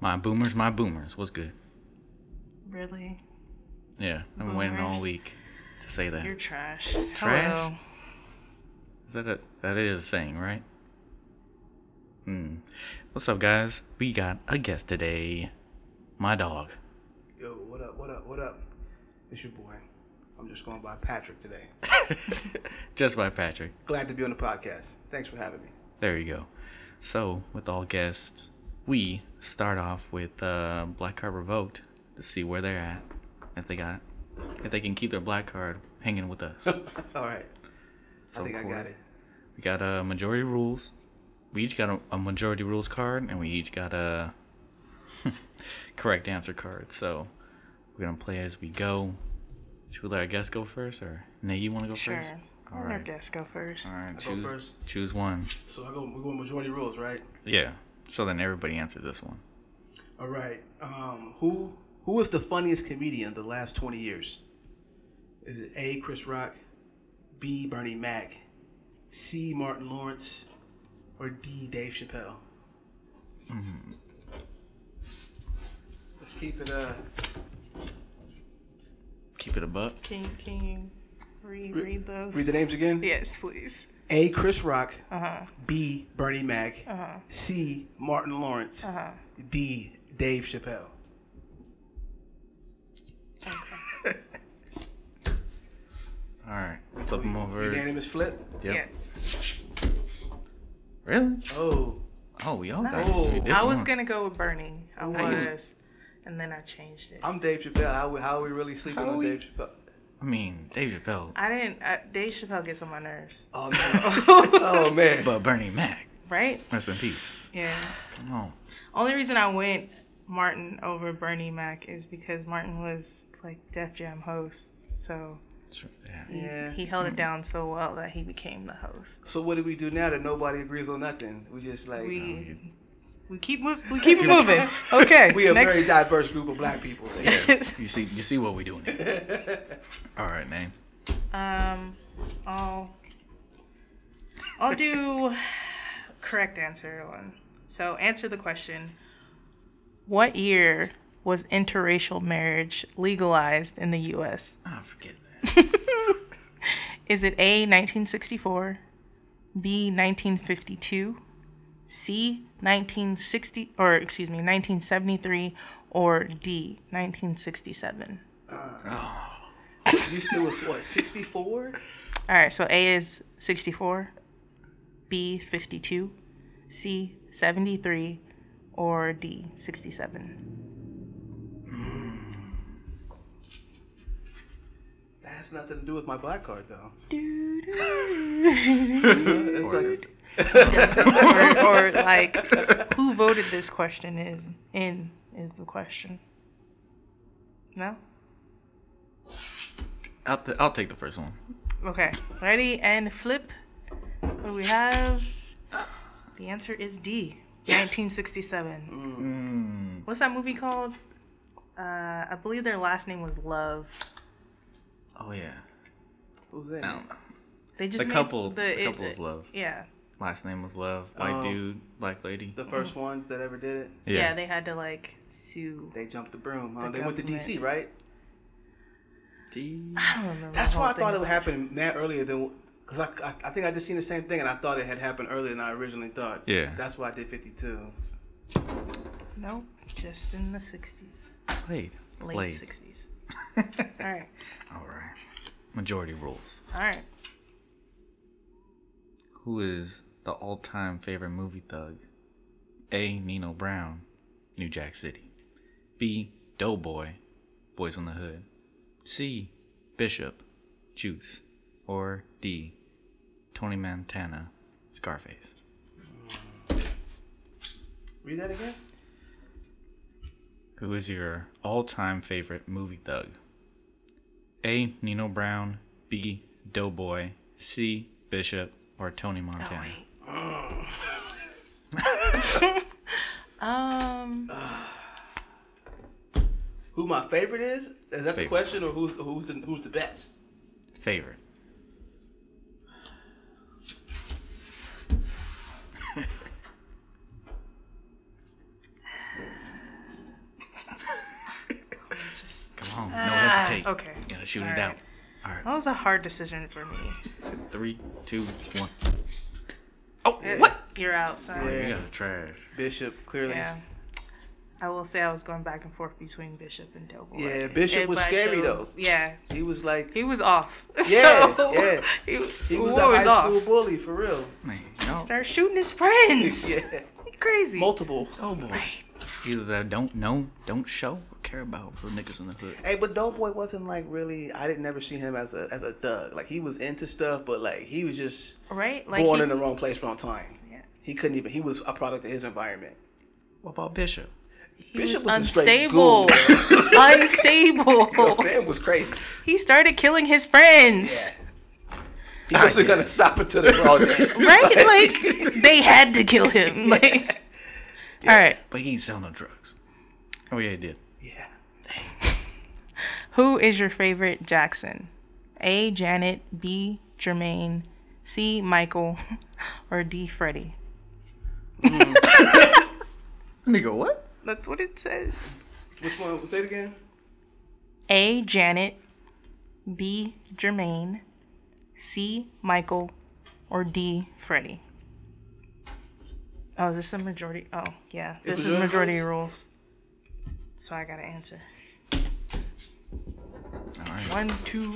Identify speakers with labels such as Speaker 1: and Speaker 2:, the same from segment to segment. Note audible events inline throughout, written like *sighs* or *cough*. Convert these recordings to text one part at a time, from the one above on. Speaker 1: My boomers, my boomers. What's good?
Speaker 2: Really?
Speaker 1: Yeah, I've been waiting all
Speaker 2: Boomers.
Speaker 1: week to say that.
Speaker 2: You're trash.
Speaker 1: Trash?
Speaker 2: Hello.
Speaker 1: Is that a, that is a saying, right? Hmm. What's up, guys? We got a guest today. My dog.
Speaker 3: Yo, what up, what up, what up? It's your boy. I'm just going by Patrick today.
Speaker 1: Just by Patrick.
Speaker 3: Glad to be on the podcast. Thanks for having me.
Speaker 1: There you go. So, with all guests, we start off with uh, black card revoked to see where they're at, if they got, if they can keep their black card hanging with us.
Speaker 3: All right.
Speaker 1: So,
Speaker 3: I think I
Speaker 1: cool.
Speaker 3: got it.
Speaker 1: We got a uh, majority rules. We each got a, a majority rules card, and we each got a *laughs* correct answer card. So we're gonna play as we go. Should we let our guest go first, or Nate, you want to go
Speaker 2: Sure.
Speaker 1: first?
Speaker 2: All right. Our guest go first.
Speaker 1: All right,
Speaker 3: I go
Speaker 1: choose
Speaker 3: first?
Speaker 1: choose one.
Speaker 3: So I go, we're going majority rules, right?
Speaker 1: Yeah. So then everybody answers this one.
Speaker 3: All right. Um, who who was the funniest comedian the last 20 years? Is it A. Chris Rock, B. Bernie Mac, C. Martin Lawrence, or D. Dave Chappelle? Mm-hmm. Let's keep it uh.
Speaker 1: Keep it a buck.
Speaker 2: Can you, can you reread those?
Speaker 3: Read the names again.
Speaker 2: Yes, please.
Speaker 3: A. Chris Rock. B. Bernie Mac. C. Martin Lawrence. D. Dave Chappelle.
Speaker 1: All right. Flip them over. Yep.
Speaker 3: Unanimous flip.
Speaker 1: Really?
Speaker 3: Oh,
Speaker 1: Oh, we all got
Speaker 3: Nice.
Speaker 1: we did
Speaker 2: I was
Speaker 1: one.
Speaker 2: gonna go with Bernie. I
Speaker 1: you-
Speaker 2: was, and then I changed it.
Speaker 3: I'm Dave Chappelle. How, we- how are we really sleeping
Speaker 1: How
Speaker 3: on
Speaker 1: we-
Speaker 3: Dave Chappelle?
Speaker 1: I mean, Dave Chappelle,
Speaker 2: I didn't. I, Dave Chappelle gets on my nerves,
Speaker 3: Oh man. oh man.
Speaker 1: but Bernie Mac.
Speaker 2: right?
Speaker 1: Rest in peace.
Speaker 2: Yeah.
Speaker 1: Come on.
Speaker 2: Only reason I went Martin over Bernie Mac is because Martin was like Def Jam host, so
Speaker 1: Sure, Yeah.
Speaker 3: Yeah.
Speaker 2: he held it down so well that he became the host.
Speaker 3: So what do we do now that nobody agrees on nothing? We just like we,
Speaker 2: We we keep mo- we keep moving. Okay.
Speaker 3: um, a
Speaker 2: next.
Speaker 3: very diverse group of black people. So yeah.
Speaker 1: You see, you see what we doing here. *laughs* All right, man.
Speaker 2: Um, I'll I'll do correct answer one. So answer the question: What year was interracial marriage legalized in the U.S.?
Speaker 1: I Ah, forget that.
Speaker 2: Is it A. 1964, B. 1952, C. 1960 or excuse me 1973, or D. 1967?
Speaker 3: You still was what 64?
Speaker 2: All right, so A is 64, B 52, C 73, or D 67.
Speaker 3: That has nothing to do with my black card though. *laughs* It's
Speaker 1: Or-
Speaker 3: like
Speaker 1: *laughs*
Speaker 2: or, or like who voted this question is in is the question. No?
Speaker 1: I'll, t- I'll take the first one.
Speaker 2: Okay. Ready and flip. What do we have? The answer is D. 1967.
Speaker 1: Hmm.
Speaker 2: What's that movie called? Uh, I believe their last name was Love.
Speaker 1: Oh yeah.
Speaker 3: who's in? it?
Speaker 1: Um,
Speaker 2: They just
Speaker 1: The
Speaker 2: made
Speaker 1: couple-
Speaker 2: The,
Speaker 1: the
Speaker 2: it-
Speaker 1: couple's
Speaker 2: the-
Speaker 1: love.
Speaker 2: Yeah.
Speaker 1: Last name was Love. White
Speaker 3: Oh.
Speaker 1: dude, black lady.
Speaker 3: The first ones that ever did it,
Speaker 2: yeah, They had to like sue.
Speaker 3: they jumped the broom. Huh?
Speaker 2: The
Speaker 3: they went to
Speaker 2: government.
Speaker 3: DC, right?
Speaker 1: D-
Speaker 2: I don't remember.
Speaker 3: That's
Speaker 2: the
Speaker 3: why I
Speaker 2: whole
Speaker 3: thought
Speaker 2: thing.
Speaker 3: it happened mad earlier than because I, I, I think I just seen the same thing and I thought it had happened earlier than I originally thought.
Speaker 1: Yeah.
Speaker 3: That's why I did 52.
Speaker 2: Nope. Just in the sixties,
Speaker 1: Blade.
Speaker 2: late
Speaker 3: *laughs*
Speaker 2: sixties. All right.
Speaker 1: All right. Majority rules.
Speaker 2: All right.
Speaker 1: Who is the all-time favorite movie thug? A. Nino Brown, New Jack City. B. Doughboy, Boys on the Hood. C. Bishop, Juice. Or D. Tony Montana, Scarface.
Speaker 3: Read that again.
Speaker 1: Who is your all time favorite movie thug? A. Nino Brown, B. Doughboy, C. Bishop, or Tony Montana?
Speaker 2: Oh, Wait. um.
Speaker 3: Who my favorite is? Is that the
Speaker 1: Favorite.
Speaker 3: question or who's who's the who's the best?
Speaker 1: Favorite. take.
Speaker 2: Ah, okay.
Speaker 1: Gotta shoot it
Speaker 2: All right. Oh.
Speaker 1: out. All right.
Speaker 2: That was a hard decision for me.
Speaker 1: Three, two, one. Oh,
Speaker 2: Eh,
Speaker 1: what?
Speaker 2: You're out. Sorry.
Speaker 1: You
Speaker 3: Yeah.
Speaker 1: guys are trash.
Speaker 3: Bishop clearly.
Speaker 2: Yeah. I will say I was going back and forth between Bishop and Doughboy.
Speaker 3: Yeah, Bishop
Speaker 2: Eh,
Speaker 3: was
Speaker 2: but I
Speaker 3: scary,
Speaker 2: chose-
Speaker 3: though.
Speaker 2: Yeah,
Speaker 3: He was like
Speaker 2: he was off. *laughs*
Speaker 3: Yeah,
Speaker 2: so,
Speaker 3: yeah.
Speaker 2: *laughs* He,
Speaker 3: he was
Speaker 2: Roy
Speaker 3: the high
Speaker 2: off.
Speaker 3: school bully for real.
Speaker 1: Man, y'all.
Speaker 2: Start shooting his friends.
Speaker 3: *laughs* yeah,
Speaker 2: *laughs* He Crazy.
Speaker 3: multiple.
Speaker 1: Oh boy. Either they don't know, don't show, or care about real niggas in the hood.
Speaker 3: Hey, but Doughboy wasn't like really. I didn't never see him as a as a thug. Like he was into stuff, but like he was just
Speaker 2: right? Like
Speaker 3: born
Speaker 2: he-
Speaker 3: in the wrong place, wrong time.
Speaker 2: Yeah.
Speaker 3: He couldn't even. He was a product of his environment.
Speaker 1: What about Bishop?
Speaker 2: he
Speaker 3: Bishop
Speaker 2: was
Speaker 3: was a straight
Speaker 2: unstable.
Speaker 3: Yo, *laughs*
Speaker 2: unstable.
Speaker 3: fam was crazy.
Speaker 2: He started killing his friends.
Speaker 3: He
Speaker 2: Ah,
Speaker 3: wasn't gonna stop until the
Speaker 2: *laughs*
Speaker 3: wrong day. *laughs*
Speaker 2: Right? Like they had to kill him. Like All right.
Speaker 1: But he ain't selling no drugs. Oh yeah, he did.
Speaker 3: Yeah.
Speaker 2: Who is your favorite Jackson? A. Janet, B. Jermaine, C. Michael, *laughs* or D. Freddie?
Speaker 1: Nigga, what?
Speaker 2: That's what it says.
Speaker 3: Which one? Say it again.
Speaker 2: A. Janet, B. Jermaine, C. Michael, or D. Freddie. Oh, this is majority. Oh, yeah. This
Speaker 3: was
Speaker 2: is
Speaker 3: your
Speaker 2: majority
Speaker 3: choice?
Speaker 2: rules. So I gotta answer.
Speaker 1: All right.
Speaker 2: One, two.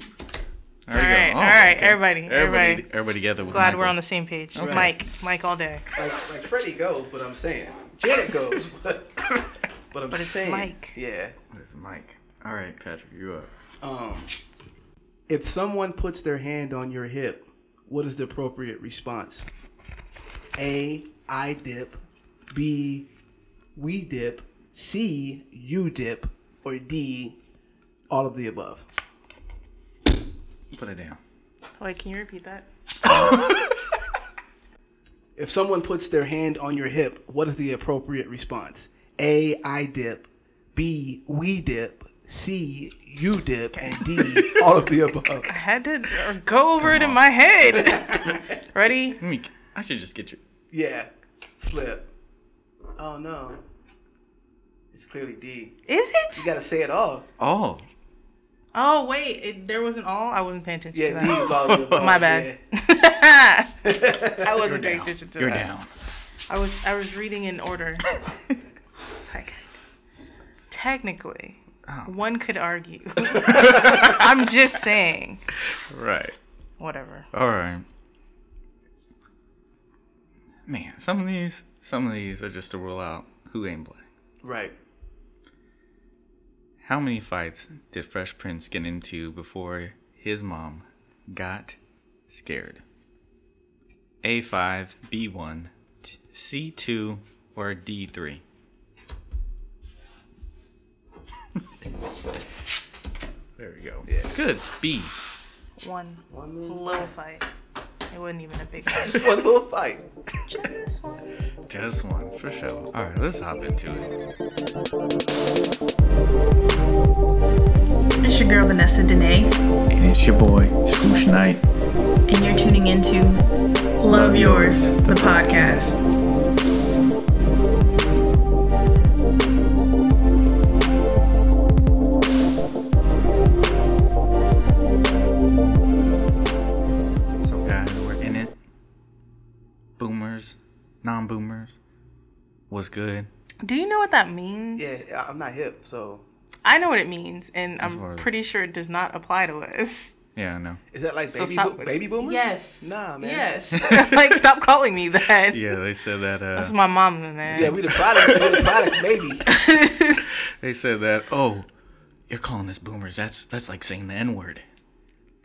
Speaker 1: There
Speaker 2: All right,
Speaker 1: you go. Oh,
Speaker 2: all right, everybody, everybody.
Speaker 1: everybody together. With
Speaker 2: Glad we're
Speaker 1: Michael.
Speaker 2: on the same page. Mike, Mike all day.
Speaker 3: Like like Freddie goes, but I'm saying Janet goes, *laughs* but, but I'm
Speaker 2: But it's
Speaker 3: saying
Speaker 2: Mike.
Speaker 3: Yeah.
Speaker 1: This is Mike. All right, Patrick, you up?
Speaker 3: Um, if someone puts their hand on your hip, what is the appropriate response? A. I dip. B. We dip. C. You dip. Or D. All of the above.
Speaker 1: Put it down.
Speaker 2: Wait, can you repeat that?
Speaker 3: If someone puts their hand on your hip, what is the appropriate response? A. I dip. B. We dip. C. You dip. And
Speaker 2: *laughs*
Speaker 3: D. All of the above.
Speaker 2: I had to uh, go over it in my head.
Speaker 1: *laughs*
Speaker 2: Ready?
Speaker 1: Let me. I should just get you.
Speaker 3: Yeah. Flip. Oh no. It's clearly D.
Speaker 2: Is
Speaker 3: You
Speaker 2: it?
Speaker 3: gotta say it all.
Speaker 1: Oh,
Speaker 2: Oh wait, it, there wasn't all. I wasn't paying attention
Speaker 3: Yeah,
Speaker 2: to
Speaker 3: D
Speaker 2: that.
Speaker 3: was all of the
Speaker 2: *laughs*
Speaker 3: above.
Speaker 2: My bad.
Speaker 3: Yeah.
Speaker 2: I wasn't paying
Speaker 1: down.
Speaker 2: attention to
Speaker 1: You're
Speaker 2: that.
Speaker 1: down.
Speaker 2: I was I was reading in order. It's like, technically, one could argue. *laughs* I'm just saying.
Speaker 1: Right.
Speaker 2: Whatever.
Speaker 1: All right. Man, some of these, some of these are just to rule out who ain't black.
Speaker 3: Right.
Speaker 1: How many fights did Fresh Prince get into before his mom got scared? A5, B1, t- C2, or D3? there we go. Yeah. Good. B.
Speaker 2: One
Speaker 3: One little,
Speaker 2: little fight. It wasn't even a big fight.
Speaker 3: *laughs* one little fight.
Speaker 2: Just this one.
Speaker 1: Just one, for sure. All right, let's hop into it.
Speaker 2: It's your girl Vanessa Dene,
Speaker 4: And it's your boy, Swoosh Knight.
Speaker 2: and you're tuning into Love Yours, the podcast.
Speaker 1: So, guys, we're in it. Boomers, non boomers. What's good?
Speaker 2: Do you know what that means?
Speaker 3: Yeah, I- I'm not hip, so
Speaker 2: I know what it means, and I'm
Speaker 1: hard.
Speaker 2: pretty sure it does not apply to us.
Speaker 1: Yeah, I know.
Speaker 3: is that like
Speaker 2: So
Speaker 3: baby
Speaker 2: stop
Speaker 3: bo-
Speaker 2: with-
Speaker 3: baby boomers?
Speaker 2: Yes.
Speaker 3: Nah, man. *laughs*
Speaker 2: Yes. *laughs* like, stop calling me that.
Speaker 1: Yeah, they said that. Uh,
Speaker 2: That's my mama, man.
Speaker 3: Yeah, we the product. we the product,
Speaker 2: *laughs*
Speaker 3: baby.
Speaker 1: They said that. Oh, you're calling us boomers. That's that's like saying the n word.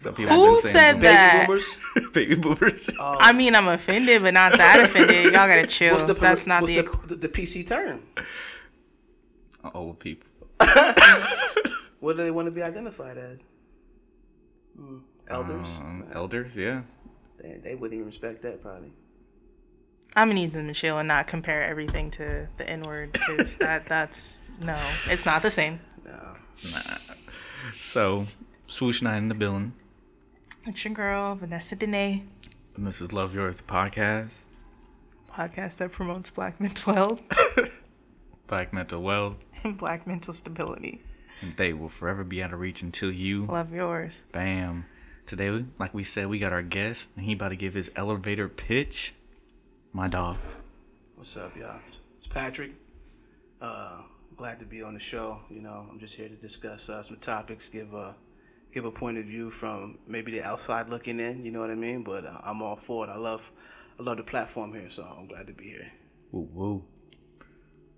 Speaker 2: Who said
Speaker 1: *laughs*
Speaker 3: Baby
Speaker 2: that?
Speaker 3: boomers.
Speaker 1: baby boomers?
Speaker 2: I mean, I'm offended, but not
Speaker 3: *laughs*
Speaker 2: that offended. Y'all gotta chill.
Speaker 3: What's the per-
Speaker 2: That's not
Speaker 3: what's
Speaker 2: the.
Speaker 3: the, the, the PC term?
Speaker 1: *laughs* Old people.
Speaker 3: What do they want to be identified as? Hmm, Elders.
Speaker 1: Um, elders. Yeah.
Speaker 3: They, they wouldn't even respect that, probably.
Speaker 2: I'm gonna need them to chill and not compare everything to the N word
Speaker 3: *laughs*
Speaker 2: because that that's no, it's not the same.
Speaker 1: So swoosh nine in the building.
Speaker 2: It's your girl Vanessa Dene,
Speaker 1: And this is Love Yours the podcast.
Speaker 2: podcast that *laughs* promotes Black mental health
Speaker 1: Black mental well.
Speaker 2: and Black mental stability.
Speaker 1: and they will forever be out of reach until you
Speaker 2: Love yours.
Speaker 1: Bam. Today, like we said, we got our guest, and he about to give his elevator pitch. My dog.
Speaker 3: What's up, y'all? It's, it's Patrick. Uh, glad to be on the show. You know, I'm just here to discuss uh, some topics, give a give a point of view from maybe the outside looking in. You know what I mean? But uh, I'm all for it. I love I love the platform here, so I'm glad to be here.
Speaker 1: Woo woo.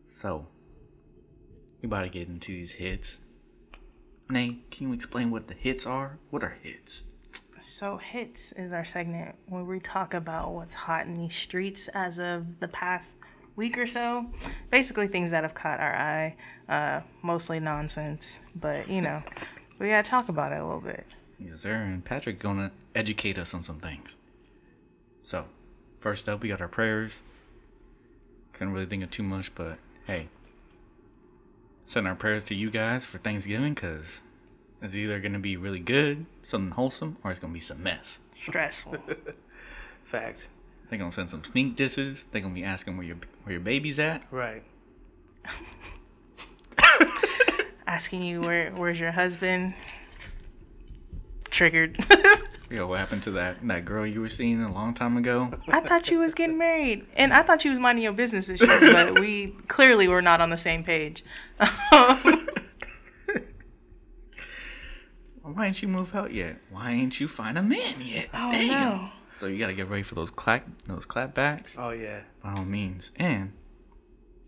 Speaker 1: So, we about to get into these hits. Nate, can you explain what the hits are? What are hits?
Speaker 2: So, hits is our segment where we talk about what's hot in these streets as of the past week or so. Basically, things that have caught our eye. Uh, mostly nonsense, but you know, we gotta talk about it a little bit.
Speaker 1: Yes, sir. And Patrick gonna educate us on some things. So, first up, we got our prayers. Couldn't really think of too much, but hey, send our prayers to you guys for Thanksgiving, cause it's either gonna be really good, something wholesome, or it's gonna be some mess.
Speaker 2: Stressful.
Speaker 3: Facts.
Speaker 1: They're gonna send some sneak disses. They're gonna be asking where your where your baby's at.
Speaker 3: Right.
Speaker 2: Asking you where where's your husband? Triggered. *laughs*
Speaker 1: Yo, what happened to that that girl you were seeing a long time ago?
Speaker 2: I thought you was getting married, and I thought you was minding your business and shit. But we clearly were not on the same page.
Speaker 1: Why ain't you move out yet? Why ain't you find a man yet?
Speaker 2: Oh no.
Speaker 1: So you gotta get ready for those clap those clapbacks.
Speaker 3: Oh yeah.
Speaker 1: by all means. And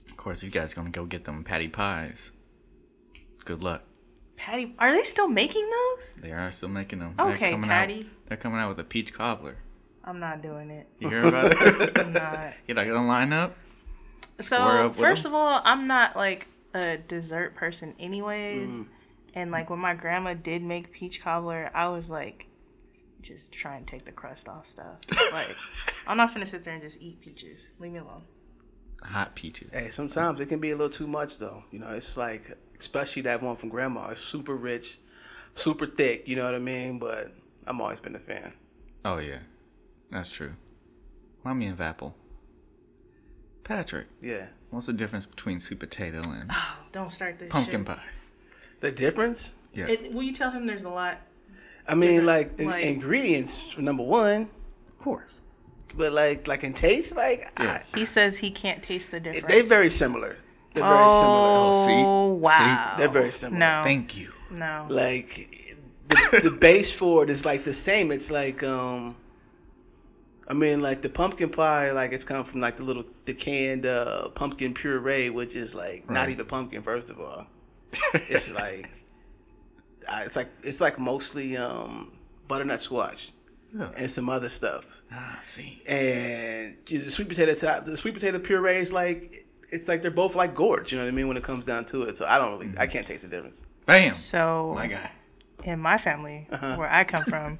Speaker 1: of course, you guys gonna go get them patty pies. Good luck.
Speaker 2: Patty, are they still making those?
Speaker 1: They are still making them.
Speaker 2: Okay,
Speaker 1: coming
Speaker 2: patty.
Speaker 1: Out, they're coming out with a peach cobbler.
Speaker 2: I'm not doing it.
Speaker 1: You hear about it?
Speaker 2: *laughs* I'm not.
Speaker 1: You're not gonna line up. Square
Speaker 2: So
Speaker 1: up with
Speaker 2: first
Speaker 1: them.
Speaker 2: of all, I'm not like a dessert person, anyways. And like when my grandma did make peach cobbler, I was like, just try and take the crust off stuff. like I'm not gonna sit there and just eat peaches. Leave me alone.
Speaker 1: Hot peaches.
Speaker 3: Hey, sometimes it can be a little too much though. You know, it's like especially that one from grandma. It's super rich, super thick, you know what I mean? But I'm always been a fan.
Speaker 1: Oh yeah, that's true. Mommy and Vapple. Patrick,
Speaker 3: Yeah.
Speaker 1: what's the difference between sweet potato and
Speaker 2: Don't start this.
Speaker 1: pumpkin
Speaker 2: shit.
Speaker 1: pie?
Speaker 3: The difference?
Speaker 1: Yeah.
Speaker 2: It, will you tell him there's a lot?
Speaker 3: I mean, like, in-
Speaker 2: Like-
Speaker 3: ingredients number one,
Speaker 1: of course.
Speaker 3: but like, like in taste, like
Speaker 1: Yeah.
Speaker 2: He says he can't taste the difference.
Speaker 3: I, they very similar. They're very
Speaker 2: oh,
Speaker 1: Oh, see?
Speaker 2: wow.
Speaker 1: See?
Speaker 3: They're very similar.
Speaker 2: No.
Speaker 1: Thank you.
Speaker 2: no.
Speaker 3: similar. Like the, the base for it is like the same. It's like um, I mean, like the pumpkin pie, like it's come from like the little the canned uh, pumpkin puree, which is like not even pumpkin. First of all, it's like I- it's like it's like mostly um butternut squash
Speaker 1: Yeah.
Speaker 3: and some other stuff.
Speaker 1: Ah, see.
Speaker 3: and you know, the sweet potato top, the sweet potato puree is like it's like they're both like gourds. You know what I mean when it comes down to it. So I don't really, I can't taste the difference.
Speaker 1: Bam.
Speaker 2: So
Speaker 1: My guy.
Speaker 2: in my family,
Speaker 1: Uh-huh.
Speaker 2: where I come
Speaker 1: *laughs*
Speaker 2: from,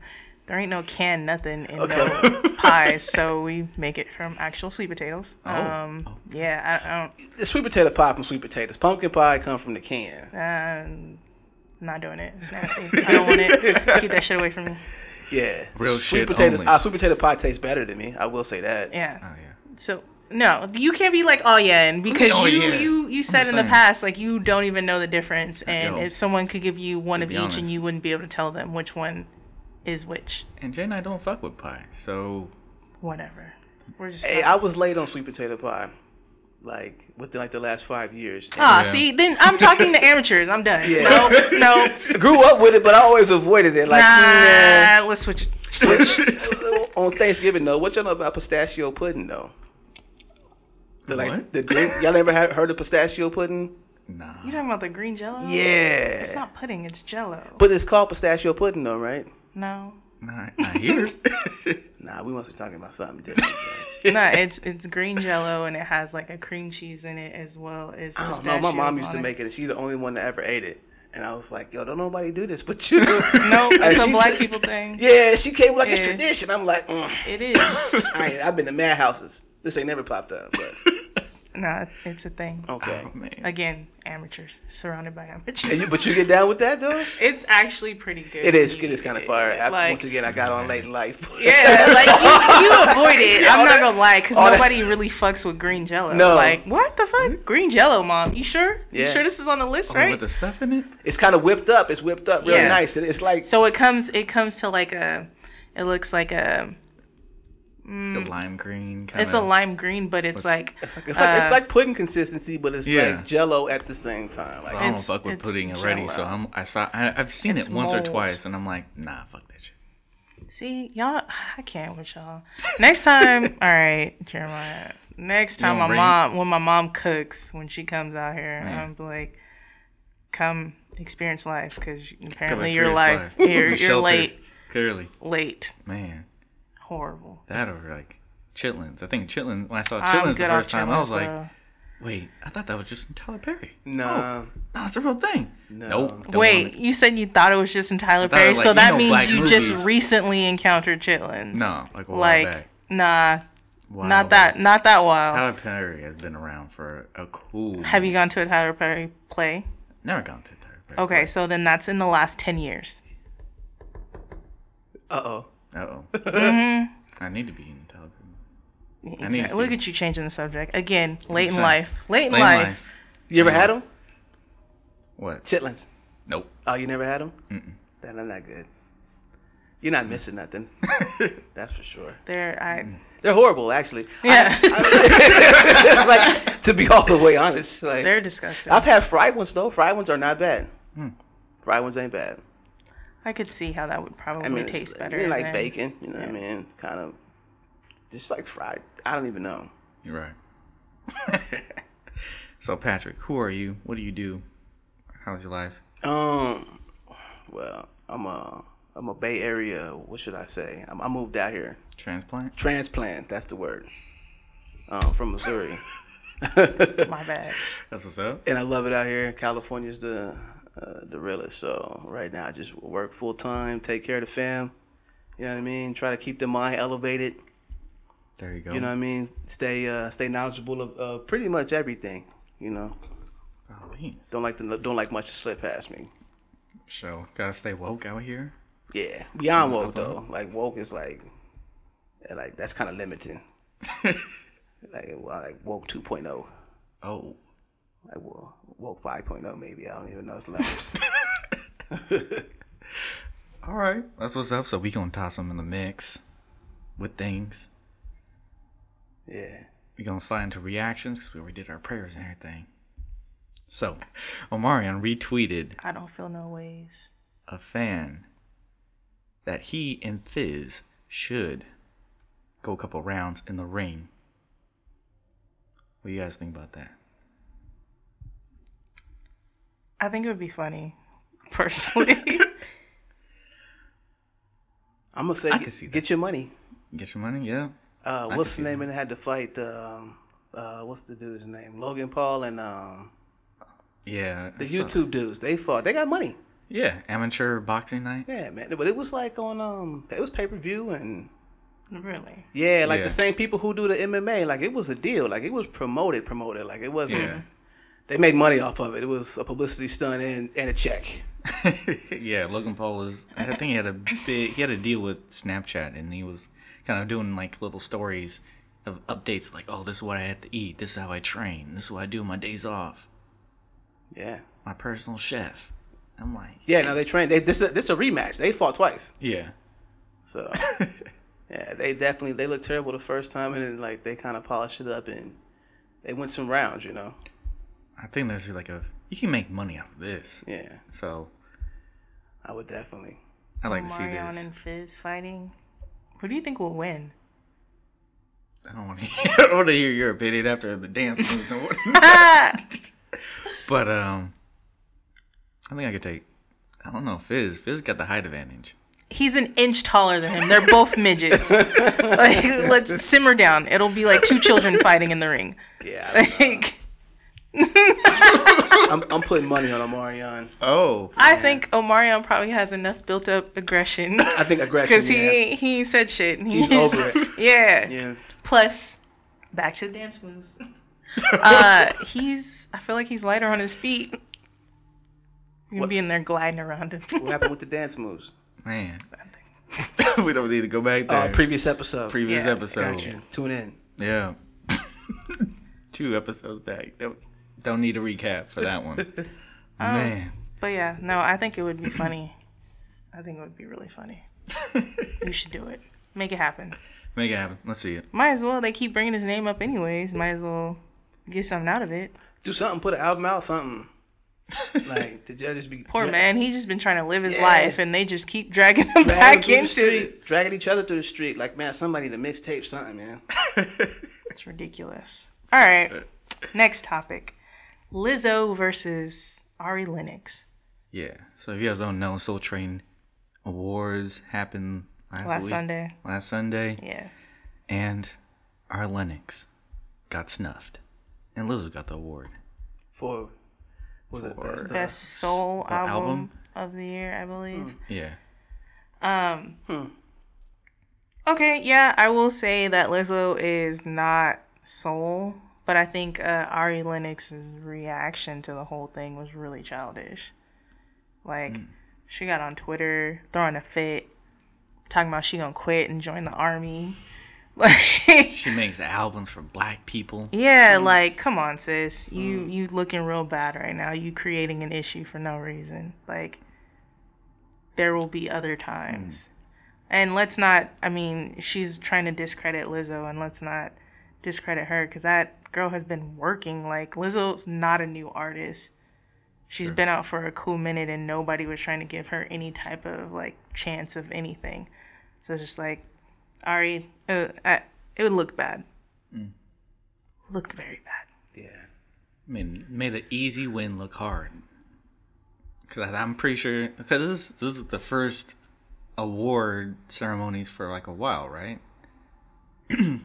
Speaker 2: there ain't no canned nothing in no pies, so we make it from actual sweet potatoes.
Speaker 1: Oh,
Speaker 2: Um, yeah, I, I don't.
Speaker 3: The sweet potato pie from sweet potatoes, pumpkin pie come from the can.
Speaker 2: Um, not doing it. It's nasty. I don't want it. Keep that shit away from me.
Speaker 3: Yeah,
Speaker 1: Real
Speaker 3: sweet
Speaker 1: shit
Speaker 3: potato,
Speaker 1: only.
Speaker 3: ah, sweet potato pie tastes better to me. I will say that.
Speaker 1: Oh
Speaker 2: Yeah.
Speaker 1: yeah.
Speaker 2: So no, you can't be like, oh yeah, and because
Speaker 1: Oh,
Speaker 2: you
Speaker 1: yeah.
Speaker 2: you you said
Speaker 1: just
Speaker 2: in the
Speaker 1: saying.
Speaker 2: past like you don't even know the difference, and
Speaker 1: Yo.
Speaker 2: if someone could give you one of
Speaker 1: be
Speaker 2: each
Speaker 1: honest.
Speaker 2: and you wouldn't be able to tell them which one is which,
Speaker 1: And Jay and I don't fuck with pie,
Speaker 2: *laughs*
Speaker 1: so
Speaker 2: whatever. We're just
Speaker 3: Hey,
Speaker 2: not-
Speaker 3: I was late on sweet potato pie, like within like the last five years. And
Speaker 2: Ah,
Speaker 1: Yeah.
Speaker 2: see, then I'm talking
Speaker 3: *laughs*
Speaker 2: to amateurs. I'm done.
Speaker 3: Yeah.
Speaker 2: No, no,
Speaker 3: I grew up with it, but I always avoided it. *laughs* Like yeah.
Speaker 2: nah. Let's switch. it.
Speaker 3: on Thanksgiving though, what y'all know about pistachio pudding though? The, like
Speaker 1: What?
Speaker 3: the drink, y'all never had, heard of pistachio pudding?
Speaker 1: nah.
Speaker 2: You talking about the green jello?
Speaker 3: Yeah.
Speaker 2: It's not pudding. It's jello.
Speaker 3: But it's called pistachio pudding, though, right?
Speaker 2: No.
Speaker 1: Not, not
Speaker 2: *laughs*
Speaker 1: here.
Speaker 3: Nah, we must be talking about something different.
Speaker 2: no, it's it's green jello and it has like a cream cheese in it as well as.
Speaker 3: I don't know. Oh, My mom used to make it, and she's the only one that ever ate it. And I was like, yo, don't nobody do this *laughs* but you.
Speaker 2: No,
Speaker 3: *laughs* And
Speaker 2: it's a
Speaker 3: she-
Speaker 2: black people thing.
Speaker 3: *laughs* Yeah, she came like it's
Speaker 2: Yeah.
Speaker 3: tradition. I'm like, mm,
Speaker 2: It is. *laughs*
Speaker 3: I ain't, I've been to mad houses. This ain't never popped up. But
Speaker 2: No, it's a thing.
Speaker 3: Okay.
Speaker 1: *laughs* Oh, man.
Speaker 2: Again, amateurs surrounded by amateurs.
Speaker 3: And you, but you get down with that though?
Speaker 2: *laughs* it's actually pretty good.
Speaker 3: It is.
Speaker 2: to
Speaker 3: It is
Speaker 2: me.
Speaker 3: kind of fire. After,
Speaker 2: Like-
Speaker 3: once again, I got on late in life.
Speaker 2: Yeah,
Speaker 3: *laughs*
Speaker 2: like you, you avoid it.
Speaker 3: Yeah, all
Speaker 2: I'm not
Speaker 3: that-
Speaker 2: gonna lie, because
Speaker 3: all that-
Speaker 2: nobody really fucks with green jello.
Speaker 3: No. Mm-hmm.
Speaker 2: Like, what the fuck? Green jello, mom. You sure?
Speaker 3: Yeah.
Speaker 2: You sure this is on the list,
Speaker 1: Oh,
Speaker 2: right?
Speaker 1: With the stuff in it?
Speaker 3: it's kind of whipped up. It's whipped up real
Speaker 2: Yeah.
Speaker 3: nice. It, it's like
Speaker 2: so it comes it comes to like a it looks like a
Speaker 1: It's a lime green kind
Speaker 2: Mm. it's a lime green, but it's like
Speaker 3: it's like it's like,
Speaker 2: Uh.
Speaker 3: it's like pudding consistency, but it's
Speaker 1: yeah.
Speaker 3: like Jello at the same time. Like
Speaker 1: I don't
Speaker 2: it's-
Speaker 1: fuck with
Speaker 2: it's
Speaker 1: pudding already, so
Speaker 2: Jell-O.
Speaker 1: I'm I saw I, I've seen
Speaker 2: It's
Speaker 1: it once
Speaker 2: mold.
Speaker 1: or twice, and I'm like, nah, fuck that shit.
Speaker 2: see, y'all I can't with y'all. Next
Speaker 3: *laughs*
Speaker 2: time all right, Jeremiah. Next time
Speaker 1: gonna
Speaker 2: my
Speaker 1: bring-
Speaker 2: mom when my mom cooks, when she comes out here,
Speaker 3: Mm.
Speaker 2: I'm like, come experience life because apparently your life you're, you're
Speaker 1: Sheltered,
Speaker 2: late
Speaker 1: Clearly,
Speaker 2: late.
Speaker 1: man,
Speaker 2: Horrible.
Speaker 1: that or like chitlins. I think chitlins. When I saw
Speaker 2: I'm
Speaker 1: chitlins the
Speaker 2: good off
Speaker 1: first time, I
Speaker 2: chitlins,
Speaker 1: was like,
Speaker 2: bro.
Speaker 1: wait, I thought that was just in Tyler Perry. Oh,
Speaker 3: nah,
Speaker 1: No, it's a real thing. No, nope, don't
Speaker 2: Wait,
Speaker 1: want it.
Speaker 2: you said you thought it was just in Tyler
Speaker 1: thought it
Speaker 2: Perry,
Speaker 1: was,
Speaker 2: so
Speaker 1: like,
Speaker 2: that
Speaker 1: you know, black
Speaker 2: means you
Speaker 1: movies.
Speaker 2: just recently encountered chitlins.
Speaker 1: no, like a while
Speaker 2: like
Speaker 1: back.
Speaker 2: nah,
Speaker 1: Wow,
Speaker 2: not that, not that wild.
Speaker 1: Tyler Perry has been around for a cool.
Speaker 2: Have you gone to a Tyler Perry play?
Speaker 1: never gone to Tyler Perry?
Speaker 2: Okay, so then that's in the last ten years.
Speaker 3: uh oh.
Speaker 1: Uh oh. I need to be in Tyler Perry. need to
Speaker 2: Mm-hmm. Exactly. Look
Speaker 1: see.
Speaker 2: at you changing the subject again. Late in
Speaker 1: saying.
Speaker 2: life, late in
Speaker 1: Late in
Speaker 2: life.
Speaker 1: life.
Speaker 3: You ever had them?
Speaker 1: What?
Speaker 3: Chitlins.
Speaker 1: Nope.
Speaker 3: Oh, you never had them? Mm-mm. Then they're not good. You're not missing nothing. *laughs* That's for sure.
Speaker 2: There, I
Speaker 1: Mm.
Speaker 3: They're horrible, actually.
Speaker 2: *laughs* yeah,
Speaker 3: *laughs* like to be all the way honest, like
Speaker 2: they're disgusting.
Speaker 3: I've had fried ones though. Fried ones are not bad. Fried ones ain't bad.
Speaker 2: I could see how that would probably
Speaker 3: I mean, it's-
Speaker 2: taste better.
Speaker 3: they like
Speaker 2: than-
Speaker 3: bacon. You know what I mean? Kind of just like fried. I don't even know.
Speaker 1: You're right. *laughs* so Patrick, who are you? What do you do? How's your life?
Speaker 3: Um, well, I'm a I'm a Bay Area. What should I say? I'm, I moved out here.
Speaker 1: Transplant?
Speaker 3: Transplant. That's the word. Um, from Missouri,
Speaker 2: My
Speaker 1: *laughs*
Speaker 2: bad.
Speaker 1: That's what's up.
Speaker 3: and I love it out here. California's the uh, the realest. So right now, I just work full time, take care of the fam. You know what I mean? Try to keep the mind elevated.
Speaker 1: There you go.
Speaker 3: You know what I mean? Stay uh, stay knowledgeable of uh, pretty much everything. You know,
Speaker 1: oh, man.
Speaker 3: don't like to don't like much to slip past me.
Speaker 1: So gotta stay woke out here.
Speaker 3: Yeah, beyond
Speaker 1: Mm-hmm.
Speaker 3: woke though. Like woke is like, yeah, like that's kind of
Speaker 1: *laughs*
Speaker 3: limiting. like well, like woke 2.0,
Speaker 1: Oh,
Speaker 3: like well, woke 5.0 maybe. I don't even know
Speaker 1: *laughs*
Speaker 3: its levels.
Speaker 1: all right. That's what's up. So we gonna toss them in the mix with things.
Speaker 3: yeah,
Speaker 1: We gonna slide into reactions because we already did our prayers and everything. So, Omarion retweeted
Speaker 2: I don't feel no ways.
Speaker 1: a fan that he and Fizz should go a couple rounds in the ring. What do you guys think about that?
Speaker 2: I think it would be funny, personally. *laughs*
Speaker 3: I'm gonna say
Speaker 1: I
Speaker 3: get,
Speaker 1: can see that.
Speaker 3: get your money.
Speaker 1: Get your money, yeah.
Speaker 3: Uh,
Speaker 1: can
Speaker 3: what's
Speaker 1: see
Speaker 3: the name? And had to fight. Um, uh, what's the dude's name? Logan Paul and um,
Speaker 1: Yeah.
Speaker 3: the
Speaker 1: it's, uh,
Speaker 3: YouTube dudes. They fought. They got money.
Speaker 1: Yeah, amateur boxing night.
Speaker 3: Yeah, man. But it was like on um, it was pay per view and
Speaker 2: really?
Speaker 3: yeah, like
Speaker 1: Yeah.
Speaker 3: the same people who do the MMA. Like it was a deal. Like it was promoted, promoted. Like it wasn't.
Speaker 1: Yeah.
Speaker 3: They made money off of it. It was a publicity stunt and, and a check.
Speaker 1: *laughs* yeah, Logan Paul was I think he had a big he had a deal with Snapchat and he was kind of doing like little stories of updates like, "Oh, this is what I had to eat. This is how I train. This is what I do on my days off.
Speaker 3: Yeah.
Speaker 1: My personal chef." I'm like,
Speaker 3: Yeah. No, they trained. They this a, this a rematch. They fought twice.
Speaker 1: yeah. *laughs*
Speaker 3: So yeah, they definitely they looked terrible the first time and then like they kind of polished it up and they went some rounds. You know.
Speaker 1: I think there's like a you can make money off of this.
Speaker 3: Yeah.
Speaker 1: So
Speaker 3: I would definitely.
Speaker 1: I like to
Speaker 2: Omarion
Speaker 1: see this.
Speaker 2: and Fizz fighting. Who do you think will win?
Speaker 1: I don't want to. *laughs* I don't want to hear your opinion after the dance moves and what. *laughs*
Speaker 2: Ah,
Speaker 1: but um, I think I could take. I don't know. Fizz. Fizz got the height advantage.
Speaker 2: He's an inch taller than him. They're both *laughs* midgets. like, let's simmer down. It'll be like two *laughs* children fighting in the ring.
Speaker 3: Yeah. I don't know.
Speaker 2: Like,
Speaker 3: *laughs* I'm I'm putting money on Omarion.
Speaker 1: Oh,
Speaker 2: I think Omarion probably has enough built up *laughs* aggression
Speaker 3: I think aggression.
Speaker 2: because he
Speaker 3: yeah.
Speaker 2: ain't he ain't said shit.
Speaker 3: He's over it.
Speaker 2: *laughs* Yeah.
Speaker 3: Yeah.
Speaker 2: *laughs* Plus, back to the dance moves. Uh, he's. I feel like he's lighter on his feet. You're gonna
Speaker 3: What-
Speaker 2: be in there gliding around him. *laughs*
Speaker 3: What happened with the dance moves?
Speaker 1: Man, *laughs* we don't need to go back
Speaker 3: Uh,
Speaker 1: there.
Speaker 3: previous episode.
Speaker 1: Oh, Previous
Speaker 2: Yeah,
Speaker 1: episode.
Speaker 3: Gotcha. Tune in.
Speaker 1: Yeah. *laughs* Two episodes back. Don't, don't need a recap for that *laughs* one.
Speaker 2: Uh,
Speaker 1: Man.
Speaker 2: But yeah, no, I think it would be funny. I think it would be really
Speaker 3: *laughs*
Speaker 2: funny. you should do it. Make it happen.
Speaker 1: Make it happen. Let's see it.
Speaker 2: Might as well. They keep bringing his name up anyways. Might as well get something out of it.
Speaker 3: Do something. Put an album out. *laughs* Something. Like the judges be
Speaker 2: Poor
Speaker 3: dra-
Speaker 2: man. He's just been trying to live his
Speaker 3: Yeah.
Speaker 2: life, and they just keep dragging him
Speaker 3: dragging
Speaker 2: back
Speaker 3: through the
Speaker 2: into it.
Speaker 3: street, dragging each other through the street. Like man, somebody to mixtape something, man.
Speaker 2: It's ridiculous. All right. Next topic Lizzo versus Ari Lennox.
Speaker 1: Yeah. So if you guys don't know, Soul Train Awards happened last,
Speaker 2: Last
Speaker 1: week-
Speaker 2: Sunday.
Speaker 1: Last Sunday.
Speaker 2: Yeah.
Speaker 1: And our Lennox got snuffed. And Lizzo got the award.
Speaker 3: For was it best? uh,
Speaker 2: Best soul
Speaker 1: the
Speaker 2: album,
Speaker 1: album?
Speaker 2: of the year, I
Speaker 3: Hmm.
Speaker 2: believe.
Speaker 1: Yeah.
Speaker 2: Okay, yeah, I will say that Lizzo is not soul, but I think uh, Ari Lennox's reaction to the whole thing was really childish. Like, she got on Twitter throwing a fit, talking about she gonna quit and join the army. *laughs* Like,
Speaker 1: She makes albums for black people.
Speaker 2: Yeah, like come on, sis. You you looking real bad right now. You creating an issue for no reason. Like there will be other times. And let's not I mean, she's trying to discredit Lizzo and let's not discredit her cuz that girl has been working like Lizzo's not a new artist. She's been out for a cool minute and nobody was trying to give her any type of like chance of anything. So it's just like Ari, uh, I, it would look bad looked very bad.
Speaker 3: Yeah.
Speaker 1: I mean, made the easy win look hard. Because I'm pretty sure, because this, this is the first award ceremonies for like a while, right? *clears throat*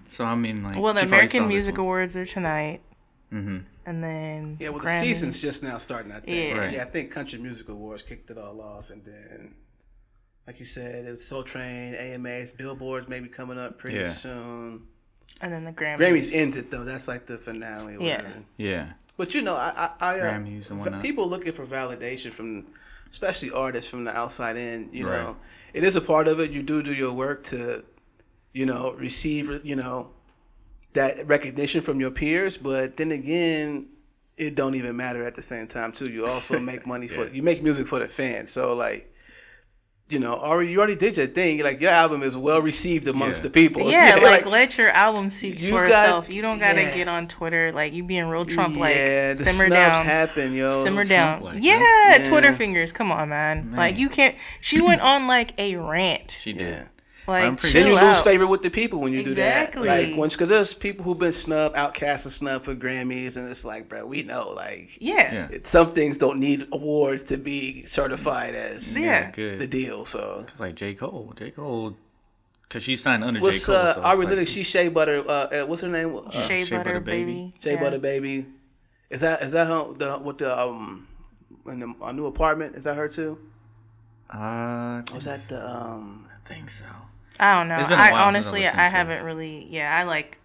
Speaker 1: so I mean, like,
Speaker 2: Well, the
Speaker 1: she probably saw
Speaker 2: American
Speaker 1: this
Speaker 2: Music
Speaker 1: one.
Speaker 2: Awards are tonight, mm-hmm. and then
Speaker 3: Yeah, well,
Speaker 2: Grammys.
Speaker 3: the season's just now starting. I think.
Speaker 2: Yeah.
Speaker 1: Right.
Speaker 3: yeah, I think Country Music Awards kicked it all off, and then, like you said, it was Soul Train, AMAs, Billboards maybe coming up pretty
Speaker 1: Yeah.
Speaker 3: soon.
Speaker 2: and then the Grammys.
Speaker 3: Grammys ends it though. That's like the finale. or
Speaker 2: Yeah.
Speaker 3: whatever.
Speaker 1: Yeah.
Speaker 3: But you know, I, I, I uh,
Speaker 1: Grammys and
Speaker 3: v-
Speaker 1: whatnot.
Speaker 3: people looking for validation from, especially artists from the outside in. You
Speaker 1: Right.
Speaker 3: know, it is a part of it. You do do your work to, you know, receive you know, that recognition from your peers. But then again, it don't even matter at the same time too. You
Speaker 1: *laughs*
Speaker 3: also make money for you make music for the fans. So like. You know, already you already did your thing. Like your album is well received amongst
Speaker 1: Yeah.
Speaker 3: the people. *laughs*
Speaker 2: Yeah, like, let your album speak
Speaker 3: You
Speaker 2: for
Speaker 3: got-
Speaker 2: itself. You don't gotta
Speaker 3: yeah.
Speaker 2: get on Twitter like you being real Trump like.
Speaker 3: yeah, the
Speaker 2: simmer
Speaker 3: snubs
Speaker 2: down.
Speaker 3: happen, yo.
Speaker 2: Simmer
Speaker 1: Trump
Speaker 2: down.
Speaker 1: like,
Speaker 2: yeah,
Speaker 3: Yeah.
Speaker 2: Twitter fingers. Come on, man. Like you can't.
Speaker 3: *clears throat*
Speaker 2: She went on like a rant.
Speaker 1: She did.
Speaker 3: Yeah.
Speaker 1: I'm
Speaker 2: Like
Speaker 1: pretty-
Speaker 2: chill
Speaker 3: Then you lose
Speaker 2: out.
Speaker 3: favor with the people when you do that.
Speaker 2: Exactly.
Speaker 3: Like once, because there's people who've been snubbed, outcast and snubbed for Grammys, and it's like, bro, we know, like,
Speaker 2: Yeah.
Speaker 1: Yeah.
Speaker 3: it- some things don't need awards to be certified as
Speaker 1: Yeah,
Speaker 2: Yeah.
Speaker 1: good.
Speaker 3: the deal. So,
Speaker 1: It's like J. Cole. J. Cole, because she signed under J.
Speaker 3: what's
Speaker 1: Cole.
Speaker 3: uh,
Speaker 1: so it's
Speaker 3: Ari
Speaker 1: like-
Speaker 3: Lennox? She Shea Butter. Uh, uh, what's her name? Uh,
Speaker 2: Shea,
Speaker 1: Shea
Speaker 2: butter,
Speaker 1: Butter Baby.
Speaker 2: baby.
Speaker 3: Shea
Speaker 2: Yeah.
Speaker 3: Butter Baby. Is that is that her, the what the um in the, our new apartment? Is that her too?
Speaker 1: Uh, I
Speaker 3: Was that the um?
Speaker 1: think so.
Speaker 2: I don't know.
Speaker 1: It's been a while
Speaker 2: I
Speaker 1: since I
Speaker 2: honestly,
Speaker 1: listened
Speaker 2: I
Speaker 1: to it.
Speaker 2: haven't really. Yeah, I like.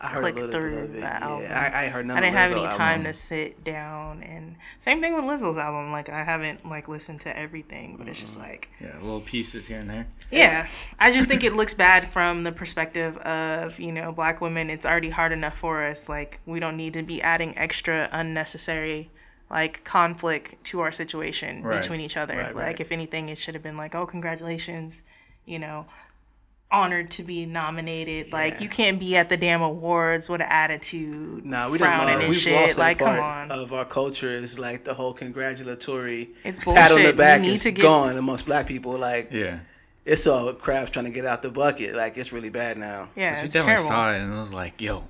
Speaker 3: I heard
Speaker 2: Click
Speaker 3: a little
Speaker 2: through
Speaker 3: bit of it.
Speaker 2: that album.
Speaker 3: Yeah, I, I ain't heard none
Speaker 2: I
Speaker 3: of
Speaker 2: didn't have
Speaker 3: Lizzo
Speaker 2: any
Speaker 3: album.
Speaker 2: time to sit down and same thing with Lizzo's album. Like I haven't like listened to everything, but it's just like
Speaker 1: Yeah, little pieces here and there.
Speaker 2: yeah. I just think it looks bad from the perspective of, you know, black women, it's already hard enough for us. Like we don't need to be adding extra unnecessary like conflict to our situation
Speaker 1: Right.
Speaker 2: between each other.
Speaker 3: Right,
Speaker 2: like
Speaker 3: right.
Speaker 2: if anything it should have been like, Oh, congratulations, you know, honored to be nominated. Like
Speaker 3: Yeah.
Speaker 2: you can't be at the damn awards with an attitude.
Speaker 3: Nah, we don't.
Speaker 2: frowning
Speaker 3: Uh,
Speaker 2: and
Speaker 3: we've
Speaker 2: shit.
Speaker 3: lost
Speaker 2: like
Speaker 3: that Uh,
Speaker 2: come on.
Speaker 3: part of our culture is like the whole congratulatory
Speaker 2: It's
Speaker 3: pat on the
Speaker 2: bullshit.
Speaker 3: back
Speaker 2: We need
Speaker 3: is
Speaker 2: to get-
Speaker 3: gone amongst black people. Like
Speaker 1: Yeah.
Speaker 3: it's all crabs trying to get out the bucket. Like it's really bad now.
Speaker 2: Yeah,
Speaker 1: she
Speaker 2: it's
Speaker 1: definitely
Speaker 2: terrible.
Speaker 1: saw it and was like, yo,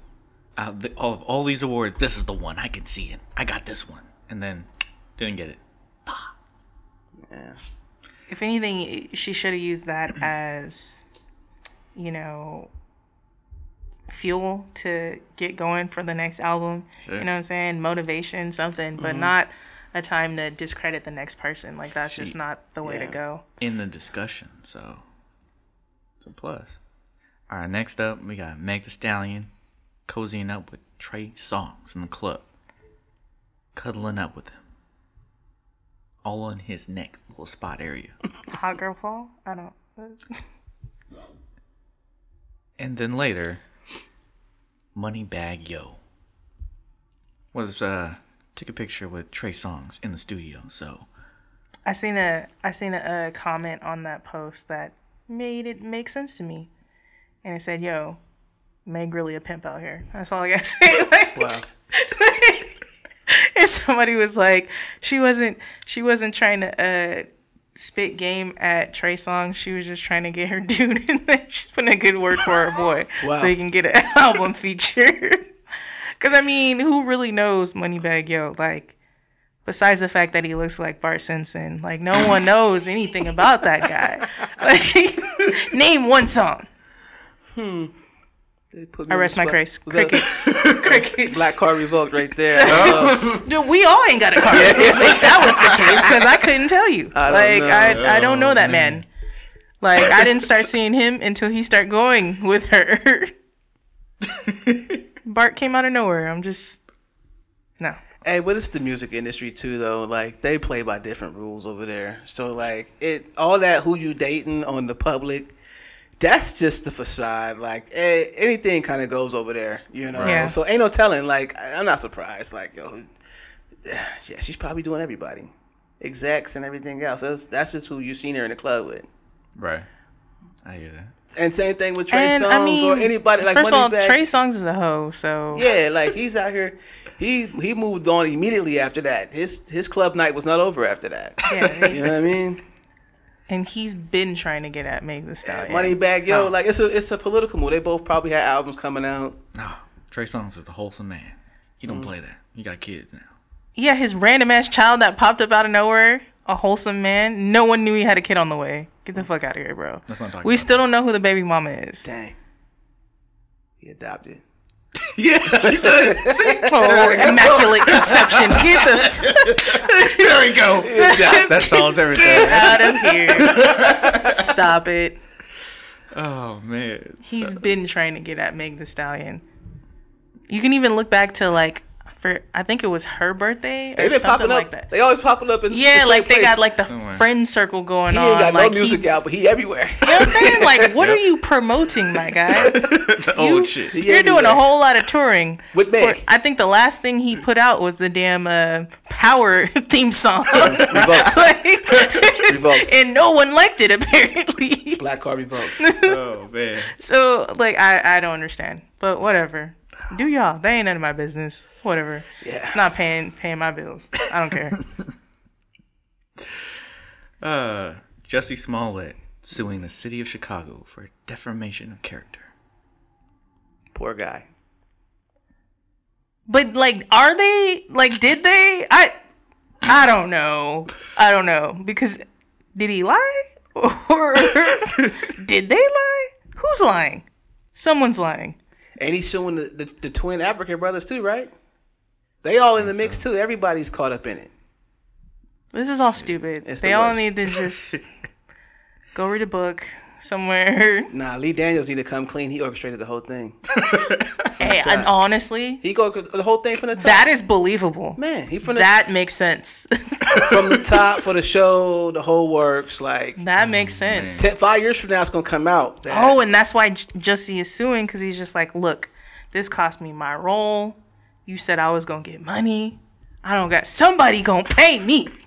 Speaker 1: out of all, all these awards, this is the one. I can see it. I got this one. And then didn't get it.
Speaker 3: Yeah.
Speaker 2: If anything, she should have used that as, you know, fuel to get going for the next album.
Speaker 1: Sure.
Speaker 2: You know what I'm saying? Motivation, something, but not a time to discredit the next person. Like that's just
Speaker 1: She-
Speaker 2: not the way to
Speaker 3: yeah.
Speaker 2: go.
Speaker 1: in the discussion, so it's a plus. All right, next up we got Meg The Stallion cozying up with Trey Songs in the club, cuddling up with him, all on his neck little spot area.
Speaker 2: Hot girl fall? I don't.
Speaker 1: And then later, Moneybag Yo was uh took a picture with Trey Songs in the studio. So
Speaker 2: I seen a I seen a, a comment on that post that made it make sense to me, and it said, "Yo, Meg really a pimp out here." That's all I gotta *laughs* say. Like,
Speaker 3: Wow.
Speaker 2: *laughs* and somebody was like, "She wasn't she wasn't trying to uh spit game at Trey Songz. She was just trying to get her *laughs* dude in there. She's putting a good word for her boy,
Speaker 3: *laughs* Wow.
Speaker 2: so he can get an *laughs* album feature." *laughs* Because I mean, who really knows Moneybag Yo? Like, besides the fact that he looks like Bart Simpson, like no one knows anything about that
Speaker 3: *laughs*
Speaker 2: guy. *laughs* Like, *laughs* name one song.
Speaker 3: They put me
Speaker 2: I
Speaker 3: on the
Speaker 2: rest my
Speaker 3: spot.
Speaker 2: grace.
Speaker 3: Was that-
Speaker 2: Crickets. Crickets.
Speaker 3: *laughs* Black car revoked right there.
Speaker 2: *laughs*
Speaker 3: Uh,
Speaker 2: No, we all ain't got a
Speaker 3: *laughs*
Speaker 2: car. If that was the case, because I couldn't tell you.
Speaker 3: I don't
Speaker 2: like
Speaker 3: know.
Speaker 2: I, I don't know that man. Like I didn't
Speaker 3: *laughs*
Speaker 2: start seeing him until he started going with her. Bart came out of nowhere. I'm just no.
Speaker 3: hey, but it's the music industry too, though. Like they play by different rules over there. So like it, all that who you dating on the public, that's just the facade. Like eh, anything kind of goes over there, you know.
Speaker 2: Yeah.
Speaker 3: So ain't no telling. Like I- I'm not surprised. Like yo, *sighs* yeah, she's probably doing everybody, execs and everything else. That's that's just who you seen her in the club with.
Speaker 1: right, I hear that.
Speaker 3: And same thing with Trey
Speaker 2: And
Speaker 3: Songz
Speaker 2: I mean,
Speaker 3: or anybody like
Speaker 2: first of all,
Speaker 3: Moneybagg.
Speaker 2: Trey Songz is a hoe. So
Speaker 3: Yeah, like he's out here. He he moved on immediately after that. His his club night was not over after that.
Speaker 2: Yeah,
Speaker 3: you know what I mean?
Speaker 2: and he's been trying to get at Meg the Stallion.
Speaker 3: Money back, yo.
Speaker 2: Oh.
Speaker 3: Like it's a it's a political move. They both probably had albums coming out.
Speaker 1: No, Trey Songz is a wholesome man. You don't play that. You got kids now.
Speaker 2: Yeah, his random ass child that popped up out of nowhere, a wholesome man. No one knew he had a kid on the way. Get the fuck out of here, bro.
Speaker 1: Let's not talk
Speaker 2: we
Speaker 1: about
Speaker 2: still don't know who the baby mama is.
Speaker 3: Dang. He adopted.
Speaker 1: *laughs* *laughs* Yeah,
Speaker 2: Oh,
Speaker 3: *laughs*
Speaker 2: immaculate conception. Get the
Speaker 1: there we go. that solves
Speaker 2: fuck
Speaker 1: everything.
Speaker 2: out of here. Stop it.
Speaker 1: *laughs* Oh man, *laughs*
Speaker 2: He's been trying to get at Meg the Stallion. You can even look back to like for I think it was her birthday or
Speaker 3: They been
Speaker 2: something
Speaker 3: popping
Speaker 2: like
Speaker 3: up.
Speaker 2: that.
Speaker 3: They always popping up in the
Speaker 2: yeah,
Speaker 3: same
Speaker 2: like they
Speaker 3: place.
Speaker 2: got like the
Speaker 1: Somewhere.
Speaker 2: friend circle going
Speaker 3: He
Speaker 2: on.
Speaker 3: ain't got
Speaker 2: like
Speaker 3: no
Speaker 2: he-
Speaker 3: music out, but he
Speaker 2: *laughs*
Speaker 3: everywhere.
Speaker 2: You know what I'm saying? Like, what are you promoting, my guy?
Speaker 1: the
Speaker 2: You-
Speaker 1: old shit. *laughs*
Speaker 2: You're doing a
Speaker 3: everywhere.
Speaker 2: whole lot of touring.
Speaker 3: *laughs* With Meg.
Speaker 2: I think the last thing he put out was the damn uh, power *laughs* theme song. *laughs*
Speaker 3: Revoked.
Speaker 2: Like,
Speaker 3: Revoked.
Speaker 2: *laughs* and no one liked it *laughs* apparently.
Speaker 3: Black
Speaker 2: *laughs*
Speaker 3: car revoked.
Speaker 1: Oh man,
Speaker 2: so like I, I don't understand. But whatever. Do y'all. They ain't none of my business. Whatever.
Speaker 3: Yeah.
Speaker 2: It's not paying paying my bills. I don't care.
Speaker 1: uh, Jesse Smollett suing the city of Chicago for defamation of character.
Speaker 3: Poor guy.
Speaker 2: But like, are they like? Did they? I, I don't know. I don't know because did he lie *laughs* or did they lie? Who's lying? Someone's lying.
Speaker 3: And he's suing the, the, the twin African brothers too, right? They all in the mix too. Everybody's caught up in it.
Speaker 2: This is all stupid.
Speaker 3: It's
Speaker 2: they
Speaker 3: the
Speaker 2: all
Speaker 3: worst.
Speaker 2: need to
Speaker 3: *laughs*
Speaker 2: just go read a book somewhere.
Speaker 3: Nah, Lee Daniels need to come clean. He orchestrated the whole thing.
Speaker 2: Hey, *laughs* and honestly,
Speaker 3: He go the whole thing from the top.
Speaker 2: that is believable.
Speaker 3: Man, he from the
Speaker 2: That makes sense. *laughs*
Speaker 3: from the top for the show, the whole works. Like
Speaker 2: that makes sense.
Speaker 3: ten, five years from now, it's gonna come out. That,
Speaker 2: Oh, and that's why J- Jussie is suing because he's just like, look, this cost me my role. You said I was gonna get money. I don't got somebody gonna pay me. *laughs*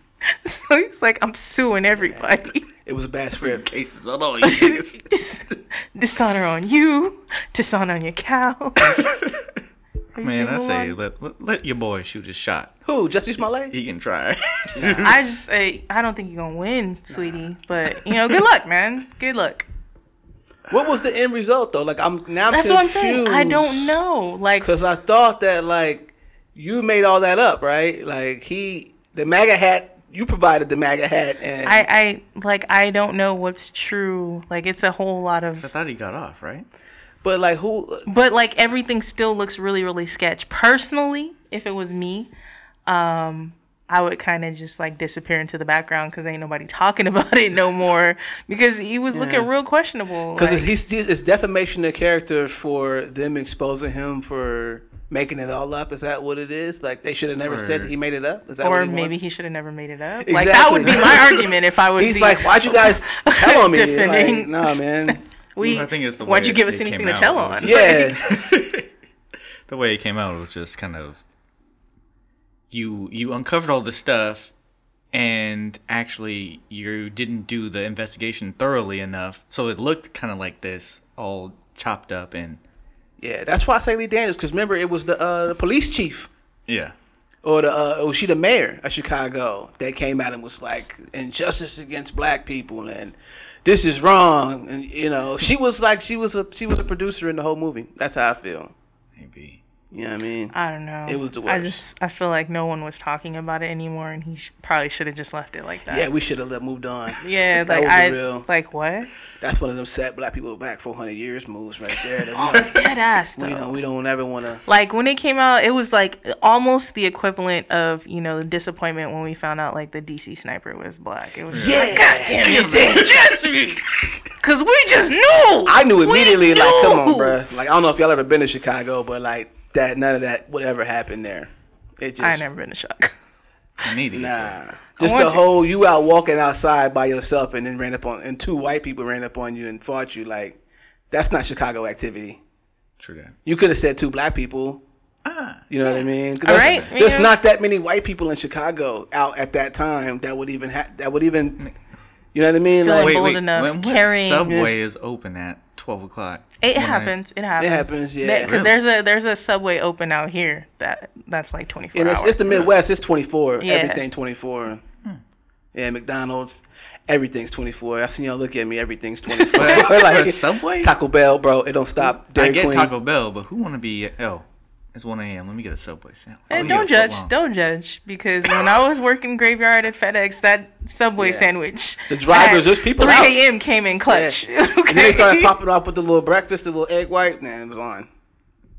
Speaker 2: So he's like, I'm suing everybody.
Speaker 3: it was a bad script.
Speaker 1: Cases on all you *laughs* niggas.
Speaker 2: Dishonor on you. Dishonor on your cow. Have you seen
Speaker 1: Man, I say
Speaker 2: Mulan?
Speaker 1: let, let let your boy shoot his shot. *laughs*
Speaker 3: Who? Justice Smollett?
Speaker 1: He can try.
Speaker 2: I just, I, I don't think you're gonna win, sweetie. But you know, good luck, man. Good luck.
Speaker 3: What was the end result though? Like I'm now. I'm
Speaker 2: That's what I'm
Speaker 3: confused,
Speaker 2: saying. I don't know. Like,
Speaker 3: Cause I thought that like you made all that up, right? Like he the MAGA hat. You provided the MAGA hat, and
Speaker 2: I, I, like, I don't know what's true. Like, it's a whole lot of
Speaker 1: I thought he got off, right?
Speaker 3: but like who?
Speaker 2: but like everything still looks really really sketch personally if it was me um I would kind of just like disappear into the background because ain't nobody talking *laughs* about it no more because he was looking real questionable.
Speaker 3: Because
Speaker 2: like-
Speaker 3: it's, he's- it's defamation of character for them exposing him for making it all up. Is that what it is? Like they should have never said that he made it up. Is that
Speaker 2: or
Speaker 3: what he
Speaker 2: maybe
Speaker 3: wants?
Speaker 2: he should have never made it up. Like that would be
Speaker 3: Exactly.
Speaker 2: my argument if I was.
Speaker 3: He's
Speaker 2: the-
Speaker 3: like, why'd you
Speaker 2: *laughs*
Speaker 3: guys tell on me? like,
Speaker 2: Defending.
Speaker 3: nah, man.
Speaker 2: *laughs* We,
Speaker 1: I think it's the
Speaker 2: why'd
Speaker 1: way
Speaker 2: you give
Speaker 1: it-
Speaker 2: us
Speaker 1: it
Speaker 2: anything
Speaker 1: came
Speaker 2: to
Speaker 1: out.
Speaker 2: tell on?
Speaker 3: Yeah,
Speaker 1: *laughs* the way it came out was just kind of you you uncovered all this stuff and actually you didn't do the investigation thoroughly enough so it looked kind of like this all chopped up and
Speaker 3: yeah. That's why I say Lee Daniels. Because remember, it was the uh, the police chief.
Speaker 1: yeah
Speaker 3: or the uh, was she the mayor of Chicago that came out and was like injustice against black people and this is wrong and you know she was like she was a she was a producer in the whole movie. That's how I feel.
Speaker 1: maybe
Speaker 3: You know what I mean?
Speaker 2: I don't know.
Speaker 3: It was the
Speaker 2: I
Speaker 3: worst.
Speaker 2: just I feel like no one was talking about it anymore, and he sh- probably should have just left it like
Speaker 3: yeah,
Speaker 2: that.
Speaker 3: we should have let- moved on.
Speaker 2: Yeah,
Speaker 3: that
Speaker 2: like
Speaker 3: was a
Speaker 2: I
Speaker 3: real.
Speaker 2: like what
Speaker 3: That's one of them set black people back 400 years moves right there.
Speaker 2: Oh,
Speaker 3: That
Speaker 2: dead ass
Speaker 3: we,
Speaker 2: though.
Speaker 3: don't, we don't we don't ever want to.
Speaker 2: Like when it came out, it was like almost the equivalent of you know the disappointment when we found out like the DC sniper was black. It was just like, God damn it, they just me, because we just knew.
Speaker 3: I knew
Speaker 2: We
Speaker 3: immediately, like, come on,
Speaker 2: knew.
Speaker 3: bruh. Like, I don't know if y'all ever been to Chicago, but like that, none of that would ever happen there. It just
Speaker 2: I never been to shock.
Speaker 1: i need to get that.
Speaker 3: Nah. Just
Speaker 2: want
Speaker 3: the
Speaker 2: to.
Speaker 3: whole you out walking outside by yourself and then ran up on and two white people ran up on you and fought you like that's not Chicago activity.
Speaker 1: true that
Speaker 3: You could have said two black people. You know what I mean?
Speaker 2: All
Speaker 3: there's,
Speaker 2: right,
Speaker 3: there's
Speaker 2: yeah.
Speaker 3: not that many white people in Chicago out at that time that would even ha- that would even you know what I mean?
Speaker 2: Feel
Speaker 3: Like
Speaker 2: like- bold enough,
Speaker 1: when what
Speaker 2: carrying-
Speaker 1: subway is open at 12 o'clock
Speaker 2: It
Speaker 1: When I-
Speaker 2: happens. It happens.
Speaker 3: happens, yeah.
Speaker 2: Because there's a there's a subway open out here that that's like 24
Speaker 3: and it's,
Speaker 2: hours.
Speaker 3: it's the Midwest, it's 24.
Speaker 2: Yeah.
Speaker 3: Everything 24. Yeah, McDonald's, everything's 24. I seen y'all look at me, everything's 24.
Speaker 1: But-
Speaker 3: *laughs* like
Speaker 1: but Subway?
Speaker 3: Taco Bell, bro, it don't stop. Dairy
Speaker 1: i get
Speaker 3: Queen.
Speaker 1: taco bell but who want to be oh it's 1 a.m let me get a subway sandwich
Speaker 2: Hey,
Speaker 1: Oh,
Speaker 2: don't
Speaker 1: yeah, so
Speaker 2: judge.
Speaker 1: long.
Speaker 2: Don't judge. Because when I was working graveyard at FedEx, that Subway
Speaker 3: Yeah.
Speaker 2: sandwich.
Speaker 3: The drivers, there's people out.
Speaker 2: 3 a.m. came in clutch.
Speaker 3: Yeah. And then
Speaker 2: okay. *laughs*
Speaker 3: they started popping off with the little breakfast, the little egg white. Nah, it was on.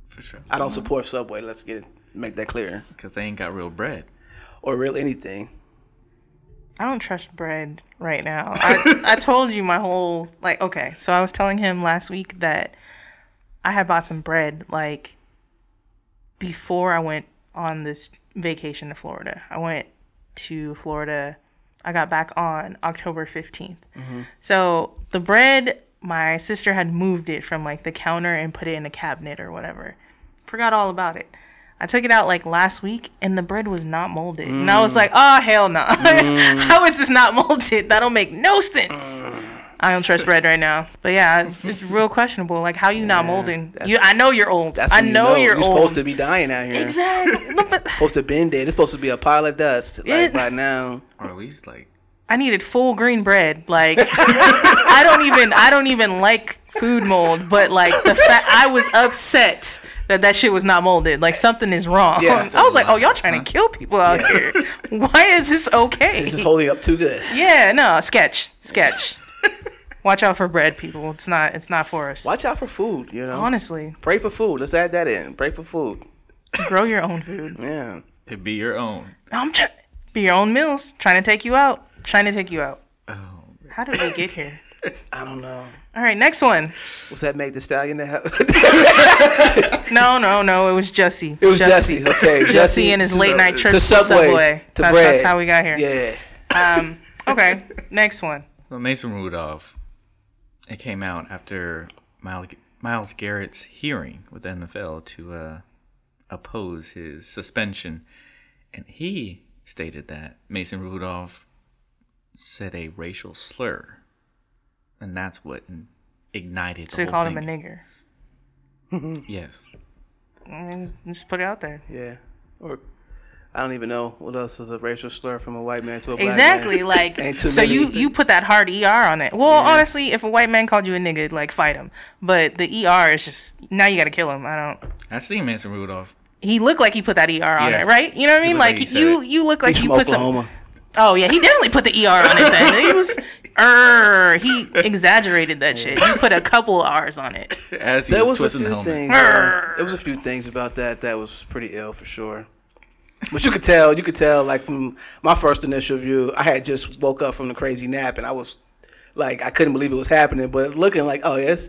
Speaker 1: for sure
Speaker 3: I don't support Subway. Let's get it, make that clear.
Speaker 1: because they ain't got real bread
Speaker 3: Or real anything.
Speaker 2: I don't trust bread right now.
Speaker 3: *laughs*
Speaker 2: I, I told you my whole like okay. So I was telling him last week that I had bought some bread like before I went on this vacation to Florida. I went to Florida. I got back on October 15th.
Speaker 3: Mm-hmm.
Speaker 2: So the bread, my sister had moved it from like the counter and put it in a cabinet or whatever. Forgot all about it. I took it out like last week and the bread was not molded. And I was
Speaker 3: Mm.
Speaker 2: like, oh, hell no. *laughs* How is this not molded? That'll make no sense.
Speaker 3: Mm.
Speaker 2: I don't trust bread right now. But yeah, it's- it's real questionable. Like, how you not molding?
Speaker 3: that's-
Speaker 2: You, I know you're old.
Speaker 3: That's
Speaker 2: I
Speaker 3: when
Speaker 2: know,
Speaker 3: you know
Speaker 2: you're, old.
Speaker 3: supposed to be dying out here.
Speaker 2: Exactly. No, but
Speaker 3: Supposed to been dead. It's supposed to be a pile of dust. Like
Speaker 2: It-
Speaker 3: by now.
Speaker 1: or at least like
Speaker 2: *laughs* I needed full green bread. Like *laughs* I don't even I don't even like food mold, but like the fact I was upset that that shit was not molded. Like something is wrong.
Speaker 3: Yeah.
Speaker 2: I was like, oh y'all trying to kill people out here. Why is this okay?
Speaker 3: It's just holding up too good.
Speaker 2: *laughs* yeah, no sketch sketch. Watch out for bread, people. It's not it's not for us.
Speaker 3: Watch out for food. You know.
Speaker 2: Honestly,
Speaker 3: Pray for food. Let's add that in. Pray for food.
Speaker 2: grow your own food.
Speaker 3: Yeah.
Speaker 1: it'd be your own
Speaker 2: I'm trying be your own meals. Trying to take you out. Trying to take you out.
Speaker 1: oh
Speaker 2: How did we get here?
Speaker 3: I don't know.
Speaker 2: All right, next one.
Speaker 3: Was that Meg the Stallion that helped?
Speaker 2: No, no, no. It was Jesse.
Speaker 3: *laughs* it was Jesse. Okay.
Speaker 2: Jesse and his late night church to Subway.
Speaker 3: To
Speaker 2: That-
Speaker 3: bread.
Speaker 2: That's how we got here. Um,
Speaker 3: Yeah. *laughs*
Speaker 2: Okay, next one.
Speaker 1: Well, Mason Rudolph, it came out after Miles Miles Garrett's hearing with the NFL to uh, oppose his suspension, and he stated that Mason Rudolph said a racial slur, and that's what ignited.
Speaker 2: So
Speaker 1: the
Speaker 2: we
Speaker 1: whole
Speaker 2: called him
Speaker 1: thing.
Speaker 2: a nigger.
Speaker 1: Yes,
Speaker 2: I mean, just put it out there.
Speaker 3: Yeah. Or I don't even know what else is a racial slur from a white man to a black
Speaker 2: Exactly.
Speaker 3: *laughs* man.
Speaker 2: Like,
Speaker 3: Ain't too
Speaker 2: so
Speaker 3: many.
Speaker 2: you you put that hard ER on it. Well, honestly, if a white man called you a nigga, like fight him. But the ER is just now you got to kill him. I don't.
Speaker 1: I see Mason Rudolph.
Speaker 2: He looked like he put that ER on
Speaker 1: Yeah.
Speaker 2: it, right? You know what I mean?
Speaker 1: looked like
Speaker 2: Like,
Speaker 1: he said
Speaker 2: you
Speaker 1: it.
Speaker 2: you look like
Speaker 3: He's
Speaker 2: you
Speaker 3: from
Speaker 2: put
Speaker 3: Oklahoma.
Speaker 2: some. Oh yeah, he definitely put the ER on it. Then he
Speaker 3: *laughs*
Speaker 2: was, er, he exaggerated that shit. You put a couple of R's on it.
Speaker 1: As he
Speaker 3: There
Speaker 1: was,
Speaker 3: was a
Speaker 1: twisting the
Speaker 3: few
Speaker 1: helmet,
Speaker 3: things. uh, there was a few things about that that was pretty ill for sure. But you could tell, you could tell, like from my first initial view, I had just woke up from the crazy nap, and I was like, I couldn't believe it was happening. But looking like, oh yes,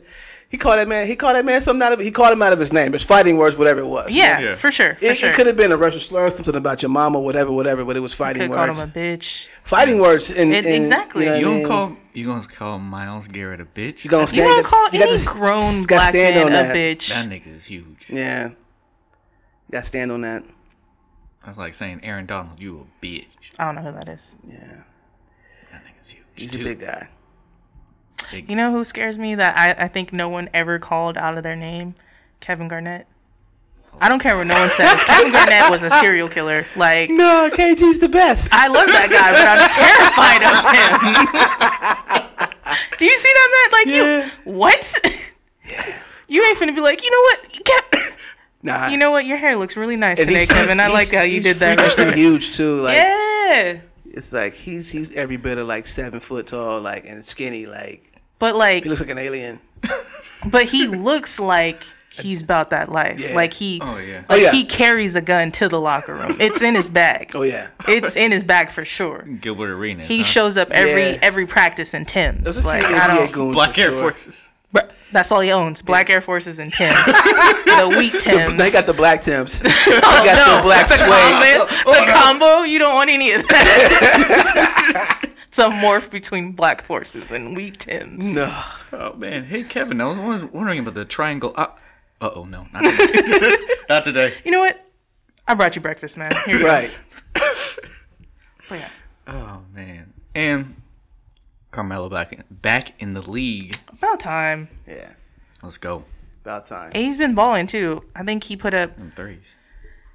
Speaker 3: he called that man. He called that man something out of. He called him out of his name. It's fighting words, whatever it was.
Speaker 2: Yeah,
Speaker 1: Yeah.
Speaker 2: for sure. For
Speaker 3: It,
Speaker 2: sure.
Speaker 3: it could have been a racial slur, something about your mama, whatever, whatever. But it was fighting
Speaker 2: Could call
Speaker 3: words.
Speaker 2: him a bitch.
Speaker 3: Fighting words. And,
Speaker 2: It-
Speaker 3: and,
Speaker 2: exactly.
Speaker 3: You, know
Speaker 2: I
Speaker 1: You
Speaker 3: what I
Speaker 1: don't
Speaker 3: mean?
Speaker 1: call you gonna call Miles Garrett a bitch?
Speaker 3: You gonna
Speaker 1: that,
Speaker 2: You
Speaker 3: stand-
Speaker 2: don't call
Speaker 3: you gotta
Speaker 2: any
Speaker 3: s-
Speaker 2: grown
Speaker 3: s- gotta
Speaker 2: black
Speaker 3: stand
Speaker 2: man
Speaker 3: on
Speaker 2: a
Speaker 3: that.
Speaker 2: bitch.
Speaker 1: that nigga is huge.
Speaker 3: Yeah. Got to stand on that.
Speaker 1: That's like saying Aaron Donald, you a bitch.
Speaker 2: I don't know who that is.
Speaker 3: Yeah.
Speaker 1: That nigga's huge.
Speaker 3: He's
Speaker 1: too.
Speaker 3: a big guy.
Speaker 1: Big-
Speaker 2: You know who scares me that I, I think no one ever called out of their name? Kevin Garnett. I don't care what no one
Speaker 3: *laughs*
Speaker 2: says. Kevin Garnett was a serial killer. Like,
Speaker 3: No, KG's the best.
Speaker 2: I love that guy, but I'm terrified of
Speaker 3: *laughs*
Speaker 2: him. Do you see that, man? Like,
Speaker 3: Yeah.
Speaker 2: you. What? You ain't finna be like, you know what? You, can't-
Speaker 3: *laughs* Nah.
Speaker 2: you know what? Your hair looks really nice
Speaker 3: And
Speaker 2: today,
Speaker 3: he's-
Speaker 2: Kevin. I
Speaker 3: he's-
Speaker 2: like how you
Speaker 3: he's
Speaker 2: did that.
Speaker 3: freakishly huge too. Like
Speaker 2: yeah.
Speaker 3: it's like he's he's every bit of like seven foot tall, like and skinny. Like
Speaker 2: But, like,
Speaker 3: he looks like an alien.
Speaker 2: but
Speaker 3: *laughs*
Speaker 2: he looks like he's about that life.
Speaker 3: Yeah.
Speaker 2: Like, he.
Speaker 1: Oh yeah.
Speaker 3: Oh yeah.
Speaker 2: He carries a gun to the locker room. It's in his bag.
Speaker 3: *laughs* oh yeah.
Speaker 2: It's in his bag for sure.
Speaker 1: Gilbert Arenas.
Speaker 2: He
Speaker 1: huh?
Speaker 2: shows up every
Speaker 3: Yeah.
Speaker 2: every practice in Tim's.
Speaker 3: Those are
Speaker 2: Like
Speaker 3: few
Speaker 2: I
Speaker 3: NBA
Speaker 2: don't.
Speaker 3: goons
Speaker 1: Black
Speaker 3: for
Speaker 1: Air
Speaker 3: sure.
Speaker 1: Forces.
Speaker 2: Br- That's all he owns: black Air Forces and
Speaker 3: *laughs*
Speaker 2: Tim's. the wheat Tim's.
Speaker 3: They got Oh, the
Speaker 2: *laughs*
Speaker 3: black Timbs. They
Speaker 2: Oh,
Speaker 3: got the black suede.
Speaker 2: combo. the combo. You don't want any of that.
Speaker 3: *laughs*
Speaker 2: it's a morph between black forces and wheat Tim's.
Speaker 3: No.
Speaker 1: Oh man. Hey Kevin, I was won- wondering about the triangle. Uh oh, no,
Speaker 3: *laughs*
Speaker 1: not today. *laughs* not today.
Speaker 2: You know what? I brought you breakfast, man. Here you *laughs*
Speaker 3: Right.
Speaker 2: go. But yeah.
Speaker 1: Oh man. And Carmelo back in, back in the league.
Speaker 2: About time.
Speaker 3: Yeah.
Speaker 1: Let's go.
Speaker 3: About time.
Speaker 2: And he's been balling too. I think he put up
Speaker 1: In threes.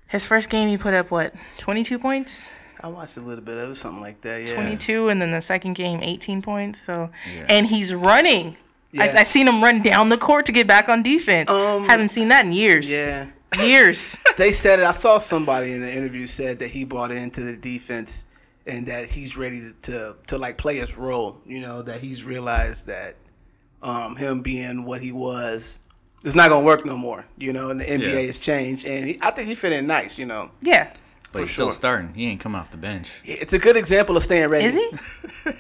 Speaker 2: his first game. He put up what twenty two points.
Speaker 3: I watched a little bit of it, something like that. Yeah.
Speaker 2: 22 and then the second game 18 points so
Speaker 1: Yeah.
Speaker 2: and he's running I,
Speaker 3: Yeah.
Speaker 2: I seen him run down the court to get back on defense
Speaker 3: Um,
Speaker 2: haven't seen that in years
Speaker 3: Yeah. *laughs*
Speaker 2: years
Speaker 3: They said it. I saw somebody in the interview said that he bought into the defense and that he's ready to, to, to like play his role. You know that he's realized that um, him being what he was is not gonna work no more. You know, and the NBA
Speaker 1: Yeah.
Speaker 3: has changed, and he, I think he fit in nice. You know,
Speaker 2: yeah
Speaker 1: But he's
Speaker 3: sure.
Speaker 1: still starting. He ain't come off the
Speaker 3: *laughs*
Speaker 1: bench.
Speaker 3: it's a good example of staying ready.
Speaker 2: is he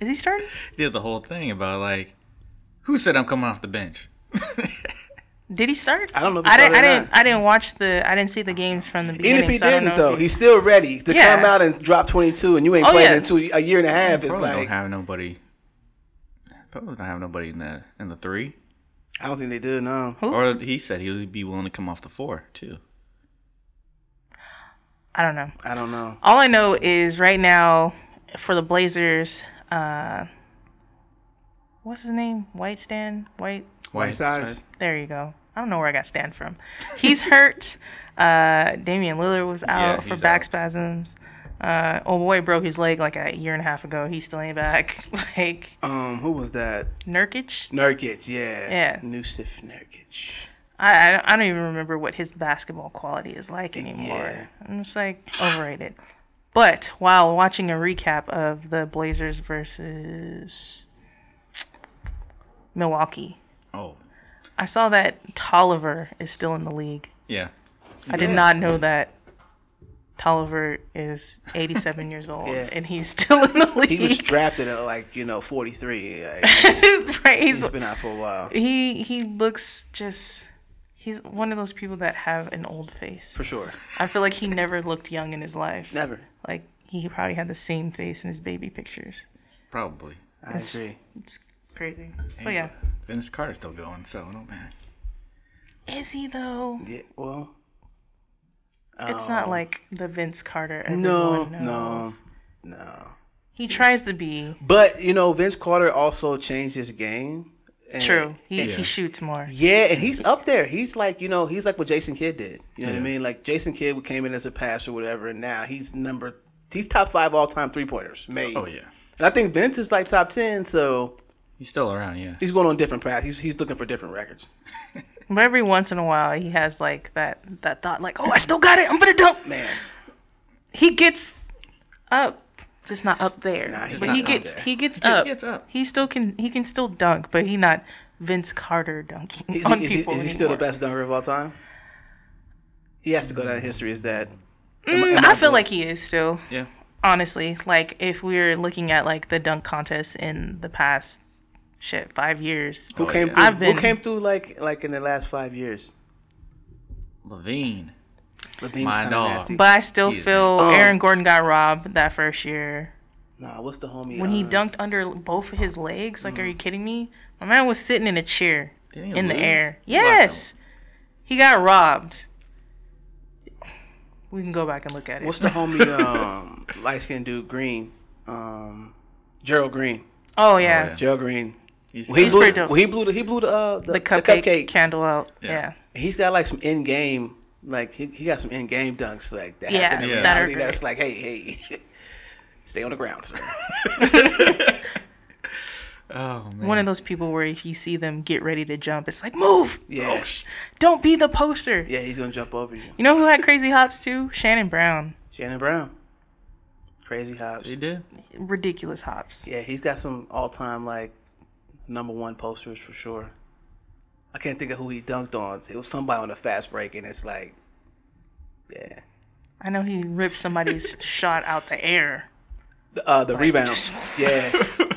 Speaker 2: is he starting
Speaker 1: He did the whole thing about like, who said I'm coming off the
Speaker 3: *laughs*
Speaker 1: bench?
Speaker 2: did he start
Speaker 3: I don't know if he
Speaker 2: I didn't I
Speaker 3: started or
Speaker 2: didn't,
Speaker 3: not.
Speaker 2: I didn't watch the I didn't see the games from the beginning
Speaker 3: Even if he
Speaker 2: so I don't know
Speaker 3: didn't, though,
Speaker 2: if he-
Speaker 3: he's still ready to
Speaker 2: Yeah.
Speaker 3: come out and drop 22, and you ain't
Speaker 2: Oh,
Speaker 3: playing
Speaker 2: yeah.
Speaker 3: in two, a year and a half. It's
Speaker 1: Probably
Speaker 3: like
Speaker 1: don't have nobody. Probably don't have nobody in the in the three.
Speaker 3: I don't think they do. No,
Speaker 2: Who?
Speaker 1: Or he said he would be willing to come off the four too.
Speaker 2: I don't know
Speaker 3: I don't know.
Speaker 2: all I know is right now for the Blazers uh what's his name White Stan White
Speaker 3: White size.
Speaker 2: There you go. I don't know where I got Stan from. He's hurt. *laughs* Uh, Damian Lillard was out
Speaker 1: Yeah,
Speaker 2: for
Speaker 1: he's
Speaker 2: back
Speaker 1: out.
Speaker 2: spasms. Uh, oh boy, broke his leg like a year and a half ago. He still ain't back. *laughs* Like
Speaker 3: Um, who was that?
Speaker 2: Nurkic.
Speaker 3: Nurkic, yeah.
Speaker 2: Yeah.
Speaker 3: Nusif Nurkic.
Speaker 2: I, I don't- I don't even remember what his basketball quality is like anymore.
Speaker 3: Yeah.
Speaker 2: I'm just like overrated. But while watching a recap of the Blazers versus Milwaukee,
Speaker 1: Oh
Speaker 2: I saw that Tolliver is still in the league.
Speaker 1: yeah.
Speaker 2: I did not know that Tolliver is 87 years old
Speaker 3: *laughs* Yeah.
Speaker 2: and he's still in the league.
Speaker 3: He
Speaker 2: *laughs*
Speaker 3: was drafted at like, you know, 43. Like,
Speaker 2: right? He's,
Speaker 3: he's been out for a while.
Speaker 2: he he looks just he's one of those people that have an old face.
Speaker 3: For sure.
Speaker 2: I feel like he never looked young in his life.
Speaker 3: Never.
Speaker 2: Like he probably had the same face in his baby pictures.
Speaker 1: Probably.
Speaker 3: I agree.
Speaker 2: It's crazy. But Oh, yeah,
Speaker 1: Vince Carter's still going, so don't matter.
Speaker 2: is he though?
Speaker 3: Yeah, well,
Speaker 2: It's not like the Vince Carter everyone
Speaker 3: Oh. No, no.
Speaker 2: knows.
Speaker 3: no.
Speaker 2: He tries to be
Speaker 3: But, you know, Vince Carter also changed his game. And-
Speaker 2: true. He
Speaker 1: Yeah.
Speaker 2: he shoots more.
Speaker 3: Yeah, and he's up there. He's like, you know, he's like what Jason Kidd did. You know what I mean? Like, Jason Kidd came in as a pass or whatever, and now he's number, he's top five all time three pointers made.
Speaker 1: Oh yeah.
Speaker 3: And I think Vince is like top 10, so
Speaker 1: He's still around, yeah.
Speaker 3: he's going on different paths. He's, he's looking for different records.
Speaker 2: But every once in a while, he has like that that thought, like, "Oh, I still got it. I'm gonna dunk."
Speaker 3: Man.
Speaker 2: He gets up, just not up there.
Speaker 3: he's
Speaker 2: but
Speaker 3: not
Speaker 2: he
Speaker 3: up
Speaker 2: gets
Speaker 3: there.
Speaker 2: he gets
Speaker 1: He
Speaker 2: up.
Speaker 1: gets up.
Speaker 2: He still can he can still dunk, but he not Vince Carter dunking
Speaker 3: Is,
Speaker 2: on
Speaker 3: he, is he-
Speaker 2: people
Speaker 3: is he still the
Speaker 2: anymore.
Speaker 3: best dunker of all time? He has to go down in history as that.
Speaker 1: Am am
Speaker 2: Mm, I feel
Speaker 1: good?
Speaker 2: like he is still.
Speaker 1: yeah.
Speaker 2: Honestly, like if we're looking at like the dunk contest in the past shit five years,
Speaker 3: Who came
Speaker 1: Oh, yeah.
Speaker 3: through?
Speaker 2: I've been-
Speaker 3: Who came through like like in the last five years?
Speaker 1: Levine.
Speaker 3: Levine's
Speaker 1: My
Speaker 3: kinda
Speaker 1: dog.
Speaker 3: nasty.
Speaker 2: but I still
Speaker 1: He is
Speaker 2: feel
Speaker 3: nasty.
Speaker 2: Aaron Gordon got robbed that first year
Speaker 3: Nah, what's the homie?
Speaker 2: when he
Speaker 3: uh,
Speaker 2: dunked under both of his legs. Like, are you kidding me? My man was sitting in a chair
Speaker 1: Didn't he
Speaker 2: in the
Speaker 1: lose?
Speaker 2: air.
Speaker 1: Who lost
Speaker 2: Yes, he got robbed. We can go back and look at it.
Speaker 3: What's
Speaker 2: *laughs*
Speaker 3: the homie? Um, light skinned dude, Green, um, Gerald Green,
Speaker 2: oh yeah,
Speaker 1: yeah.
Speaker 3: Gerald Green.
Speaker 1: He's,
Speaker 3: Well, he
Speaker 2: He's
Speaker 3: blew,
Speaker 2: pretty dope.
Speaker 3: well, he blew the he blew the uh, the,
Speaker 2: the,
Speaker 3: the
Speaker 2: cupcake
Speaker 3: cupcake.
Speaker 2: candle out.
Speaker 1: Yeah.
Speaker 2: yeah.
Speaker 3: He's got like some in game, like he, he got some in game dunks like that.
Speaker 2: Yeah,
Speaker 3: happen in
Speaker 1: Yeah.
Speaker 2: that are
Speaker 3: reality That's
Speaker 2: great.
Speaker 3: like, hey, hey, *laughs* stay on the
Speaker 2: *laughs*
Speaker 3: ground, sir.
Speaker 1: oh man.
Speaker 2: One of those people where if you see them get ready to jump, it's like, move!
Speaker 3: Yeah,
Speaker 2: Don't be the poster.
Speaker 3: yeah, he's gonna jump over you.
Speaker 2: You know who had crazy hops too? Shannon Brown.
Speaker 3: Shannon Brown, crazy hops.
Speaker 1: He did.
Speaker 2: Ridiculous hops.
Speaker 3: Yeah, he's got some all time like number one posters for sure. I can't think of who he dunked on. It was somebody on the fast break, and it's like, yeah,
Speaker 2: I know he
Speaker 1: *laughs*
Speaker 2: ripped somebody's shot out the air.
Speaker 3: the, uh, the rebound. Yeah,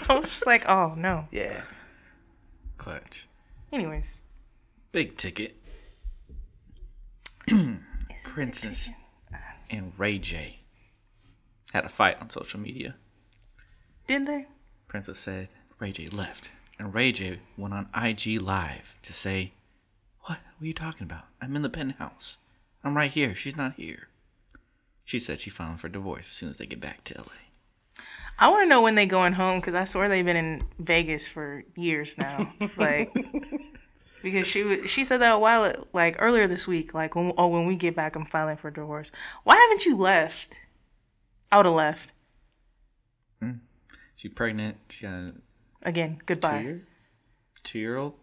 Speaker 2: I was just like, oh no.
Speaker 3: *laughs* yeah.
Speaker 1: Clutch.
Speaker 2: Anyways,
Speaker 1: Big ticket. Princess and Ray J had a fight on social media.
Speaker 2: didn't they?
Speaker 1: Princess said Ray J left, and Ray J went on IG Live to say, "What were you talking about? I'm in the penthouse. I'm right here. She's not here." She said she filed for divorce as soon as they get back to LA.
Speaker 2: I want to know when they going home because I swear they've been in Vegas for years now. like because she was, she said that a while like earlier this week. Like when, oh when we get back, I'm filing for divorce. Why haven't you left? I would have left
Speaker 1: She's pregnant. She got a
Speaker 2: again. Goodbye. Mm-hmm.
Speaker 1: two-year, two-year-old.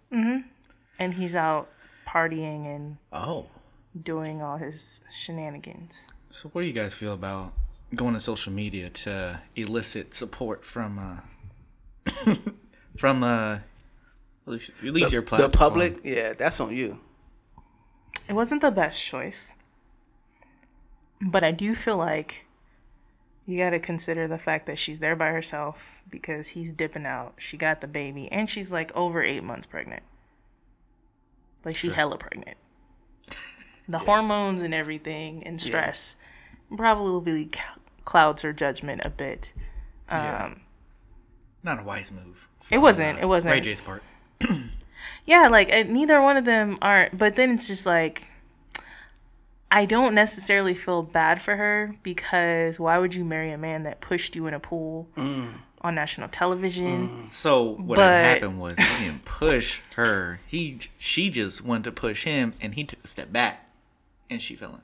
Speaker 2: And he's out partying and
Speaker 1: Oh,
Speaker 2: doing all his shenanigans.
Speaker 1: So, what do you guys feel about going to social media to elicit support from uh, *laughs* from uh, at least, at least your
Speaker 3: The
Speaker 1: platform?
Speaker 3: public, yeah, that's on you.
Speaker 2: It wasn't the best choice, but I do feel like you got to consider the fact that she's there by herself because he's dipping out. She got the baby, and she's like over eight months pregnant. Like she hella pregnant. The hormones and everything and stress probably cl- clouds her judgment a bit. Um,
Speaker 1: Yeah. Not a wise move.
Speaker 2: It wasn't. It wasn't.
Speaker 1: Ray J's part.
Speaker 2: Yeah, like uh, neither one of them are. But then it's just like, I don't necessarily feel bad for her because why would you marry a man that pushed you in a pool on national television?
Speaker 1: So what
Speaker 2: But-
Speaker 1: had happened was he didn't push her. He she just wanted to push him, and he took a step back, and she fell in.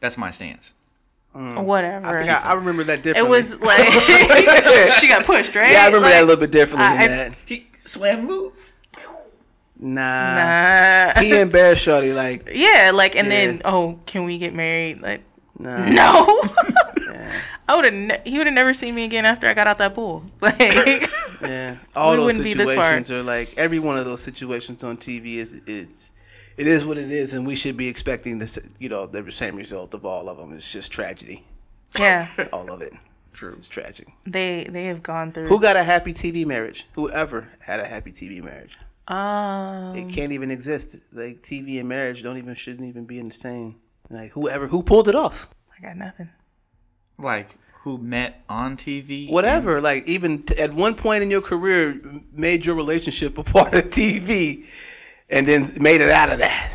Speaker 1: That's my stance.
Speaker 2: Whatever.
Speaker 3: I think I, I remember that
Speaker 2: it
Speaker 3: differently. *laughs*
Speaker 2: was like *laughs* she got pushed, right?
Speaker 3: yeah, I remember that a
Speaker 2: Like,
Speaker 3: little bit differently
Speaker 2: I-
Speaker 3: than that.
Speaker 1: He swam move.
Speaker 3: Nah,
Speaker 2: uh,
Speaker 3: he embarrassed Shorty like
Speaker 2: yeah, like and then
Speaker 3: Yeah.
Speaker 2: oh, can we get married? Like
Speaker 3: nah.
Speaker 2: no. *laughs* I would have. Ne- he would have never seen me again after I got out that pool. *laughs*
Speaker 3: *laughs*
Speaker 2: Like.
Speaker 3: Yeah, all
Speaker 2: We
Speaker 3: those
Speaker 2: wouldn't be this far.
Speaker 3: situations are like every one of those situations on TV is is it is what it is, and we should be expecting this. You know, the same result of all of them. It's
Speaker 2: *laughs*
Speaker 3: just tragedy,
Speaker 2: Yeah,
Speaker 3: all of it. True, it's tragic.
Speaker 2: they they have gone through.
Speaker 3: Who got a happy TV marriage? Whoever had a happy TV marriage,
Speaker 2: Um,
Speaker 3: it can't even exist. Like TV and marriage don't even shouldn't even be in the same. Like whoever who pulled it off,
Speaker 2: I got nothing.
Speaker 1: Like who met on TV?
Speaker 2: Mm-hmm.
Speaker 3: whatever. Like even t- at one point in your career, made your relationship a *laughs* part of TV, and then made it out of that.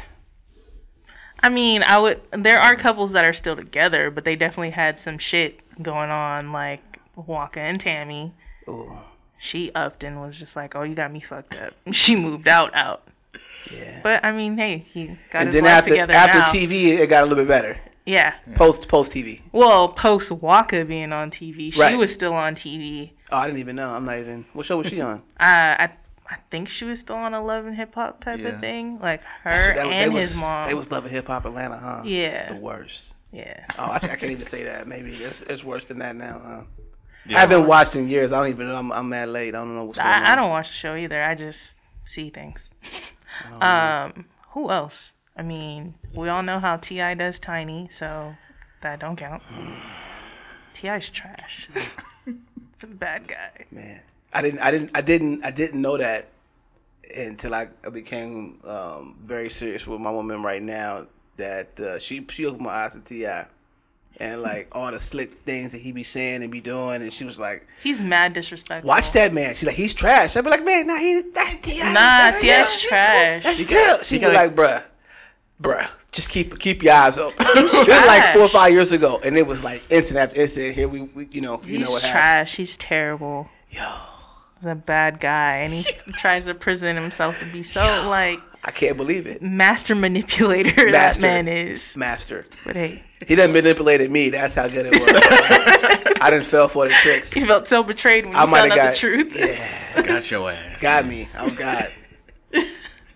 Speaker 2: I mean, I would. There are couples that are still together, but they definitely had some shit going on, like Waka and Tammy.
Speaker 3: Ooh.
Speaker 2: She upped and was just like, "Oh, you got me fucked up." *laughs* She moved out, out.
Speaker 3: Yeah.
Speaker 2: But I mean, hey, he got
Speaker 3: and
Speaker 2: his
Speaker 3: then
Speaker 2: life
Speaker 3: after
Speaker 2: together
Speaker 3: after
Speaker 2: now.
Speaker 3: TV, it got a little bit better.
Speaker 2: yeah.
Speaker 3: Post post TV.
Speaker 2: Well, post Waka being on TV, she
Speaker 3: Right.
Speaker 2: was still on TV.
Speaker 3: Oh, I didn't even know. I'm not even. What show was she on?
Speaker 2: Uh, I I think she was still on a Love and Hip Hop type
Speaker 1: Yeah.
Speaker 2: of thing, like
Speaker 3: So
Speaker 2: her
Speaker 3: that- they
Speaker 2: and
Speaker 3: was,
Speaker 2: his mom.
Speaker 3: They was loving hip hop Atlanta, huh?
Speaker 2: Yeah.
Speaker 3: The worst.
Speaker 2: yeah.
Speaker 3: Oh, I, I can't even say that. Maybe it's, it's worse than that now. Huh? I haven't watched in years. I don't even. know. I'm, I'm mad late. I don't know what's going on.
Speaker 2: I, I don't watch the show either. I just see
Speaker 3: *laughs*
Speaker 2: things. *laughs* Um, who else? I mean, we all know how Ti does Tiny, so That don't count.
Speaker 3: *sighs*
Speaker 2: Ti's
Speaker 3: *laughs*
Speaker 2: trash. it's a bad guy.
Speaker 3: Man, I didn't, I didn't, I didn't, I didn't know that until I I became um, very serious with my woman right now. That uh, she she opened my eyes to Ti, and like all the slick things that he be saying and be doing, and she was like,
Speaker 2: He's mad disrespectful.
Speaker 3: "Watch that man." She's like, "He's trash." I'd be like, "Man, nah, he that's Ti."
Speaker 2: Nah,
Speaker 3: That's
Speaker 2: Ti's
Speaker 3: him.
Speaker 2: trash.
Speaker 3: That's him. She be like, "Bruh." Bruh, just keep keep your eyes open. *laughs* it was like
Speaker 2: trash.
Speaker 3: four or five years ago, and it was like instant after instant. Here we, we you know, you
Speaker 2: He's
Speaker 3: know what happened.
Speaker 2: trash. He's terrible.
Speaker 3: Yo.
Speaker 2: He's a bad guy, and
Speaker 3: *laughs*
Speaker 2: he *laughs* tries to present himself to be so like
Speaker 3: I can't believe it.
Speaker 2: master manipulator that
Speaker 3: Master.
Speaker 2: man is.
Speaker 3: Master.
Speaker 2: But hey,
Speaker 3: He done manipulated me. That's how good it was. I didn't fell for the tricks.
Speaker 2: you felt so betrayed when you
Speaker 3: I might
Speaker 2: found out
Speaker 3: have got
Speaker 2: the truth.
Speaker 1: Got your ass.
Speaker 3: got me. I was God.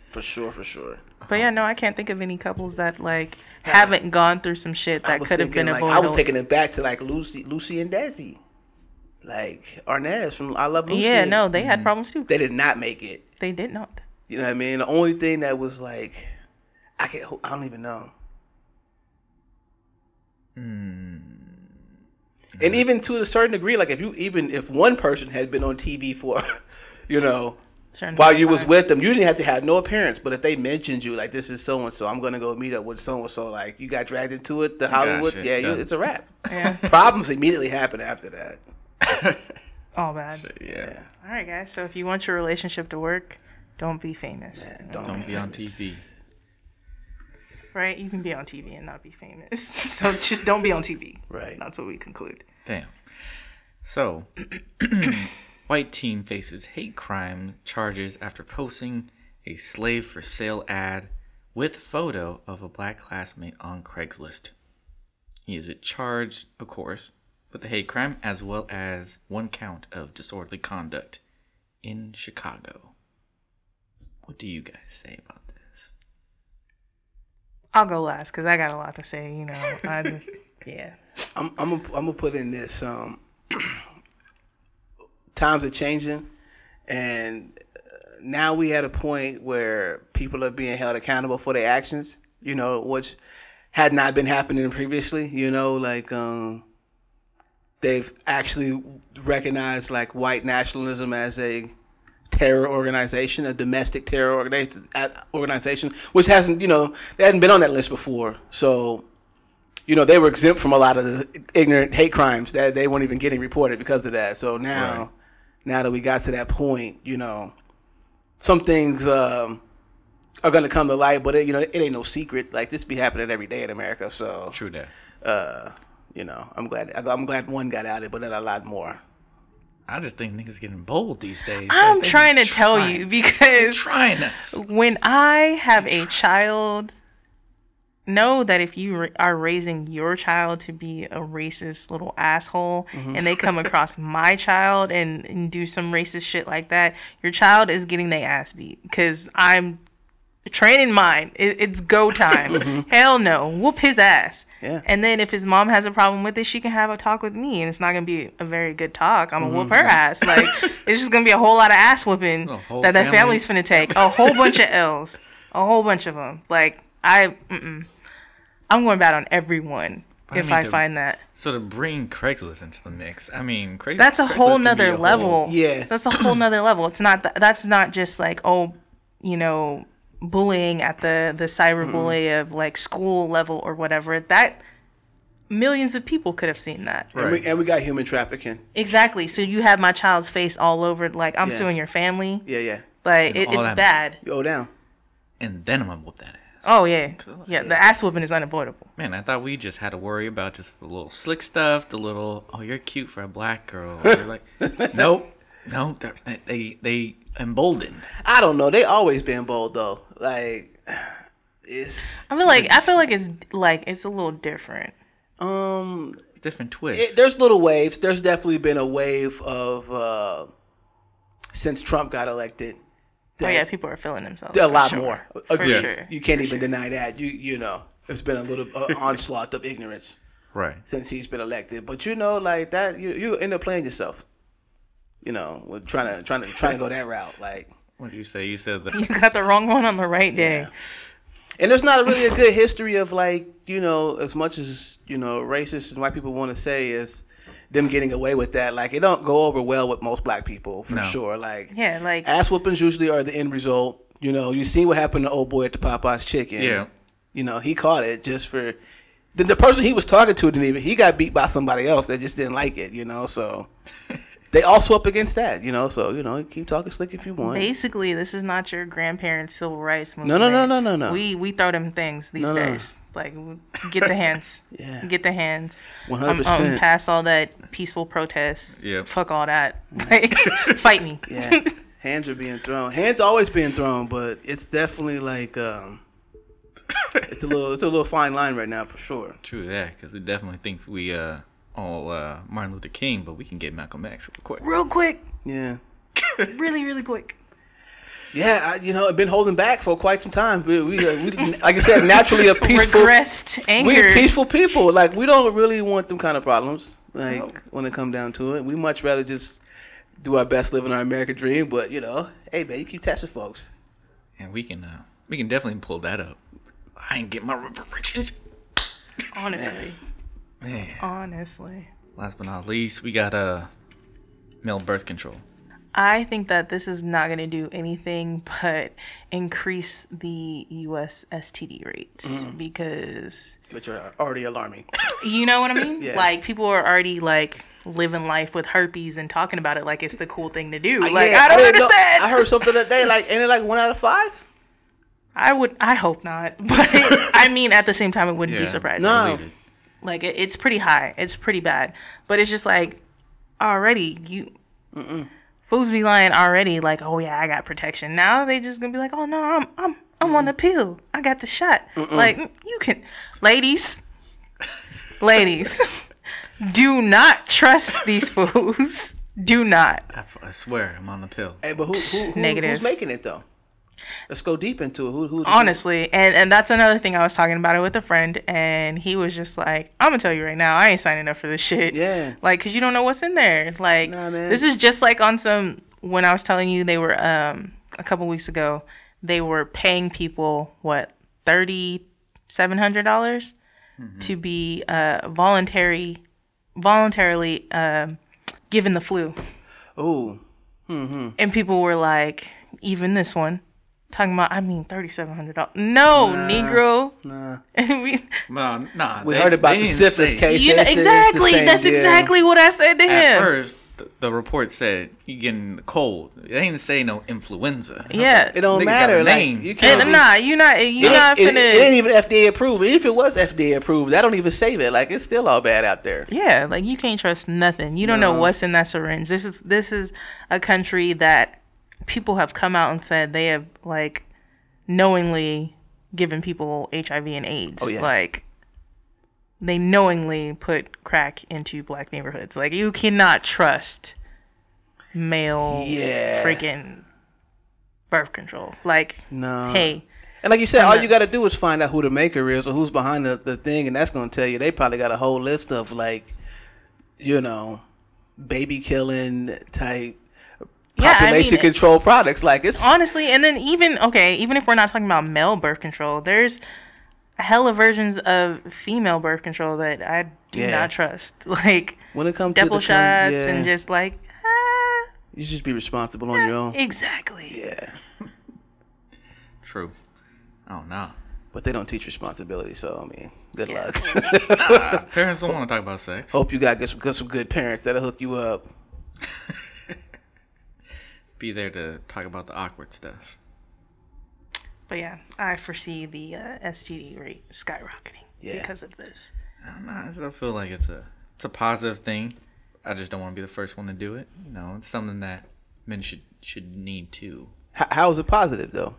Speaker 3: For sure, for sure.
Speaker 2: But yeah, no, I can't think of any couples that like haven't gone through some shit
Speaker 3: I
Speaker 2: that
Speaker 3: was
Speaker 2: could have
Speaker 3: thinking,
Speaker 2: been
Speaker 3: like,
Speaker 2: avoided.
Speaker 3: I was taking it back to like Lucy, Lucy and Desi, like Arnaz from I Love Lucy.
Speaker 2: yeah, no, they had problems too.
Speaker 3: Mm-hmm. they did not make it.
Speaker 2: They did not.
Speaker 3: You know what I mean? The only thing that was like, I can not I don't even know. And even to a certain degree, like if you even if one person had been on TV for, *laughs* you know,
Speaker 2: Certain
Speaker 3: while you was
Speaker 2: time.
Speaker 3: with them, you didn't have to have no appearance. But if they mentioned you, like this is so and so, I'm gonna go meet up with so and so. Like you got dragged into it, the Hollywood,
Speaker 1: shit
Speaker 3: yeah, you,
Speaker 1: done.
Speaker 3: it's a wrap. *laughs*
Speaker 2: Yeah,
Speaker 3: Problems immediately happen after that.
Speaker 2: all bad.
Speaker 3: *laughs* Yeah,
Speaker 2: All right, guys. So if you want your relationship to work, don't be famous.
Speaker 3: don't,
Speaker 1: Don't
Speaker 3: be
Speaker 1: be on
Speaker 3: famous.
Speaker 1: TV.
Speaker 2: Right? You can be on TV and not be famous. *laughs* so just don't be on TV.
Speaker 3: Right.
Speaker 2: That's what we conclude.
Speaker 1: Damn. So, *clears throat* white team faces hate crime charges after posting a slave for sale ad with photo of a black classmate on Craigslist. He is charged, of course, with the hate crime as well as one count of disorderly conduct in Chicago. What do you guys say about this?
Speaker 2: I'll go last because I got a lot to say. You know,
Speaker 3: *laughs*
Speaker 2: I, yeah.
Speaker 3: I'm I'm gonna, I'm gonna put in this. Um, *clears throat* times are changing, and uh, now we at a point where people are being held accountable for their actions. You know, which had not been happening previously. You know, like um, they've actually recognized like white nationalism as a terror organization, a domestic terror organi- at- organization, which hasn't, you know, they hadn't been on that list before. So you know, they were exempt from a lot of the ignorant hate crimes that they weren't even getting reported because of that. So now,
Speaker 1: Right.
Speaker 3: now that we got to that point, you know, some things um, are going to come to light, but it, you know, it ain't no secret. Like this be happening every day in America. So,
Speaker 1: True that.
Speaker 3: you know, I'm glad, I'm glad one got out of it, but then a lot more.
Speaker 1: I just think niggas getting bold these days.
Speaker 2: I'm
Speaker 1: Like, they be
Speaker 2: trying to tell you
Speaker 1: trying-
Speaker 2: because
Speaker 1: Trying us.
Speaker 2: when I have a child, know that if you ra- are raising your child to be a racist little asshole and they come across my child and, and do some racist shit like that, your child is getting their ass beat because I'm training mine. It, it's go
Speaker 1: *laughs*
Speaker 2: time. Hell no. Whoop his ass.
Speaker 3: Yeah.
Speaker 2: And then if his mom has a problem with it, she can have a talk with me and it's not going to be a very good talk. I'm going to whoop her
Speaker 1: *laughs*
Speaker 2: ass. Like, it's just going to be a whole lot of ass whooping
Speaker 1: Mm-hmm. A whole
Speaker 2: that that
Speaker 1: family.
Speaker 2: family's finna take a whole bunch of L's, a whole bunch of them. Like I, mm-mm. I'm going bad on everyone
Speaker 1: I
Speaker 2: if
Speaker 1: need
Speaker 2: I
Speaker 1: to-
Speaker 2: find that.
Speaker 1: So to bring Craigslist into the mix, I mean, Craigslist.
Speaker 2: That's a
Speaker 1: Craigslist can
Speaker 2: whole
Speaker 1: be
Speaker 2: nother
Speaker 1: a
Speaker 2: level.
Speaker 1: whole-
Speaker 3: yeah.
Speaker 2: that's a whole nother level. It's not th- that's not just like oh, you know, bullying at the the cyberbully of like school level or whatever. That millions of people could have seen that.
Speaker 3: And, we, and we got human trafficking.
Speaker 2: Exactly. So you have my child's face all over. Like I'm
Speaker 3: Yeah.
Speaker 2: suing your family.
Speaker 3: Yeah, yeah.
Speaker 2: Like
Speaker 1: And
Speaker 2: it,
Speaker 1: all
Speaker 2: it's
Speaker 1: that-
Speaker 2: bad.
Speaker 3: You owe down.
Speaker 1: and then I'm gonna whoop that ass.
Speaker 2: Oh yeah, yeah. The ass whooping is unavoidable.
Speaker 1: Man, I thought we just had to worry about just the little slick stuff, the little oh you're cute for a black girl.
Speaker 2: *laughs*
Speaker 1: They're like, nope, nope. they're- They they, they emboldened.
Speaker 3: I don't know. They always been bold though. Like it's
Speaker 2: I feel like I feel like it's like it's a little different.
Speaker 3: um
Speaker 1: Different twist.
Speaker 3: it, there's little waves. There's definitely been a wave of uh, since Trump got elected.
Speaker 2: Oh
Speaker 3: that-
Speaker 2: yeah, people are feeling themselves.
Speaker 3: a
Speaker 2: for
Speaker 3: lot
Speaker 2: sure.
Speaker 3: more.
Speaker 2: For
Speaker 3: Agreed.
Speaker 2: sure. *laughs*
Speaker 3: You can't even deny that. You you know, there's been a little *laughs* uh, onslaught of ignorance
Speaker 1: right.
Speaker 3: since he's been elected. But you know, like that, you you end up playing yourself. You know, with trying to trying to trying to go that route, like.
Speaker 1: What did you say? You said that
Speaker 2: You got the wrong one on the right day.
Speaker 3: And there's not really a good history of like you know as much as you know racists and white people want to say is them getting away with that. Like it don't go over well with most black people for
Speaker 1: No.
Speaker 3: sure. Like
Speaker 2: Yeah, like
Speaker 3: ass whoopings usually are the end result. You know you seen what happened to old boy at the Popeyes chicken.
Speaker 1: Yeah.
Speaker 3: you know he caught it just for the, the person he was talking to didn't even he got beat by somebody else that just didn't like it. You
Speaker 1: *laughs*
Speaker 3: know so. They also up against that, you know. So you know, keep talking slick if you want.
Speaker 2: basically this is not your grandparents' civil rights
Speaker 3: no,
Speaker 2: movement.
Speaker 3: no, no, no, no.
Speaker 2: We we throw them things these
Speaker 3: No, no.
Speaker 2: days. Like get the hands.
Speaker 3: *laughs* Yeah.
Speaker 2: Get the hands.
Speaker 3: One
Speaker 2: I'm,
Speaker 3: hundred
Speaker 2: I'm
Speaker 3: percent.
Speaker 2: past all that peaceful protests.
Speaker 1: Yeah.
Speaker 2: Fuck all that. *laughs* Like fight me.
Speaker 3: *laughs* Yeah, hands are being thrown. Hands always being thrown, but it's definitely like um, it's a little it's a little fine line right now for sure.
Speaker 1: True that, because they definitely think we uh all uh Martin Luther King, but we can get Malcolm X real
Speaker 2: *laughs*
Speaker 1: quick.
Speaker 2: *laughs* Real quick.
Speaker 3: Yeah,
Speaker 2: Really, really quick.
Speaker 3: yeah, I, you know, I've been holding back for quite some time. We, we, uh, we like I said, naturally a peaceful.
Speaker 2: Regressed
Speaker 3: We
Speaker 2: anger.
Speaker 3: are peaceful people. Like we don't really want them kind of problems. Like when it come down to it, we much rather just do our best, living our American dream. But you know, hey man, you keep testing folks.
Speaker 1: And we can uh we can definitely pull that up. I ain't get my reparations.
Speaker 2: Honestly.
Speaker 1: Man.
Speaker 2: Honestly.
Speaker 1: Last but not least, we got uh male birth control.
Speaker 2: I think that this is not going to do anything but increase the US STD rate
Speaker 3: Mm.
Speaker 2: because
Speaker 3: Which are already alarming.
Speaker 2: You know what I mean?
Speaker 3: Yeah.
Speaker 2: Like people are already like living life with herpes and talking about it like it's the cool thing to do. *laughs* Like
Speaker 3: Yeah,
Speaker 2: I don't
Speaker 3: didn't know-
Speaker 2: understand.
Speaker 3: I heard something that day. Like ain't it like one out of five?
Speaker 2: I would. I hope not. *laughs* But I mean, at the same time, it wouldn't
Speaker 1: Yeah.
Speaker 2: be surprising.
Speaker 3: No.
Speaker 1: Believe it.
Speaker 2: Like it, it's pretty high. It's pretty bad. But it's just like already you. Fools be lying already. Like oh yeah, I got protection. Now they just gonna be like oh no, I'm I'm I'm on the pill. I got the shot. Like mm, you can, ladies, ladies, do not trust these fools. Do not.
Speaker 1: I, I swear, I'm on the pill.
Speaker 3: Hey, but who, who, who
Speaker 2: Negative.
Speaker 3: who's making it though? Let's go deep into it. Who, who,
Speaker 2: honestly and and that's another thing i was talking about it with a friend and he was just like i'm gonna tell you right now i ain't signing up for this shit
Speaker 3: Yeah.
Speaker 2: like because you don't know what's in there like
Speaker 3: Nah, man.
Speaker 2: this is just like on some when i was telling you they were um a couple weeks ago they were paying people what thirty seven hundred dollars
Speaker 1: Mm-hmm.
Speaker 2: to be uh voluntary voluntarily um given the flu
Speaker 3: Oh,
Speaker 2: and people were like, even this one, talking about, I mean, thirty-seven hundred dollars. No, Negro. *laughs*
Speaker 3: nah.
Speaker 2: I mean,
Speaker 1: Nah, nah.
Speaker 3: We heard about the syphilis case.
Speaker 2: you know,
Speaker 3: it's the- it's the
Speaker 2: exactly.
Speaker 3: same
Speaker 2: That's
Speaker 3: deal.
Speaker 2: exactly what I said to
Speaker 1: At
Speaker 2: him.
Speaker 1: first, the, the report said you getting a cold. It ain't say no influenza.
Speaker 2: yeah.
Speaker 3: It don't
Speaker 1: Nigga
Speaker 3: matter.
Speaker 1: got a
Speaker 3: Like
Speaker 1: name.
Speaker 3: you can't.
Speaker 2: and nah, you're not. You're
Speaker 3: it,
Speaker 2: not
Speaker 3: ain't- it,
Speaker 2: finna.
Speaker 3: it ain't even FDA approved. Even if it was FDA approved, that don't even save it. Like it's still all bad out there.
Speaker 2: yeah, like you can't trust nothing. You don't know what's in that syringe. This is this is a country that people have come out and said they have like knowingly given people HIV and AIDS.
Speaker 3: Oh, yeah.
Speaker 2: Like they knowingly put crack into black neighborhoods. Like you cannot trust male
Speaker 3: Yeah.
Speaker 2: freaking birth control. Like
Speaker 3: No.
Speaker 2: hey,
Speaker 3: And like you said, all you got to do is find out who the maker is or who's behind the, the thing, and that's gonna tell you. They probably got a whole list of like, you know, baby killing type
Speaker 2: yeah, I
Speaker 3: population
Speaker 2: mean,
Speaker 3: control products. Like it's
Speaker 2: honestly and then even okay even if we're not talking about male birth control there's hella versions of female birth control that i do
Speaker 3: Yeah.
Speaker 2: not trust *laughs* like
Speaker 3: when it comes to the
Speaker 2: depot
Speaker 3: con-
Speaker 2: shots
Speaker 3: yeah,
Speaker 2: and just like ah,
Speaker 3: you should just be responsible on your own.
Speaker 2: exactly
Speaker 3: Yeah.
Speaker 1: True. Oh no.
Speaker 3: but they don't teach responsibility. So I mean, good
Speaker 2: Yeah.
Speaker 3: luck. *laughs*
Speaker 1: Parents don't want to talk about sex.
Speaker 3: Hope you got good, some, good, some good parents that'll hook you up.
Speaker 1: Be there to talk about the awkward stuff.
Speaker 2: but yeah i foresee the uh, std rate skyrocketing
Speaker 3: Yeah.
Speaker 2: because of this
Speaker 1: I don't know. I still feel like it's a it's a positive thing. I just don't want to be the first one to do it. You know, it's something that men should should need to.
Speaker 3: H- how is it positive though?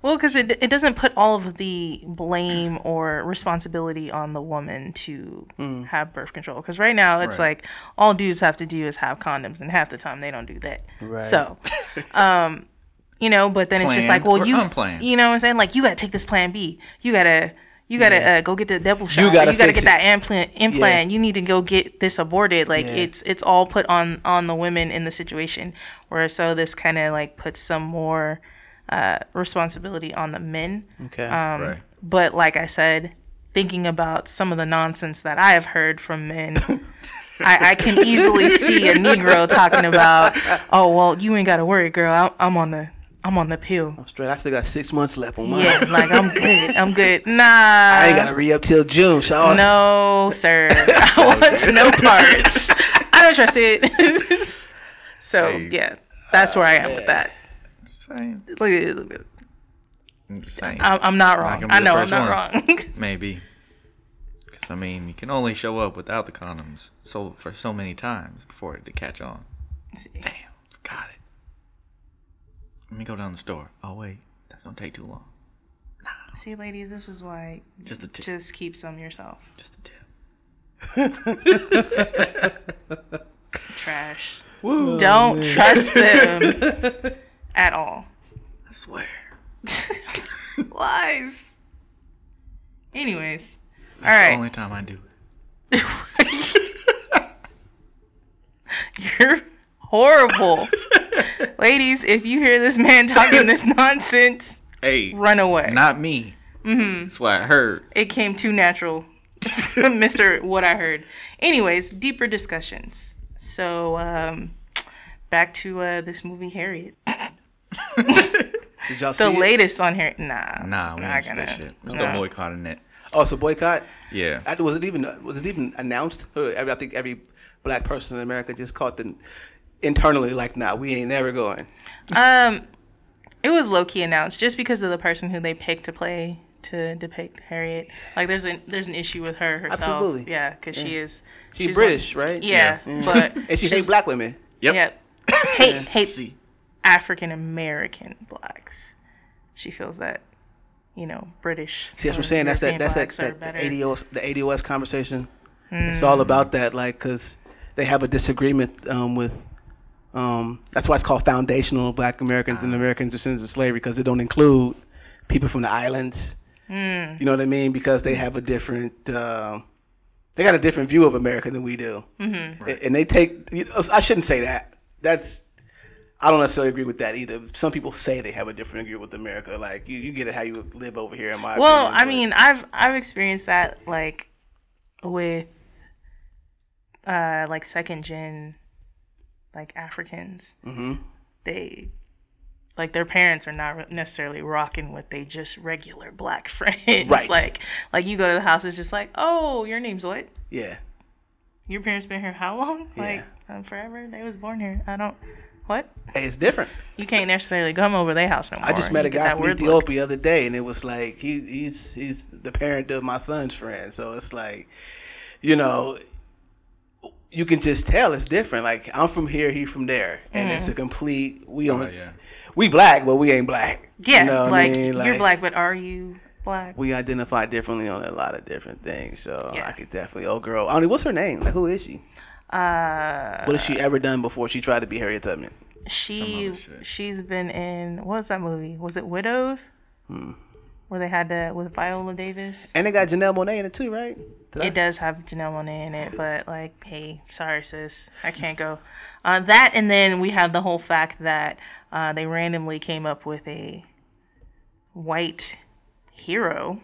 Speaker 2: well because it, it doesn't put all of the blame or responsibility on the woman to
Speaker 3: Hmm.
Speaker 2: have birth control because right now it's
Speaker 1: Right.
Speaker 2: like all dudes have to do is have condoms and half the time they don't do that
Speaker 3: Right. *laughs*
Speaker 2: so um, you know but then it's just
Speaker 1: Planned
Speaker 2: like well
Speaker 1: or
Speaker 2: you
Speaker 1: unplanned.
Speaker 2: you know what i'm saying like you gotta take this plan b you gotta you gotta uh, go get the devil shot or
Speaker 3: gotta
Speaker 2: gotta
Speaker 3: fix
Speaker 2: get that implant implant you need to go get this aborted like
Speaker 3: Yeah.
Speaker 2: it's it's all put on on the women in the situation where so this kind of like puts some more uh, responsibility on the men.
Speaker 3: Okay.
Speaker 2: Uh,
Speaker 1: right.
Speaker 2: But like I said, thinking about some of the nonsense that I have heard from men, I, I can easily see a Negro talking about, "Oh well, you ain't got to worry, girl. I, I'm on the I'm on the pill.
Speaker 3: Straight. I still got six months left on mine.
Speaker 2: Yeah, like I'm good. I'm
Speaker 3: *laughs*
Speaker 2: good. Nah,
Speaker 3: I ain't gotta re up till June, so
Speaker 2: no, sir. *laughs* I
Speaker 1: *laughs*
Speaker 2: want no parts. I don't trust it. *laughs* so
Speaker 1: Hey. uh,
Speaker 2: yeah, that's where I am with that.
Speaker 1: Same.
Speaker 2: Look,
Speaker 1: Same.
Speaker 2: I'm, I'm not
Speaker 1: Not
Speaker 2: wrong.
Speaker 1: gonna be
Speaker 2: I
Speaker 1: the
Speaker 2: know I'm
Speaker 1: first
Speaker 2: not wrong.
Speaker 1: Maybe. Because, I mean, you can only show up without the condoms so for so many times before it to catch on.
Speaker 2: *laughs*
Speaker 1: Damn, got it. Let me go down the store. Oh, wait. That's going to take too long.
Speaker 2: See, ladies, this is why
Speaker 1: Just a tip. Just,
Speaker 2: just keep some yourself.
Speaker 1: a tip.
Speaker 2: Trash.
Speaker 1: Oh,
Speaker 2: Don't trust them
Speaker 1: *laughs*
Speaker 2: at all.
Speaker 1: I swear.
Speaker 2: Lies. Anyways, all
Speaker 1: It's the
Speaker 2: right.
Speaker 1: only time I do it.
Speaker 2: *laughs* You're horrible,
Speaker 1: *laughs*
Speaker 2: ladies. If you hear this man talking this *laughs* nonsense,
Speaker 1: Hey.
Speaker 2: run away.
Speaker 1: Not me. Mm-hmm. That's what I heard.
Speaker 2: it came too natural, *laughs* Mister. What I heard. Anyways, deeper discussions. So, um, back to uh, this movie, Harriet.
Speaker 3: did y'all
Speaker 2: The
Speaker 3: see it?
Speaker 2: latest on here. Nah.
Speaker 1: Nah, we
Speaker 2: not
Speaker 1: ain't see that
Speaker 2: gonna-
Speaker 1: shit. We're
Speaker 2: nah.
Speaker 1: still boycotting it.
Speaker 3: Oh, so boycott.
Speaker 1: Yeah.
Speaker 3: I, was it even was it even announced? Or I I think every black person in America just caught the internally like, nah, we ain't never going.
Speaker 2: It was low key announced just because of the person who they picked to play to depict Harriet. Like there's an there's an issue with her herself.
Speaker 3: Absolutely.
Speaker 2: Yeah, because she is
Speaker 3: She
Speaker 2: she's
Speaker 3: British,
Speaker 2: one-
Speaker 3: right?
Speaker 2: Yeah,
Speaker 1: *laughs*
Speaker 2: but
Speaker 3: And she hate black women.
Speaker 1: Yep.
Speaker 2: yep, hate hate
Speaker 1: See.
Speaker 2: African American blacks. She feels that you know British.
Speaker 3: See,
Speaker 2: or
Speaker 3: that's what I'm saying. That's that.
Speaker 2: European
Speaker 3: That's that.
Speaker 2: blacks are
Speaker 3: that the
Speaker 2: better. Hmm.
Speaker 3: ADOS, the ADOS conversation. It's all about that, like, cause they have a disagreement um, with. Um, that's why it's called foundational Black Americans
Speaker 2: Ah.
Speaker 3: and Americans descendants of slavery, because it don't include people from the islands. You know what I
Speaker 2: Mm-hmm.
Speaker 3: mean? Because they have a different. Uh, they got a different view of America than we do, mm-hmm. and they take. you know, I shouldn't say that. That's I don't necessarily agree with that either. Some people say they have a different view with America. Like you, you get it how you live over here. In my
Speaker 2: Well,
Speaker 3: opinion,
Speaker 2: I
Speaker 3: but-
Speaker 2: mean, I've I've experienced that like with uh like second gen like Africans. Mm-hmm. They like their parents are not re- necessarily rocking with they just regular black *laughs* friends.
Speaker 3: Right.
Speaker 2: Like like you go to the house, it's just like, oh, your name's what?
Speaker 3: yeah,
Speaker 2: Your parents been here how long? Like
Speaker 3: Yeah.
Speaker 2: um, forever. They was born here. I don't. What?
Speaker 3: hey, it's different.
Speaker 2: You can't necessarily come over their house no more.
Speaker 3: I just met
Speaker 2: You
Speaker 3: a
Speaker 2: get
Speaker 3: guy
Speaker 2: that
Speaker 3: from
Speaker 2: weird look.
Speaker 3: Ethiopia the other day, and it was like he, he's he's the parent of my son's friend. So it's like, you know, you can just tell it's different. Like I'm from here, he from there, and
Speaker 2: Mm.
Speaker 3: it's a complete we on
Speaker 1: yeah.
Speaker 3: we black, but we ain't black. You
Speaker 2: Yeah,
Speaker 3: know what I
Speaker 2: like,
Speaker 3: mean?
Speaker 2: you're black, but are you black?
Speaker 3: we identify differently on a lot of different things. So
Speaker 2: Yeah.
Speaker 3: I could definitely. Oh, girl. I mean, what's her name? Like, who is she? Uh, what has she ever done before she tried to be Harriet Tubman?
Speaker 2: she
Speaker 1: other shit.
Speaker 2: she's been in what was that movie? Was it Widows?
Speaker 3: Hmm.
Speaker 2: Where they had to with Viola Davis.
Speaker 3: And they got Janelle Monet in it too, right? Did I-
Speaker 2: It does have Janelle Monae in it, but like, hey, sorry sis, I can't go. Uh, that and then we have the whole fact that uh, they randomly came up with a white hero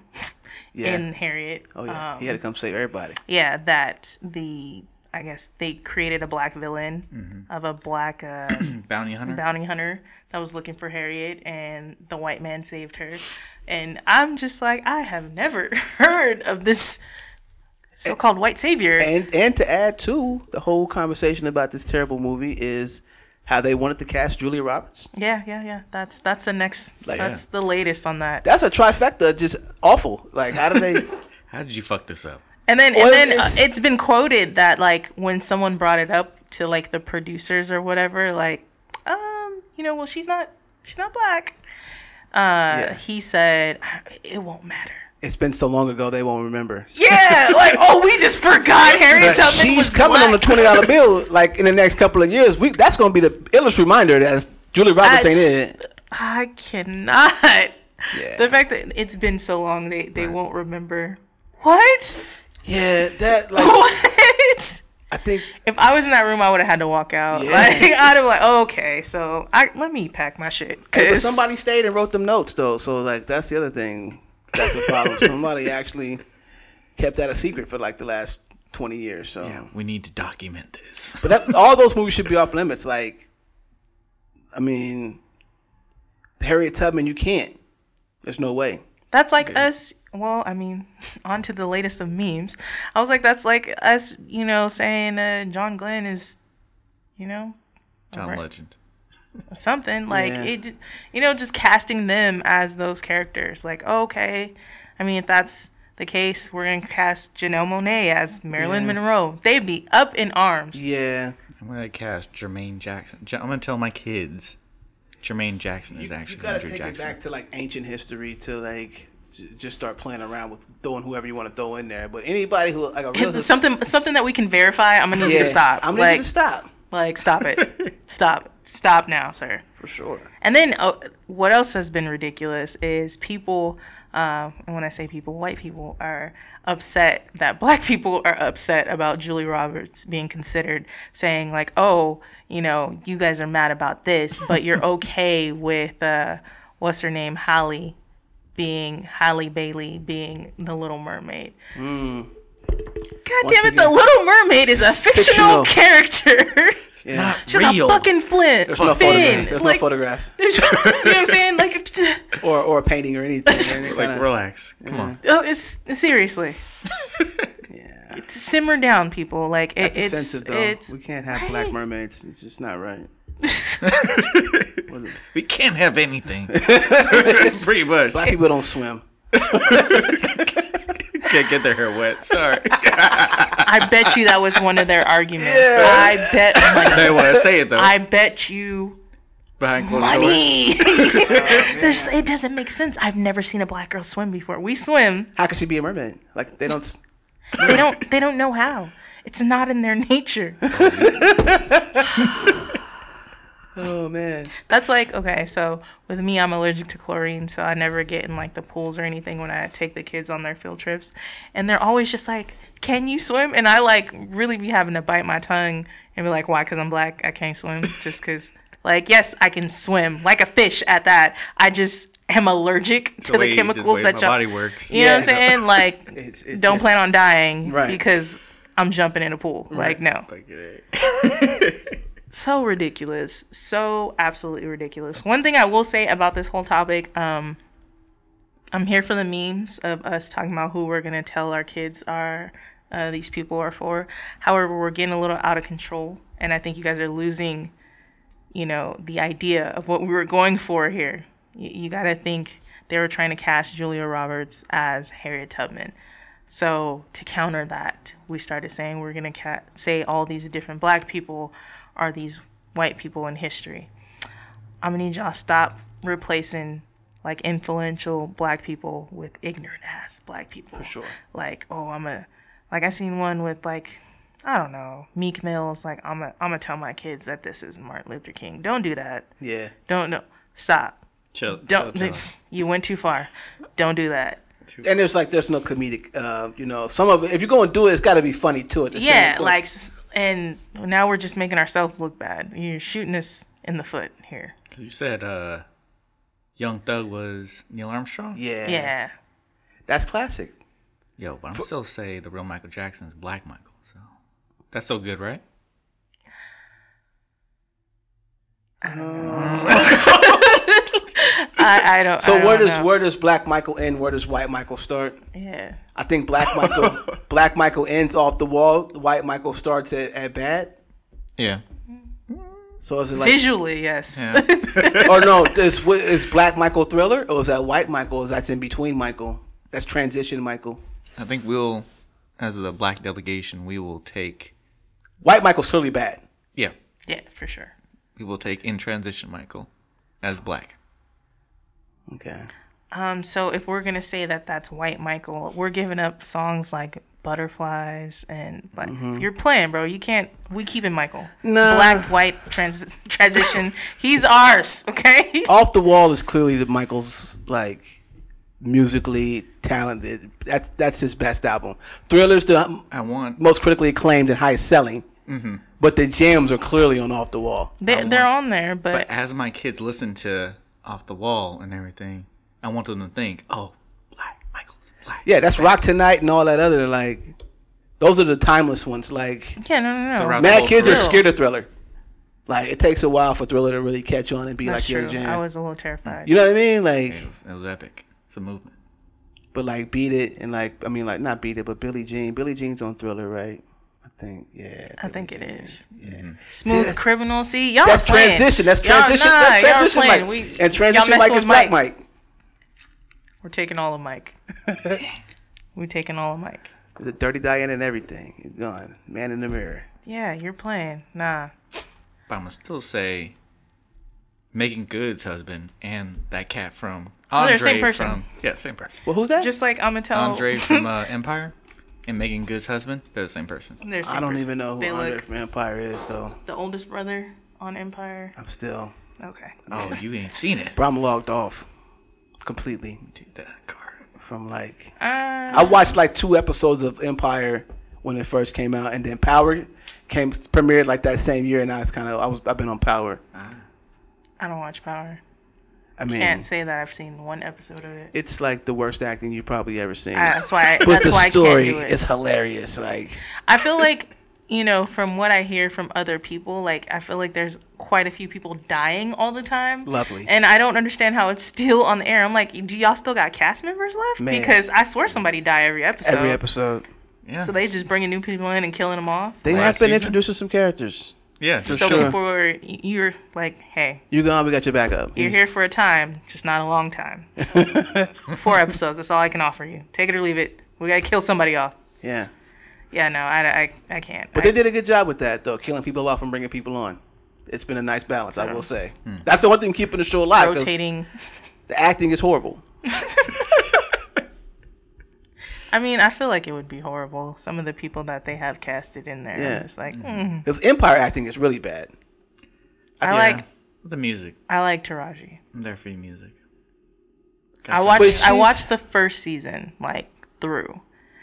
Speaker 3: yeah.
Speaker 2: in Harriet.
Speaker 3: oh yeah. he had to
Speaker 2: Um,
Speaker 3: come save everybody.
Speaker 2: yeah, that the I guess they created a black
Speaker 3: Mm-hmm.
Speaker 2: villain of a black uh, *coughs*
Speaker 1: Bounty hunter.
Speaker 2: bounty hunter that was looking for Harriet, and the white man saved her. And I'm just like, I have never *laughs* heard of this so-called white savior.
Speaker 3: And and to add to the whole conversation about this terrible movie is how they wanted to cast Julia Roberts.
Speaker 2: yeah, yeah, yeah. That's that's the next.
Speaker 3: Like-
Speaker 2: that's the latest on that.
Speaker 3: That's a trifecta, just awful. Like how
Speaker 2: *laughs*
Speaker 3: do
Speaker 2: Uh,
Speaker 3: they?
Speaker 1: How did you fuck this up?
Speaker 2: And then
Speaker 3: Well,
Speaker 2: and then uh,
Speaker 3: it's-
Speaker 2: it's been quoted that like when someone brought it up to like the producers or whatever, like, um, you know, well she's not she's not black. Uh,
Speaker 3: Yeah.
Speaker 2: he said it won't matter.
Speaker 3: it's been so long ago they won't remember.
Speaker 2: *laughs* Yeah, like oh, we just forgot Harriet
Speaker 3: But
Speaker 2: Tubman was
Speaker 3: she's coming on the
Speaker 2: black.
Speaker 3: twenty
Speaker 2: *laughs*
Speaker 3: dollar bill like in the next couple of years. We that's gonna be the illest reminder that Julie Roberts ain't in it.
Speaker 2: I cannot.
Speaker 3: Yeah.
Speaker 2: The fact that it's been so long, they, they won't remember. What?
Speaker 3: Yeah, that like
Speaker 2: *laughs* What?
Speaker 3: I think
Speaker 2: If I was in that room, I would have had to walk out.
Speaker 3: Yeah.
Speaker 2: Like *laughs* I'd have been like, oh, okay, so I let me pack my shit.
Speaker 3: Hey, but
Speaker 2: 'cause-
Speaker 3: somebody stayed and wrote them notes though, so like that's the other thing. That's the
Speaker 2: *laughs*
Speaker 3: problem. somebody actually kept that a secret for like the last twenty years. So,
Speaker 1: We need to document this.
Speaker 3: but that, all those movies should be off limits. Like, I mean, Harriet Tubman, you can't. There's no way.
Speaker 2: That's like us. Well, I mean, *laughs* on to the latest of memes. I was like, that's like us, you know, saying uh, John Glenn is, you know,
Speaker 1: John
Speaker 2: Alright.
Speaker 1: Legend.
Speaker 2: something like
Speaker 3: Yeah.
Speaker 2: it. ju- You know, just casting them as those characters. Like, oh, okay, I mean, if that's the case, we're gonna cast Janelle Monet as Marilyn Monroe. They'd be up in arms.
Speaker 3: Yeah,
Speaker 1: I'm gonna cast Jermaine Jackson. Ja- I'm gonna tell my kids Jermaine Jackson is
Speaker 3: you, you
Speaker 1: actually
Speaker 3: gotta
Speaker 1: Andrew
Speaker 3: take it
Speaker 1: Jackson.
Speaker 3: back to like ancient history to like j- just start playing around with throwing whoever you want to throw in there. But anybody who like a
Speaker 2: *laughs*
Speaker 3: real
Speaker 2: Something, something that we can verify. I'm gonna need you to stop.
Speaker 3: I'm gonna
Speaker 2: like,
Speaker 3: need you to stop
Speaker 2: like, stop
Speaker 3: *laughs*
Speaker 2: it, stop, stop now, sir.
Speaker 3: for sure.
Speaker 2: And then uh, what else has been ridiculous is people, uh, and when I say people, white people are upset that *laughs* black people are upset about Julie Roberts being considered, saying like, oh, you know, you guys are mad about this, but you're
Speaker 3: *laughs*
Speaker 2: okay with uh, what's her name, Holly, being Holly Bailey being the Little Mermaid. God damn it, the
Speaker 3: Hmm. again-
Speaker 2: Little Mermaid is a fictional,
Speaker 3: Fictional.
Speaker 2: character. *laughs*
Speaker 3: Yeah.
Speaker 2: She's
Speaker 1: Real.
Speaker 2: a fucking Flint.
Speaker 3: There's no photograph. There's no photograph.
Speaker 2: There's- *laughs* you know what I'm saying? Like, *laughs* t-
Speaker 3: or or a painting or *laughs* anything. Any
Speaker 1: Like,
Speaker 3: kinda-
Speaker 1: relax. Come on.
Speaker 2: oh, it's
Speaker 3: *laughs*
Speaker 2: seriously. It's- Simmer down, people. Like it,
Speaker 3: That's
Speaker 2: it's
Speaker 3: offensive though.
Speaker 2: it's
Speaker 3: we can't have black mermaids. It's just not right.
Speaker 1: We can't have anything. *laughs* Pretty much.
Speaker 3: Black people don't swim.
Speaker 1: Can't get their hair wet. *laughs* Sorry.
Speaker 2: I bet you that was one of their arguments. I bet money.
Speaker 1: they want to say it though.
Speaker 2: I bet you
Speaker 1: Behind closed doors.
Speaker 2: money. *laughs*
Speaker 3: Oh,
Speaker 2: There's it doesn't make sense. I've never seen a black girl swim before. We swim.
Speaker 3: How could she be a mermaid? Like they don't. s-
Speaker 2: They don't they don't know how. It's not in their nature.
Speaker 3: *laughs* Oh man.
Speaker 2: That's like okay, so with me, I'm allergic to chlorine, so I never get in like the pools or anything when I take the kids on their field trips, and they're always just like, "Can you swim?" And I like really be having to bite my tongue and be like, "Why? Because I'm black, I can't swim." Just because, like, yes, I can swim like a fish at that. I just am allergic to
Speaker 1: way-
Speaker 2: the
Speaker 1: just
Speaker 2: chemicals
Speaker 1: way
Speaker 2: that
Speaker 1: my
Speaker 2: y'all.
Speaker 1: body works.
Speaker 2: You know what I'm saying? Like,
Speaker 3: It's- it's-
Speaker 2: don't
Speaker 3: it's-
Speaker 2: plan on dying
Speaker 3: Right.
Speaker 2: because I'm jumping in a pool. Like, no.
Speaker 1: Okay.
Speaker 2: so ridiculous so absolutely ridiculous one thing i will say about this whole topic um i'm here for the memes of us talking about who we're going to tell our kids are uh, these people are for however we're getting a little out of control and i think you guys are losing you know the idea of what we were going for here you, you gotta think they were trying to cast julia roberts as harriet tubman so to counter that, we started saying we're gonna ca- say all these different black people are these white people in history. I'm gonna need y'all to stop replacing like influential black people with ignorant ass black people. For
Speaker 3: sure.
Speaker 2: Like, oh, I'm a like I seen one with like I don't know Meek Mill's like I'm a I'm gonna tell my kids that this is Martin Luther King. Don't do that.
Speaker 3: Yeah.
Speaker 2: Don't no stop.
Speaker 1: Chill.
Speaker 2: Don't
Speaker 1: chill, chill.
Speaker 2: *laughs* you went too far. Don't do that.
Speaker 3: And there's like there's no comedic. Uh, you know, some of it, if you're going to do it, it's got to be funny too. At the
Speaker 2: yeah
Speaker 3: same point.
Speaker 2: like s- and now we're just making ourselves look bad you're shooting us in the foot here
Speaker 1: You said uh, Young Thug was Neil Armstrong.
Speaker 3: Yeah.
Speaker 2: yeah
Speaker 3: That's classic.
Speaker 1: Yo, but I'm still say the real Michael Jackson is Black Michael. So that's so good, right?
Speaker 2: i, I don't
Speaker 3: So
Speaker 2: I don't
Speaker 3: where does
Speaker 2: know.
Speaker 3: where does Black Michael end? Where does White Michael start?
Speaker 2: yeah
Speaker 3: I think Black *laughs* Michael Black Michael ends off the wall. White Michael starts at, at bad.
Speaker 1: Yeah.
Speaker 3: So is it like
Speaker 2: visually yes
Speaker 3: or Oh, no, is, is Black Michael Thriller or is that White Michael? Is that's in between Michael? That's transition Michael.
Speaker 1: I think we'll, as the black delegation, we will take.
Speaker 3: White Michael's clearly bad.
Speaker 1: Yeah,
Speaker 2: yeah for sure
Speaker 1: we will take in transition Michael as black.
Speaker 3: Okay.
Speaker 2: um so if we're gonna say that that's white michael we're giving up songs like butterflies and like
Speaker 3: Mm-hmm.
Speaker 2: you're playing bro you can't we keeping michael
Speaker 3: Nah.
Speaker 2: black white trans- *laughs* transition he's ours okay
Speaker 3: Oh, Off the Wall is clearly the Michael's like musically talented. That's that's his best album. Thriller's the um,
Speaker 1: I want.
Speaker 3: most critically acclaimed and highest selling.
Speaker 2: Mm-hmm.
Speaker 3: But the jams are clearly on off the wall.
Speaker 2: *laughs* They, they're on there, but,
Speaker 1: But as my kids listen to Off the Wall and everything, I want them to think, oh, Black Michael's Black.
Speaker 3: Yeah, that's Rock Tonight and all that other like. Those are the timeless ones. Like
Speaker 2: yeah, no, no, no.
Speaker 1: Throughout the
Speaker 3: mad
Speaker 1: whole
Speaker 3: kids are
Speaker 1: career.
Speaker 3: scared of Thriller. Like it takes a while for Thriller to really catch on and be
Speaker 2: That's
Speaker 3: like your
Speaker 2: true. I
Speaker 3: jam.
Speaker 2: was a little terrified.
Speaker 3: you know what I mean? Like,
Speaker 1: It was, it was epic. It's a movement.
Speaker 3: but like Beat It and like I mean like not Beat It, but Billie Jean. Billie Jean's on Thriller, right? I think. Yeah.
Speaker 2: I think it is. Smooth criminal. See, y'all
Speaker 3: That's
Speaker 2: playing.
Speaker 3: transition. That's
Speaker 2: Y'all-
Speaker 3: transition.
Speaker 2: nah,
Speaker 3: that's
Speaker 2: y'all
Speaker 3: transition,
Speaker 2: playing.
Speaker 3: Mike.
Speaker 2: We-
Speaker 3: and
Speaker 2: y'all
Speaker 3: transition,
Speaker 2: mess
Speaker 3: Mike is
Speaker 2: with
Speaker 3: Black Mike.
Speaker 2: We're taking all of
Speaker 3: *laughs*
Speaker 2: Mike. We're taking all of Mike.
Speaker 3: The Dirty Diana and everything. It's gone. Man in the Mirror.
Speaker 2: Yeah, you're playing. Nah.
Speaker 1: But I'm going to still say Megan Good's husband and that cat from Andre
Speaker 2: Oh, they're the same person. Oh.
Speaker 1: from yeah, same person.
Speaker 3: Well, who's that?
Speaker 2: Just like I'm gonna tell
Speaker 1: Andre
Speaker 2: *laughs*
Speaker 1: from uh, Empire and Megan Good's husband, they're the same person.
Speaker 3: I don't even know who
Speaker 2: they
Speaker 3: Andre
Speaker 2: look
Speaker 3: from Empire is, so
Speaker 2: the oldest brother on Empire.
Speaker 3: I'm still.
Speaker 2: Okay.
Speaker 1: Oh, you ain't seen it.
Speaker 3: But I'm logged off completely
Speaker 1: Dude, that car.
Speaker 3: from like.
Speaker 2: Uh,
Speaker 3: I watched like two episodes of Empire when it first came out, and then Power came premiered like that same year, and I was kind of I was I've been on Power.
Speaker 2: I don't watch Power.
Speaker 3: I mean,
Speaker 2: Can't say that I've seen one episode of it.
Speaker 3: it's like the worst acting you've probably ever seen.
Speaker 2: I, that's why. I,
Speaker 3: but
Speaker 2: that's
Speaker 3: the
Speaker 2: why I
Speaker 3: story
Speaker 2: can't do it.
Speaker 3: is hilarious. Like
Speaker 2: I feel like you know from what I hear from other people, like I feel like there's quite a few people dying all the time.
Speaker 3: Lovely.
Speaker 2: And I don't understand how it's *laughs* still on the air. I'm like, do y'all still got cast members left?
Speaker 3: Man.
Speaker 2: Because I swear somebody die every episode.
Speaker 3: every episode,
Speaker 1: Yeah.
Speaker 2: So they just bringing new people in and killing them off.
Speaker 3: they
Speaker 1: Last
Speaker 3: have been
Speaker 1: season?
Speaker 3: introducing some characters.
Speaker 1: yeah, just
Speaker 2: so
Speaker 1: sure.
Speaker 2: people were, you're like, hey,
Speaker 3: You gone? We got your back up.
Speaker 2: you're here for a time, just not a long
Speaker 3: *laughs*
Speaker 2: time. Four episodes. That's all I can offer you. Take it or leave it. We gotta kill somebody off.
Speaker 3: Yeah,
Speaker 2: Yeah, no, I, I, I can't.
Speaker 3: but
Speaker 2: I-
Speaker 3: they did a good job with that though, killing people off and bringing people on. It's been a nice balance, I will say. That's the one thing keeping the show alive. 'cause
Speaker 2: Uh-huh. rotating.
Speaker 3: The acting is horrible.
Speaker 2: I mean, I feel like it would be horrible. Some of the people that they have casted in there,
Speaker 3: Yeah.
Speaker 2: yeah. it's like mm.
Speaker 3: Because Empire acting is really bad.
Speaker 2: I
Speaker 1: Yeah.
Speaker 2: like
Speaker 1: the music.
Speaker 2: I like Taraji.
Speaker 1: I'm there for your music. some-
Speaker 2: I
Speaker 3: But
Speaker 2: watched I
Speaker 3: she's-
Speaker 2: watched the first season like through.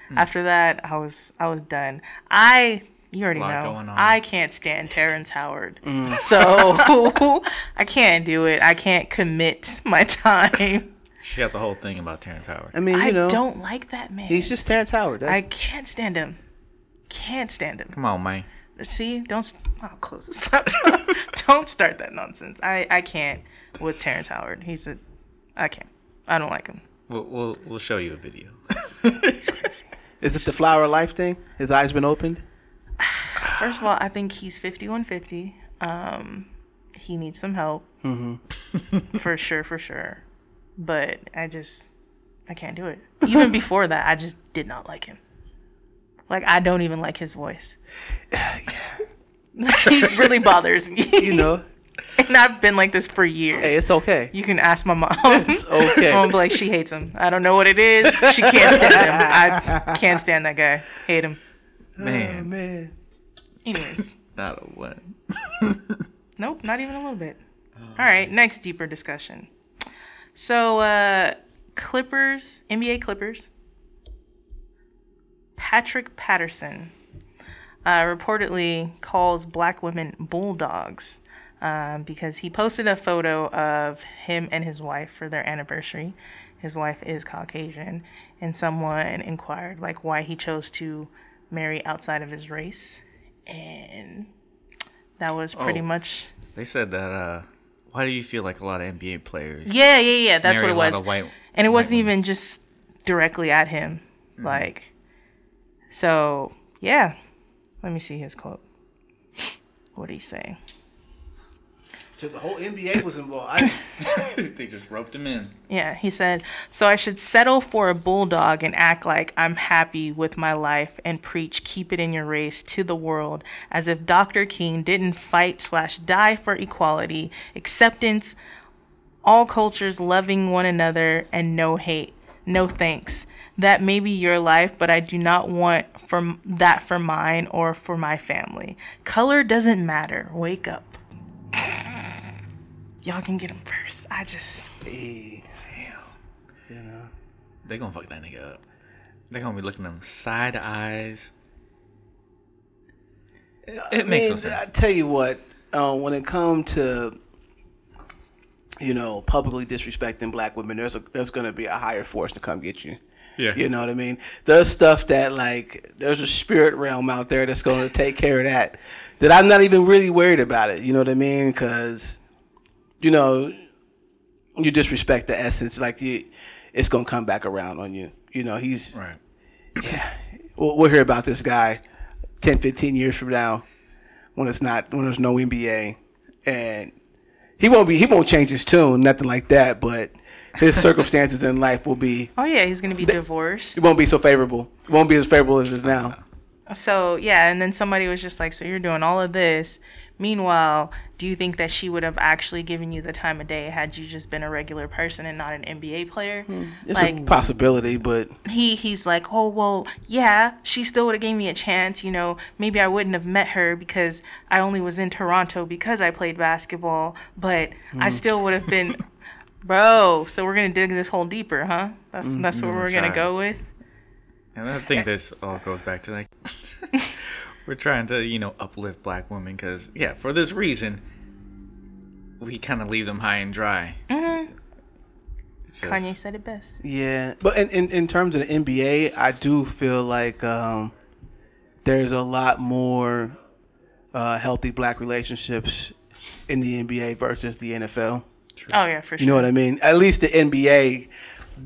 Speaker 1: Hmm.
Speaker 2: After that, I was I was done. I you already
Speaker 1: lot
Speaker 2: know
Speaker 1: going on. Mm.
Speaker 2: I can't stand Terrence Howard, *laughs* so *laughs* I can't do it. I can't commit my time.
Speaker 1: She got the whole thing about Terrence Howard.
Speaker 3: I mean, *laughs* you
Speaker 2: I
Speaker 3: know,
Speaker 2: don't like that man.
Speaker 3: he's just Terrence Howard.
Speaker 2: I
Speaker 3: That's,
Speaker 2: can't stand him. Can't stand him.
Speaker 1: Come on, man.
Speaker 2: See, don't. s- I'll close this *laughs* laptop. don't start that nonsense. I I can't with Terrence Howard. He's a. I can't. I don't like him.
Speaker 1: We'll we'll, we'll show you a video.
Speaker 3: is it the flower of life thing? His eyes been opened.
Speaker 2: First of all, I think he's 5150. Um, he needs some help.
Speaker 3: Mm-hmm.
Speaker 2: *laughs* for sure, for sure. But I just, I can't do it.
Speaker 3: *laughs*
Speaker 2: Even before that, I just did not like him. Like I don't even like his
Speaker 3: *sighs*
Speaker 2: voice. he really bothers me,
Speaker 3: *laughs* You know,
Speaker 2: and I've been like this for years.
Speaker 3: hey, it's okay.
Speaker 2: You can ask my mom. It's *laughs*
Speaker 3: okay.
Speaker 2: I'm like, she hates him. I don't know what it is. She can't stand him. I can't stand that guy. Hate him. Um,
Speaker 3: Oh,
Speaker 1: Man,
Speaker 3: man, *laughs*
Speaker 2: Anyways,
Speaker 1: not a one.
Speaker 2: nope, not even a little bit. All right, next deeper discussion. So, uh, Clippers, NBA Clippers. Patrick Patterson uh, reportedly calls black women bulldogs um, because he posted a photo of him and his wife for their anniversary. His wife is Caucasian, and someone inquired like why he chose to marry outside of his race, and that was pretty
Speaker 1: Oh.
Speaker 2: much
Speaker 1: They said that. uh Why do you feel like a lot of NBA players?
Speaker 2: yeah, yeah, yeah. That's
Speaker 1: marry
Speaker 2: what it
Speaker 1: a lot
Speaker 2: was.
Speaker 1: of white- *clears throat*
Speaker 2: and it
Speaker 1: white Mm-hmm.
Speaker 2: wasn't
Speaker 1: women?
Speaker 2: even just directly at him. Like, so yeah. Let me see his quote. What did he say?
Speaker 3: so the whole NBA was involved. I,
Speaker 1: they just roped him in.
Speaker 2: Yeah, he said, So I should settle for a bulldog and act like I'm happy with my life and preach keep it in your race to the world as if Dr. King didn't fight slash die for equality, acceptance, all cultures loving one another, and no hate. No thanks. That may be your life, but I do not want from that for mine or for my family. Color doesn't matter. Wake up. *laughs* Y'all can get him first. I just
Speaker 3: hey, you know,
Speaker 1: They gonna fuck that nigga up. They gonna be looking at him side eyes. It, it makes no
Speaker 3: Man, I
Speaker 1: sense.
Speaker 3: tell you what, uh, when it comes to you know publicly disrespecting black women, there's a, there's gonna be a higher force to come get you.
Speaker 1: Yeah.
Speaker 3: You know what I mean? There's stuff that like there's a spirit realm out there that's
Speaker 1: *laughs*
Speaker 3: going to take care of that. That I'm not even really worried about it. You know what I mean? Because you know you disrespect the essence, like you, it's gonna come back around on you. You know he's
Speaker 1: Right.
Speaker 3: we'll, we'll hear about this guy 10, 15 years from now when it's not when there's no NBA and he won't be he won't change his tune nothing like that but his circumstances in life will be
Speaker 2: Oh yeah, he's gonna be divorced.
Speaker 3: it won't be so favorable it won't be as favorable as it's now
Speaker 2: So yeah, and then somebody was just like, "So you're doing all of this." Meanwhile, do you think that she would have actually given you the time of day had you just been a regular person and not an NBA player?
Speaker 3: Hmm. it's a possibility but
Speaker 2: he he's like, oh well, yeah, she still would have gave me a chance. You know, maybe I wouldn't have met her because I only was in Toronto because I played basketball, but
Speaker 3: Hmm.
Speaker 2: I still would have
Speaker 3: *laughs*
Speaker 2: been, bro. So we're gonna dig this hole deeper, huh? That's
Speaker 3: Mm,
Speaker 2: that's what we're gonna
Speaker 1: shy.
Speaker 2: go with.
Speaker 1: And I think this all goes back to like *laughs* we're trying to you know uplift black women because yeah for this reason we kind of leave them high and dry. Mm-hmm.
Speaker 2: Kanye said it best.
Speaker 3: yeah but in, in, in terms of the NBA I do feel like um, there's a lot more uh, healthy black relationships in the NBA versus the NFL
Speaker 2: Oh yeah, for sure.
Speaker 3: You know what I mean? At least the NBA,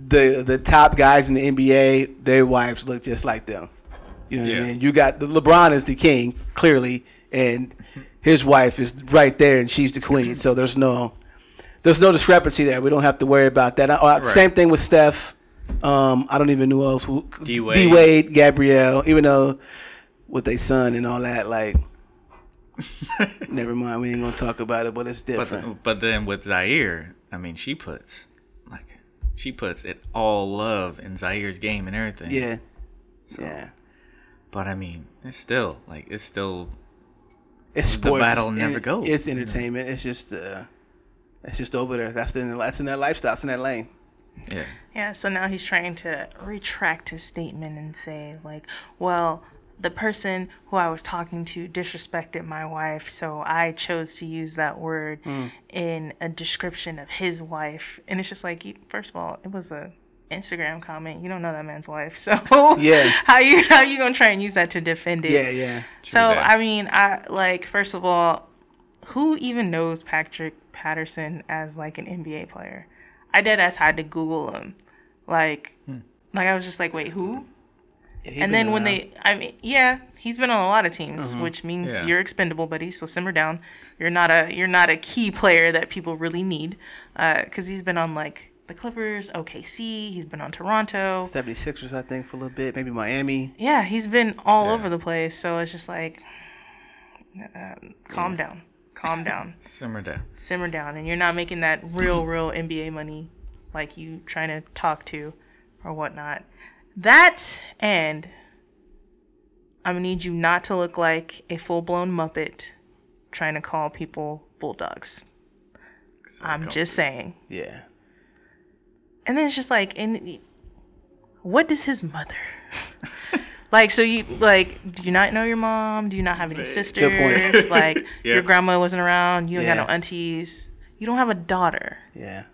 Speaker 3: the the top guys in the NBA, their wives look just like them. You know what
Speaker 1: Yeah.
Speaker 3: I mean? You got the LeBron is the king clearly, and his wife is right there, and she's the queen. So there's no there's no discrepancy there. We don't have to worry about that. Uh, Same thing with Steph. Um, I don't even know who else. Who,
Speaker 1: D. Wade.
Speaker 3: D Wade, Gabrielle, even though with their son and all
Speaker 1: *laughs*
Speaker 3: that, like. Never mind, we ain't gonna talk about it, but it's
Speaker 1: But,
Speaker 3: different.
Speaker 1: th- but then with Zaire, I mean, she puts like she puts it all love in Zaire's game and everything.
Speaker 3: yeah, yeah.
Speaker 1: But I mean, it's still like it's still
Speaker 3: it's
Speaker 1: The
Speaker 3: sports.
Speaker 1: battle
Speaker 3: it's,
Speaker 1: never
Speaker 3: it-
Speaker 1: goes,
Speaker 3: It's entertainment. It's just uh, it's just over there. That's in that's in that lifestyle. It's in that lane.
Speaker 1: yeah.
Speaker 2: Yeah, so now he's trying to retract his statement and say, like, well, the person who I was talking to disrespected my wife, so I chose to use that word
Speaker 3: Hmm.
Speaker 2: in a description of his wife. And it's just like, you- first of all, it was a Instagram comment. You don't know that man's wife, *laughs* so
Speaker 3: Yeah.
Speaker 2: how you how you gonna try and use that to defend it?
Speaker 3: Yeah, yeah.
Speaker 2: So
Speaker 1: that.
Speaker 2: I mean, I like first of all, who even knows Patrick Patterson as like an NBA player? I dead ass had to Google him, like, like I was just like, wait, who?
Speaker 3: Yeah, he
Speaker 2: And
Speaker 3: been
Speaker 2: then when
Speaker 3: around.
Speaker 2: they, I mean, yeah, he's been on a lot of teams, which means
Speaker 1: Yeah.
Speaker 2: you're expendable, buddy. So simmer down. You're not a you're not a key player that people really need, because he's been on like the Clippers, OKC. He's been on Toronto.
Speaker 3: 76ers, I think for a little bit, maybe Miami.
Speaker 2: Yeah, he's been all over the place. So it's just like, um, calm down, calm down,
Speaker 1: Simmer down.
Speaker 2: simmer down, and you're not making that real, real NBA money like you trying to talk to or whatnot. That and I'm gonna need you not to look like a full blown muppet trying to call people bulldogs. I'm just saying.
Speaker 3: Yeah.
Speaker 2: And then it's just like, and what does his mother? like, so you like, do you not know your mom? Do you not have any sisters? *laughs* Like, your grandma wasn't around. You don't
Speaker 3: Yeah.
Speaker 2: got no aunties. You don't have a daughter
Speaker 3: Yeah.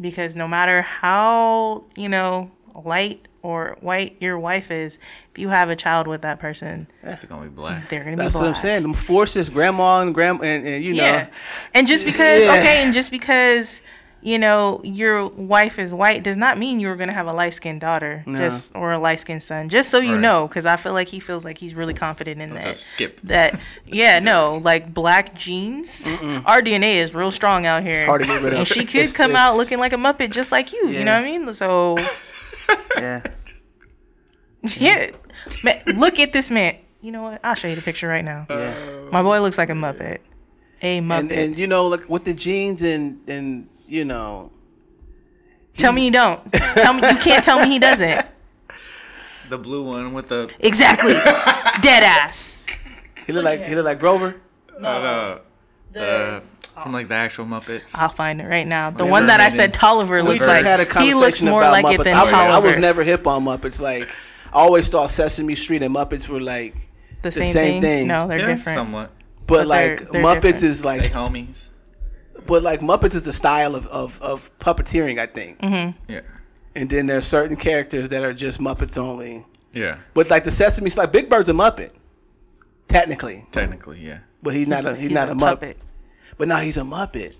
Speaker 2: because no matter how you know light or white your wife is, if you have a child with that person,
Speaker 1: It's still gonna be black.
Speaker 2: they're gonna
Speaker 3: That's
Speaker 2: be.
Speaker 3: what I'm
Speaker 2: black.
Speaker 3: saying. Them forces, grandma and grandma, and, and you know,
Speaker 2: Yeah. And just because
Speaker 3: Yeah.
Speaker 2: okay, and just because you know your wife is white does not mean you're going to have a light-skinned daughter just or a light-skinned son. Just so you
Speaker 1: Right.
Speaker 2: know cuz I feel like he feels like he's really confident in that.
Speaker 1: just skip.
Speaker 3: *laughs*
Speaker 2: That yeah, no, like black genes. Our DNA is real strong out here.
Speaker 3: hard to get rid
Speaker 2: *laughs*
Speaker 3: of.
Speaker 2: And she could
Speaker 3: It's-
Speaker 2: come
Speaker 3: it's-
Speaker 2: out looking like a muppet just like you, you know what
Speaker 3: Yeah.
Speaker 2: I mean?
Speaker 3: *laughs*
Speaker 2: So *laughs*
Speaker 3: yeah.
Speaker 2: yeah. Man, look at this man. You know what? I'll show you the picture right now. My boy looks like a muppet. A muppet.
Speaker 3: And and you know, like with the jeans and and you know,
Speaker 2: Tell me you don't. Tell me you can't tell me he doesn't.
Speaker 1: The blue one with the
Speaker 2: Exactly. Dead ass.
Speaker 3: he look like he look like Grover.
Speaker 1: uh, the from like the actual Muppets.
Speaker 2: I'll find it right now. The
Speaker 1: Never
Speaker 2: one that I
Speaker 1: mind
Speaker 2: said
Speaker 1: it.
Speaker 2: Tolliver
Speaker 1: We
Speaker 2: looks
Speaker 1: just
Speaker 2: like.
Speaker 1: had
Speaker 2: he looks more like it than
Speaker 3: I,
Speaker 2: Tolliver.
Speaker 3: I was never hip on Muppets. Like I always thought Sesame Street and Muppets were like,
Speaker 2: the
Speaker 3: the
Speaker 2: same,
Speaker 3: same
Speaker 2: thing.
Speaker 3: thing.
Speaker 2: No, they're
Speaker 1: yeah,
Speaker 2: different.
Speaker 1: somewhat.
Speaker 2: But
Speaker 3: but,
Speaker 2: they're-
Speaker 3: like
Speaker 2: they're
Speaker 3: Muppets
Speaker 2: different.
Speaker 3: is
Speaker 1: They
Speaker 3: like,
Speaker 1: homies.
Speaker 3: but like Muppets is the style of of, of puppeteering, I think.
Speaker 2: Mm-hmm.
Speaker 1: Yeah.
Speaker 3: And then there are certain characters that are just Muppets only.
Speaker 1: Yeah.
Speaker 3: But like the Sesame, like Big Bird's a Muppet, technically,
Speaker 1: Technically, yeah.
Speaker 3: but he's not a, he's, not a, Muppet. But now he's a Muppet.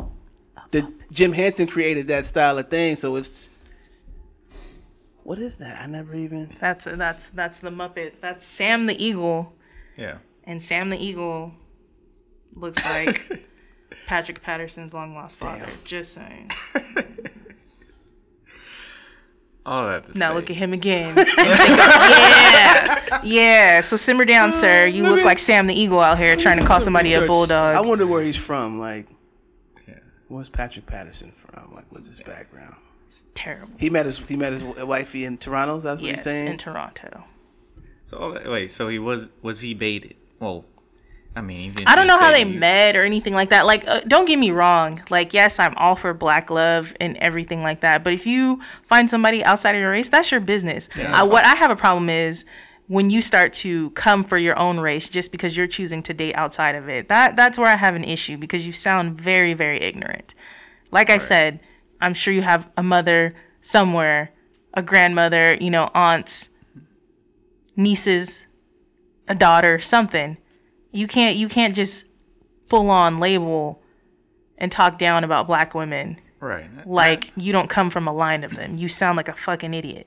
Speaker 3: The Jim Henson created that style of thing, so it's what is that? I never even
Speaker 2: That's that's that's the Muppet. That's Sam the Eagle,
Speaker 1: Yeah.
Speaker 2: and Sam the Eagle looks
Speaker 3: *laughs*
Speaker 2: like Patrick Patterson's long lost father. Just saying.
Speaker 1: All that. To
Speaker 2: Now
Speaker 1: say.
Speaker 2: look at him again. yeah, yeah. So simmer down,
Speaker 3: *laughs*
Speaker 2: sir. You look like Sam the Eagle out here trying to call somebody a
Speaker 3: Research. I
Speaker 2: bulldog.
Speaker 3: wonder where he's from. Like,
Speaker 1: Yeah.
Speaker 3: where's Patrick Patterson from? Like, what's his background?
Speaker 2: Terrible.
Speaker 3: He met his he met his wifey in Toronto. That's what he's
Speaker 2: Yes,
Speaker 3: saying.
Speaker 2: in Toronto.
Speaker 1: So all that, wait, so he was was he baited? Well, I mean, he didn't
Speaker 2: I don't
Speaker 1: do
Speaker 2: know how they
Speaker 1: baiting.
Speaker 2: met or anything like that. Like, uh, don't get me wrong. Like, yes, I'm all for black love and everything like that. But if you find somebody outside of your race, that's your business. I, what I have a problem is when you start to come for your own race just because you're choosing to date outside of it. That that's where I have an issue because you sound very very ignorant. Like I said, I'm sure you have a mother somewhere, a grandmother, you know, aunts, nieces, a daughter, something you can't you can't just full on label and talk down about black women
Speaker 1: Right.
Speaker 2: like you don't come from a line of them. You sound like a fucking idiot.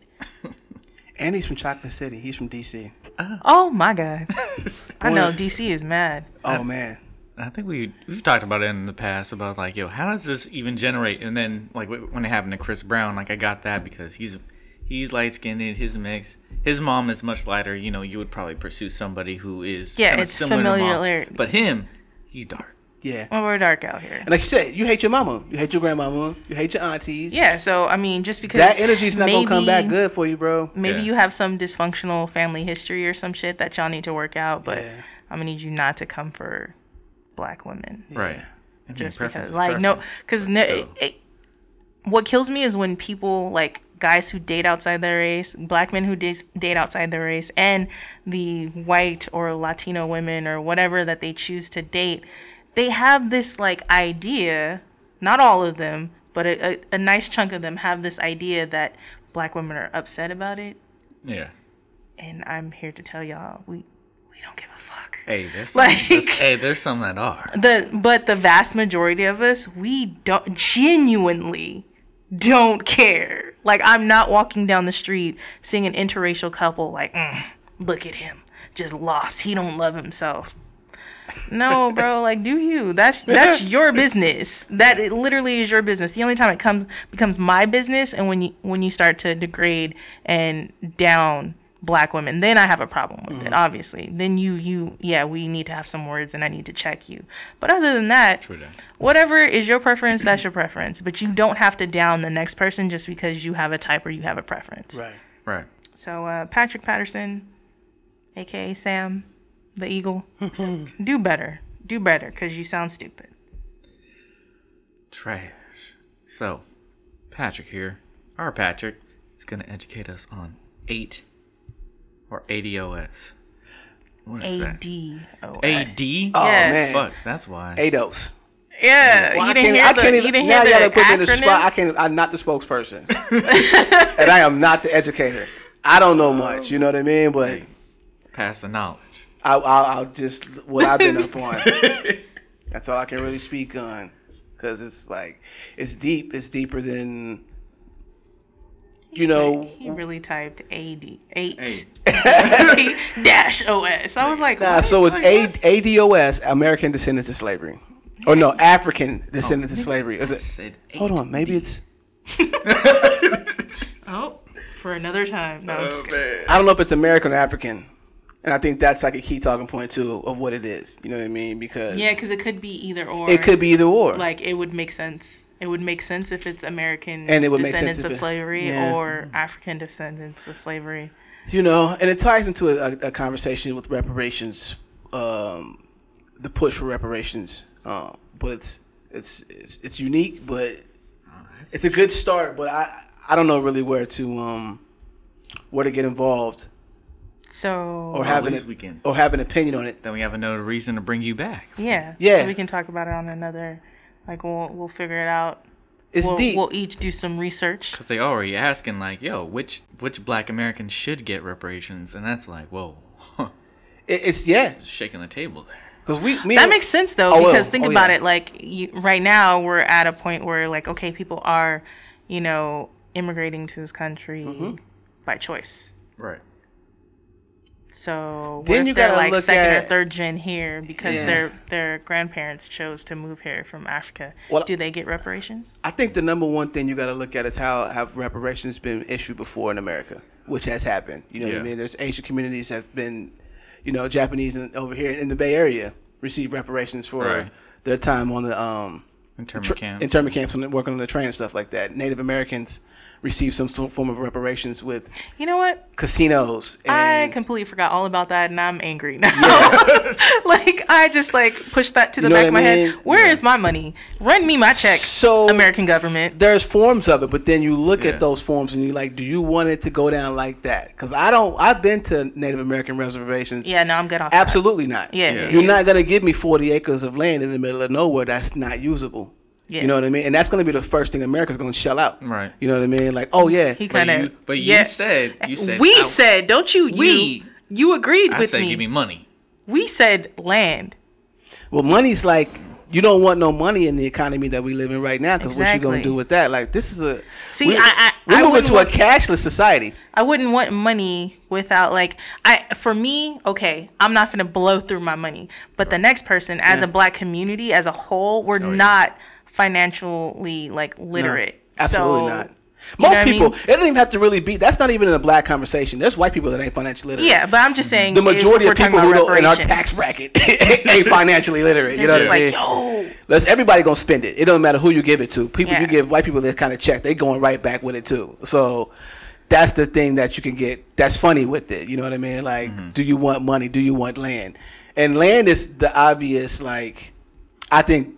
Speaker 3: and he's from Chocolate City. He's from DC.
Speaker 2: Oh my
Speaker 3: *laughs*
Speaker 2: god. I know DC is mad.
Speaker 3: Oh man,
Speaker 1: I think we we've talked about it in the past about like, yo, how does this even generate? And then like wh- when it happened to Chris Brown, like I got that because he's he's light skinned in his mix. His mom is much lighter. You know, you would probably pursue somebody who is
Speaker 2: Yeah,
Speaker 1: kinda
Speaker 2: it's
Speaker 1: similar to mom.
Speaker 2: familiarity.
Speaker 1: But him, he's dark.
Speaker 3: yeah.
Speaker 2: Well, we're dark out here.
Speaker 3: And like you said, you hate your mama, you hate your grandmama, you hate your aunties.
Speaker 2: Yeah, so I mean just because
Speaker 3: that energy's not gonna come back
Speaker 2: maybe-
Speaker 3: good for you, bro.
Speaker 2: Maybe
Speaker 1: Yeah.
Speaker 2: you have some dysfunctional family history or some shit that y'all need to work out, but
Speaker 3: Yeah.
Speaker 2: I'm gonna need you not to come for black women.
Speaker 1: Right. I mean,
Speaker 2: just
Speaker 1: preference
Speaker 2: because
Speaker 1: is
Speaker 2: like no
Speaker 1: preference,
Speaker 2: because
Speaker 1: but
Speaker 2: no,
Speaker 1: still.
Speaker 2: it- it- what kills me is when people like guys who date outside their race black men who date, date outside their race and the white or latino women or whatever that they choose to date they have this like idea not all of them but a, a, a nice chunk of them have this idea that black women are upset about it
Speaker 1: yeah.
Speaker 2: and i'm here to tell y'all we we don't give a fuck
Speaker 1: Hey, there's some,
Speaker 2: Like-
Speaker 1: there's-
Speaker 2: *laughs*
Speaker 1: hey, there's some that are.
Speaker 2: the but the vast majority of us we don't genuinely don't care like i'm not walking down the street seeing an interracial couple like mm, look at him just lost he don't love himself
Speaker 1: *laughs*
Speaker 2: no bro like do you that's that's your business that it literally is your business the only time it comes becomes my business and when you when you start to degrade and down black women then i have a problem with
Speaker 1: Mm-hmm.
Speaker 2: it obviously then you you yeah we need to have some words and i need to check you but other than that
Speaker 1: True that.
Speaker 2: whatever is your preference that's your preference but you don't have to down the next person just because you have a type or you have a preference
Speaker 3: Right.
Speaker 1: Right.
Speaker 2: so uh, Patrick Patterson, aka Sam, the
Speaker 3: *laughs*
Speaker 2: Eagle, do better. Do better, cause you sound stupid.
Speaker 1: Trash. So, Patrick here, our Patrick, is going to educate us on 8 or ADOS. What is
Speaker 2: A
Speaker 1: that?
Speaker 2: D O S.
Speaker 1: AD?
Speaker 3: Oh
Speaker 2: Yes.
Speaker 3: man,
Speaker 1: Fuck, that's why.
Speaker 3: Ados.
Speaker 2: Yeah,
Speaker 3: Well,
Speaker 2: you
Speaker 3: I
Speaker 2: didn't
Speaker 3: can't-
Speaker 2: hear
Speaker 3: I
Speaker 2: the.
Speaker 3: can't
Speaker 2: You
Speaker 3: even-
Speaker 2: didn't
Speaker 3: now
Speaker 2: hear
Speaker 3: y'all
Speaker 2: the
Speaker 3: done put me in the spot. I
Speaker 2: acronym.
Speaker 3: can't. I'm not the
Speaker 2: *laughs*
Speaker 3: spokesperson, and I am not the educator. I don't know much. You know what I mean? But
Speaker 1: Pass the knowledge.
Speaker 3: I, I'll, I'll just what I've been up on. That's all I can really speak on, because it's like it's deep. It's deeper than you know.
Speaker 2: He really typed A D eight
Speaker 1: Hey.
Speaker 2: dash O S. I was like,
Speaker 3: Nah,
Speaker 2: what?
Speaker 3: so it's
Speaker 2: Like,
Speaker 3: A-
Speaker 2: what?
Speaker 3: ADOS, American Descendants of Slavery, or no, African Descendants of Slavery. Is it?
Speaker 1: Said
Speaker 3: Hold on, maybe
Speaker 1: 8D.
Speaker 3: it's.
Speaker 2: Oh, for another time. No, I'm just
Speaker 3: Oh,
Speaker 2: kidding.
Speaker 3: I don't know if it's American or African. And I think that's like a key talking point too of what it is. You know what I mean? Because
Speaker 2: Yeah, because it could be either or.
Speaker 3: it could be either or.
Speaker 2: like it would make sense. It would make sense if it's American
Speaker 3: And it would make sense
Speaker 2: descendants
Speaker 3: if
Speaker 2: of
Speaker 3: it-
Speaker 2: slavery
Speaker 3: yeah. Mm-hmm.
Speaker 2: or African descendants of slavery.
Speaker 3: you know, and it ties into a, a, a conversation with reparations, um, the push for reparations. Um, but it's It's it's, it's unique, but it's a good start. But I I don't know really where to um where to get involved
Speaker 2: So
Speaker 3: or have an
Speaker 1: Halloween's weekend.
Speaker 3: or have an opinion on it.
Speaker 1: Then we have another reason to bring you back.
Speaker 2: yeah,
Speaker 3: Yeah.
Speaker 2: So we can talk about it on another. Like we'll we'll figure it out.
Speaker 3: It's
Speaker 2: We'll,
Speaker 3: deep.
Speaker 2: we'll each do some research.
Speaker 1: Cause they already asking like, yo, which which black Americans should get reparations? And that's like, whoa, *laughs*
Speaker 3: It- it's yeah,
Speaker 1: shaking the table there.
Speaker 3: because we me
Speaker 2: That
Speaker 3: and-
Speaker 2: makes sense though,
Speaker 3: Oh, well.
Speaker 2: because think
Speaker 3: Oh,
Speaker 2: about
Speaker 3: yeah.
Speaker 2: it. Like you, right now, we're at a point where like okay, people are, you know, immigrating to this country
Speaker 3: Mm-hmm.
Speaker 2: by choice.
Speaker 1: Right.
Speaker 2: So
Speaker 3: Then
Speaker 2: then
Speaker 3: you
Speaker 2: you they're
Speaker 3: gotta
Speaker 2: like
Speaker 3: look
Speaker 2: second
Speaker 3: at-
Speaker 2: or third gen here because
Speaker 3: Yeah.
Speaker 2: their their grandparents chose to move here from Africa.
Speaker 3: Well-
Speaker 2: Do they get reparations?
Speaker 3: I think the number one thing you got to look at is how have reparations been issued before in America, which has happened. You know what
Speaker 1: Yeah.
Speaker 3: I mean? There's Asian communities have been, you know, Japanese and over here in the Bay Area receive reparations for
Speaker 1: Right.
Speaker 3: their time on the um
Speaker 1: Internment
Speaker 3: tr-
Speaker 1: camp.
Speaker 3: internment camps and working on the train and stuff like that. Native Americans receive some sort- form of reparations with
Speaker 2: You know what?
Speaker 3: casinos.
Speaker 2: I
Speaker 3: And,
Speaker 2: completely forgot all about that, and I'm angry now. *laughs* like I just like pushed that to the
Speaker 3: know
Speaker 2: back
Speaker 3: what
Speaker 2: of my
Speaker 3: I
Speaker 2: head.
Speaker 3: mean?
Speaker 2: Where is my money? Run me my check.
Speaker 3: So-
Speaker 2: American government.
Speaker 3: there's forms of it, but then you look
Speaker 1: Yeah.
Speaker 3: at those forms and you're like, do you want it to go down like that? Because I don't. I've been to Native American reservations.
Speaker 2: Yeah, no, I'm good off. that.
Speaker 3: Absolutely not.
Speaker 2: Yeah, yeah,
Speaker 3: You're
Speaker 2: yeah.
Speaker 3: not gonna give me 40 acres of land in the middle of nowhere that's not usable.
Speaker 2: Yeah.
Speaker 3: You know what I mean? And that's gonna be the first thing America's gonna shell out.
Speaker 1: Right.
Speaker 3: You know what I mean? Like, oh yeah,
Speaker 2: He
Speaker 1: But
Speaker 2: kind
Speaker 1: you,
Speaker 2: of.
Speaker 1: but you
Speaker 2: yeah.
Speaker 1: said you said
Speaker 2: we
Speaker 1: I-
Speaker 2: said, don't you?
Speaker 1: We-
Speaker 2: You you agreed
Speaker 1: I
Speaker 2: with
Speaker 1: said
Speaker 2: me.
Speaker 1: give me money.
Speaker 2: We said land.
Speaker 3: well, money's like you don't want no money in the economy that we live in right now because what you gonna
Speaker 2: Exactly.
Speaker 3: do with that? Like, this is a
Speaker 2: See,
Speaker 3: we're,
Speaker 2: I- I-
Speaker 3: we're
Speaker 2: I
Speaker 3: moving
Speaker 2: wouldn't
Speaker 3: to
Speaker 2: want-
Speaker 3: a cashless society.
Speaker 2: I wouldn't want money without like I for me, okay, I'm not gonna blow through my money. But the next person, as a black community as a whole, we're
Speaker 1: yeah.
Speaker 2: not financially like
Speaker 3: Oh, No,
Speaker 2: literate.
Speaker 3: absolutely
Speaker 2: So,
Speaker 3: not.
Speaker 2: know
Speaker 3: Most
Speaker 2: what I
Speaker 3: people,
Speaker 2: mean?
Speaker 3: it doesn't even have to really be. That's not even in a black conversation. There's white people that ain't financially literate.
Speaker 2: Yeah, but I'm just saying
Speaker 3: the
Speaker 2: if
Speaker 3: majority
Speaker 2: we're
Speaker 3: of
Speaker 2: talking
Speaker 3: people who
Speaker 2: about
Speaker 3: don't in our
Speaker 2: reparations,
Speaker 3: tax bracket *laughs* ain't financially literate. You know
Speaker 2: they're
Speaker 3: what I mean?
Speaker 2: just like, yo,
Speaker 3: Let's everybody gonna spend it. It don't matter who you give it to. People
Speaker 2: Yeah.
Speaker 3: you give white people that kind of check, they going right back with it too. So that's the thing that you can get. That's funny with it. You know what I mean? Like, do you want money? Do you want land? And land is the obvious. Like, I think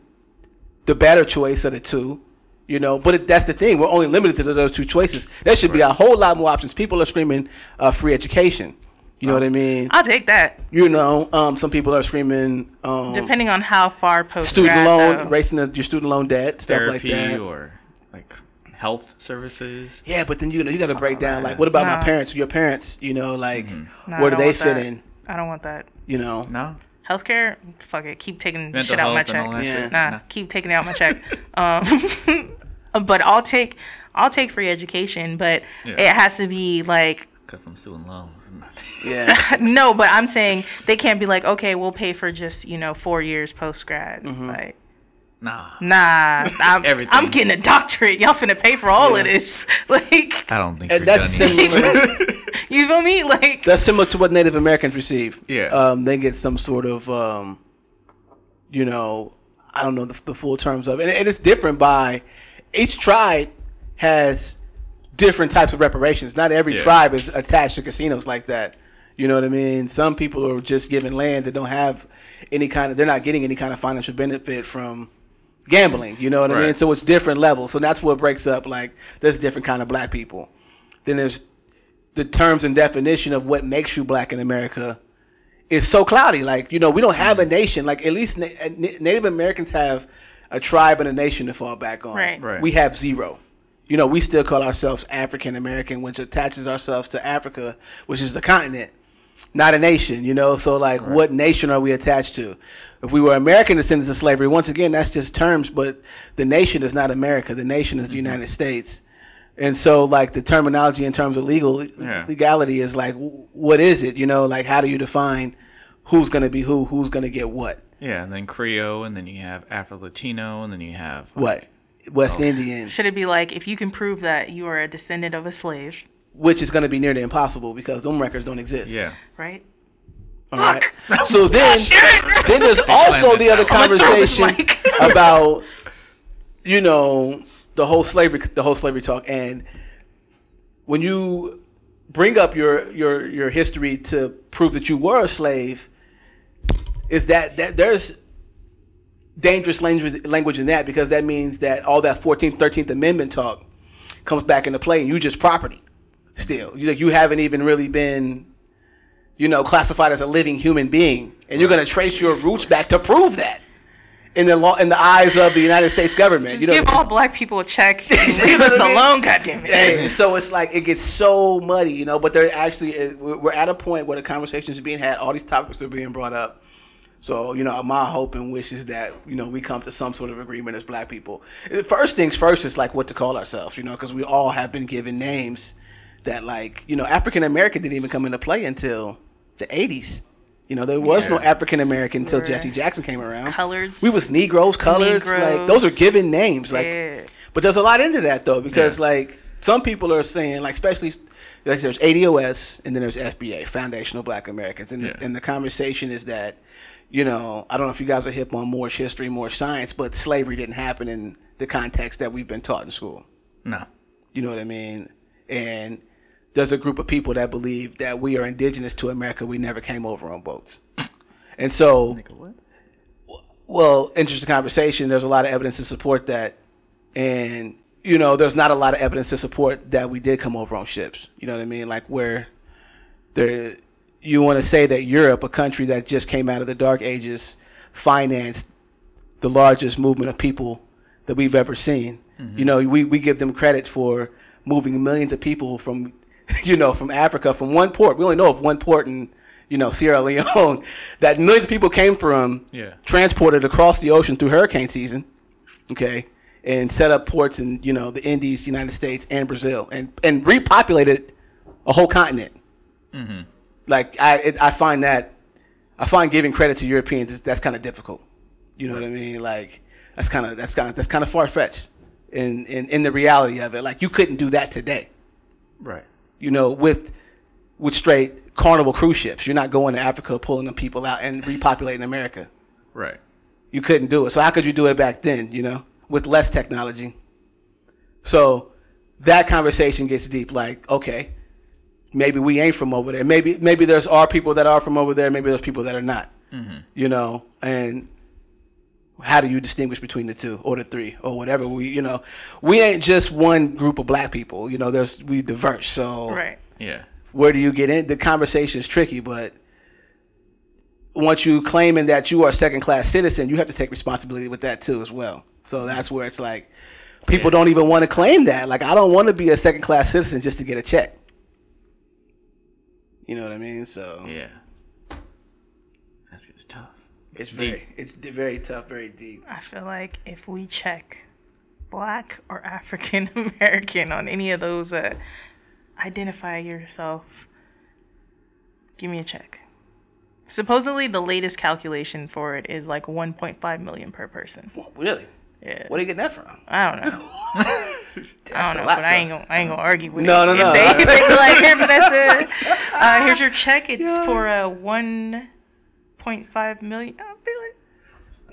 Speaker 3: the better choice of the two. You know, but it, that's the thing. We're only limited to those two choices. There should be a whole lot more options. People are screaming uh, free education. You know what I mean?
Speaker 2: I'll take that.
Speaker 3: You know, um, some people are screaming um,
Speaker 2: Depending on how far post
Speaker 3: student loan, raising the, your student loan debt, stuff like
Speaker 1: Therapy
Speaker 3: that.
Speaker 1: or like health services.
Speaker 3: yeah, but then you know you got to break down like, what about my
Speaker 2: Nah.
Speaker 3: parents? Your parents, you know, like
Speaker 1: Mm-hmm.
Speaker 2: Nah,
Speaker 3: where
Speaker 2: I
Speaker 3: do
Speaker 2: don't
Speaker 3: they
Speaker 2: want
Speaker 3: fit
Speaker 2: that.
Speaker 3: in?
Speaker 2: I don't want that.
Speaker 3: You know,
Speaker 1: No.
Speaker 2: Healthcare, fuck it. Keep taking
Speaker 1: Mental
Speaker 2: shit out my
Speaker 1: health and all
Speaker 2: check.
Speaker 1: that
Speaker 3: Yeah.
Speaker 1: shit.
Speaker 2: nah, keep taking out my check. *laughs* um, *laughs* but I'll take I'll take free education, but
Speaker 1: Yeah.
Speaker 2: it has to be like *laughs*
Speaker 1: Cause I'm student loans.
Speaker 3: yeah,
Speaker 2: no, but I'm saying they can't be like, okay, we'll pay for just you know four years post grad.
Speaker 3: Mm-hmm.
Speaker 2: Like,
Speaker 1: *laughs* nah.
Speaker 2: nah,
Speaker 1: *laughs*
Speaker 2: I'm,
Speaker 1: Everything.
Speaker 2: I'm getting a doctorate. Y'all finna pay for all of this. *laughs* like,
Speaker 1: I don't think
Speaker 3: and
Speaker 1: you're
Speaker 3: that's
Speaker 1: done yet.
Speaker 3: similar.
Speaker 2: you feel me? Like,
Speaker 3: that's similar to what Native Americans receive.
Speaker 1: Yeah.
Speaker 3: um, they get some sort of, um, you know, I don't know the, the full terms of, it. and, and it's different by each tribe has different types of reparations. Not every
Speaker 1: Yeah.
Speaker 3: tribe is attached to casinos like that. You know what I mean? Some people are just given land that don't have any kind of. They're not getting any kind of financial benefit from gambling. You know what I
Speaker 1: Right.
Speaker 3: mean? So it's different levels. So that's what breaks up. Like there's different kind of black people. Then there's the terms and definition of what makes you black in America is so cloudy. Like you know, we don't have a nation. Like at least Na- uh, Na- Native Americans have a tribe and a nation to fall back on.
Speaker 2: Right.
Speaker 1: Right.
Speaker 3: We have zero. You know, we still call ourselves African American, which attaches ourselves to Africa, which is the continent, not a nation. You know, so like, what nation are we attached to? If we were American descendants of slavery, once again, that's just terms. But the nation is not America. The nation is
Speaker 1: Mm-hmm.
Speaker 3: the United States. And so, like the terminology in terms of legal
Speaker 1: Yeah.
Speaker 3: legality is like, w- what is it? You know, like how do you define who's going to be who, who's going to get what,
Speaker 1: Yeah, and then Creole, and then you have Afro Latino, and then you have
Speaker 3: what
Speaker 1: Oh,
Speaker 3: West Indian,
Speaker 2: should it be like if you can prove that you are a descendant of a slave,
Speaker 3: which is going to be near the impossible because them records don't exist.
Speaker 1: Yeah.
Speaker 2: right?
Speaker 3: All right.
Speaker 2: *laughs*
Speaker 1: *laughs*
Speaker 3: So then, then there's also the other
Speaker 2: I'ma throw this
Speaker 3: conversation
Speaker 2: mic. *laughs*
Speaker 3: about, you know, the whole slavery, the whole slavery talk, and when you bring up your your your history to prove that you were a slave, is that that there's dangerous language, language in that because that means that all that 14th, 13th Amendment talk comes back into play and you just property still. You, you haven't even really been, you know, classified as a living human being. And you're going to trace your roots back to prove that in the law, in the eyes of the United States government.
Speaker 2: Just
Speaker 3: you know
Speaker 2: give
Speaker 3: what I mean?
Speaker 2: all black people a check. and
Speaker 3: *laughs* You
Speaker 2: Leave
Speaker 3: know
Speaker 2: us
Speaker 3: what I mean?
Speaker 2: alone, goddammit.
Speaker 3: Hey, so it's like it gets so muddy, you know. But they're actually we're we're at a point where the conversations are being had, all these topics are being brought up. So you know, my hope and wish is that you know we come to some sort of agreement as Black people. First things first is like what to call ourselves, you know, because we all have been given names that like you know African American didn't even come into play until the '80s. You know, there was no
Speaker 1: Yeah.
Speaker 3: African American until
Speaker 2: Right.
Speaker 3: Jesse Jackson came around.
Speaker 2: Coloreds.
Speaker 3: We was Negroes, coloreds, like those
Speaker 2: Negroes.
Speaker 3: are given names. Like
Speaker 2: Yeah.
Speaker 3: but there's a lot into that though, because
Speaker 1: Yeah.
Speaker 3: like some people are saying, like especially like there's ADOS and then there's FBA, Foundational Black Americans, and
Speaker 1: Yeah.
Speaker 3: the, and the conversation is that you know I don't know if you guys are hip on Moorish history, Moorish science, but slavery didn't happen in the context that we've been taught in school.
Speaker 1: No.
Speaker 3: You know what I mean? And there's a group of people that believe that we are indigenous to America. We never came over on boats, and so
Speaker 1: What?
Speaker 3: well, interesting conversation. There's a lot of evidence to support that, and you know, there's not a lot of evidence to support that we did come over on ships. You know what I mean? Like where there, you want to say that Europe, a country that just came out of the Dark Ages, financed the largest movement of people that we've ever seen. You know, we, we give them credit for moving millions of people from, *laughs* you know, from Africa, from one port. We only know of one port in, you know, Sierra *laughs* Leone that millions of people came from,
Speaker 1: Yeah.
Speaker 3: transported across the ocean through hurricane season, okay, and set up ports in, you know, the Indies, United States, and Brazil, and, and repopulated a whole continent. Like, I, it, I find that, I find giving credit to Europeans, is, that's kind of difficult. You know what I mean? Like that's kind of that's kind of that's kind of far fetched in, in in the reality of it. Like you couldn't do that today.
Speaker 1: Right.
Speaker 3: You know, with with straight carnival cruise ships, you're not going to Africa pulling them people out and repopulating America.
Speaker 1: Right.
Speaker 3: You couldn't do it. So how could you do it back then? You know, with less technology. So that conversation gets deep. Like, okay, maybe we ain't from over there. Maybe maybe there's are people that are from over there. Maybe there's people that are not. You know, and how do you distinguish between the two or the three or whatever? We you know, we ain't just one group of black people. You know, there's we diverse. So
Speaker 2: Right.
Speaker 1: Yeah.
Speaker 3: where do you get in? The conversation is tricky, but once you claiming that you are a second class citizen, you have to take responsibility with that too as well. So that's where it's like people don't even want to claim that. Like I don't want to be a second class citizen just to get a check. You know what I mean? So
Speaker 1: Yeah. That's it's tough.
Speaker 3: it's very it's d- very tough, very deep.
Speaker 2: I feel like if we check black or African *laughs* American on any of those that identify yourself, give me a check. Supposedly, the latest calculation for it is like 1.5 million per person.
Speaker 3: Well, really?
Speaker 2: Yeah.
Speaker 3: Where are you getting that from?
Speaker 2: I don't
Speaker 3: *laughs*
Speaker 2: know. I
Speaker 3: a
Speaker 2: don't know,
Speaker 3: lot,
Speaker 2: but I ain't gonna, I ain't gonna argue with
Speaker 3: No,
Speaker 2: it.
Speaker 3: no,
Speaker 2: If
Speaker 3: no.
Speaker 2: They, they be like, here, Vanessa, uh,
Speaker 3: *laughs*
Speaker 2: here's your check. It's for a 1.5 million. I'll be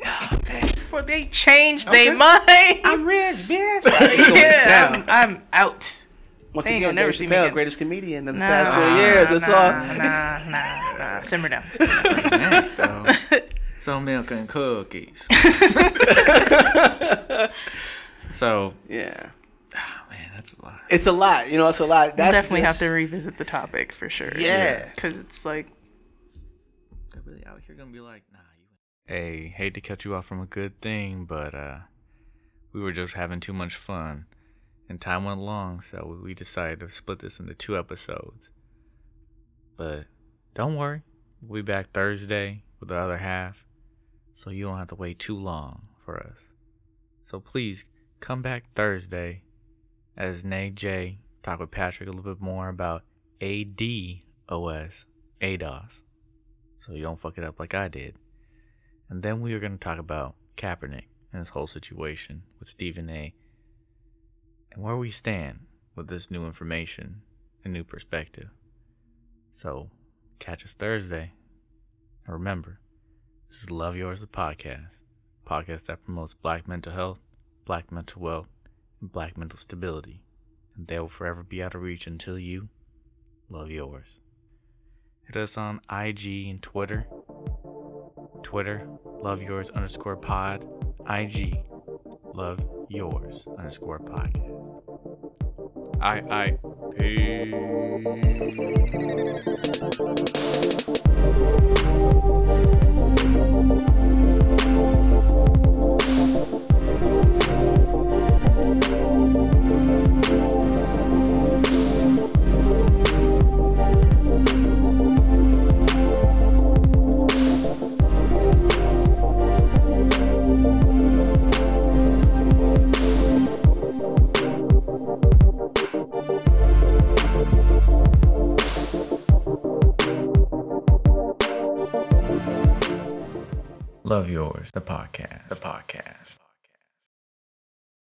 Speaker 2: like,
Speaker 3: *laughs*
Speaker 2: before they change they their mind.
Speaker 3: I'm rich, bitch. It's
Speaker 2: *laughs*
Speaker 3: going
Speaker 2: yeah,
Speaker 3: down.
Speaker 2: I'm, I'm out.
Speaker 3: Once
Speaker 2: They ain't
Speaker 3: again,
Speaker 2: gonna never
Speaker 3: Dave
Speaker 2: see me
Speaker 3: Chappelle,
Speaker 2: again.
Speaker 3: greatest comedian of the
Speaker 2: Nah,
Speaker 3: past 20 years. That's all.
Speaker 2: nah, nah, nah, nah. Simmer
Speaker 3: *laughs*
Speaker 2: down. Simmer down.
Speaker 1: Man, though. Some milk and cookies. so,
Speaker 3: Yeah.
Speaker 1: oh, man, that's a lot.
Speaker 3: It's a lot, you know. It's a lot. That's
Speaker 2: Definitely
Speaker 3: just-
Speaker 2: have to revisit the topic for sure.
Speaker 3: Yeah.
Speaker 2: because it's like
Speaker 1: They're really out here gonna be like, nah, you. Hey, hate to cut you off from a good thing, but uh, we were just having too much fun, and time went long, so we decided to split this into two episodes. But don't worry, we'll be back Thursday with the other half, so you don't have to wait too long for us. So please come back Thursday as Nate J talk with Patrick a little bit more about ADOS, ADOS so you don't fuck it up like I did. And then we are going to talk about Kaepernick and his whole situation with Stephen A. and where we stand with this new information and new perspective. So, catch us Thursday. And remember, this is Love Yours, the podcast. Podcast that promotes black mental health, black mental wealth, and black mental stability. And they will forever be out of reach until you love yours. Hit us on IG and Twitter Twitter, love yours underscore pod. IG, love yours underscore podcast. I, I, peace. Love yours, the podcast, the podcast.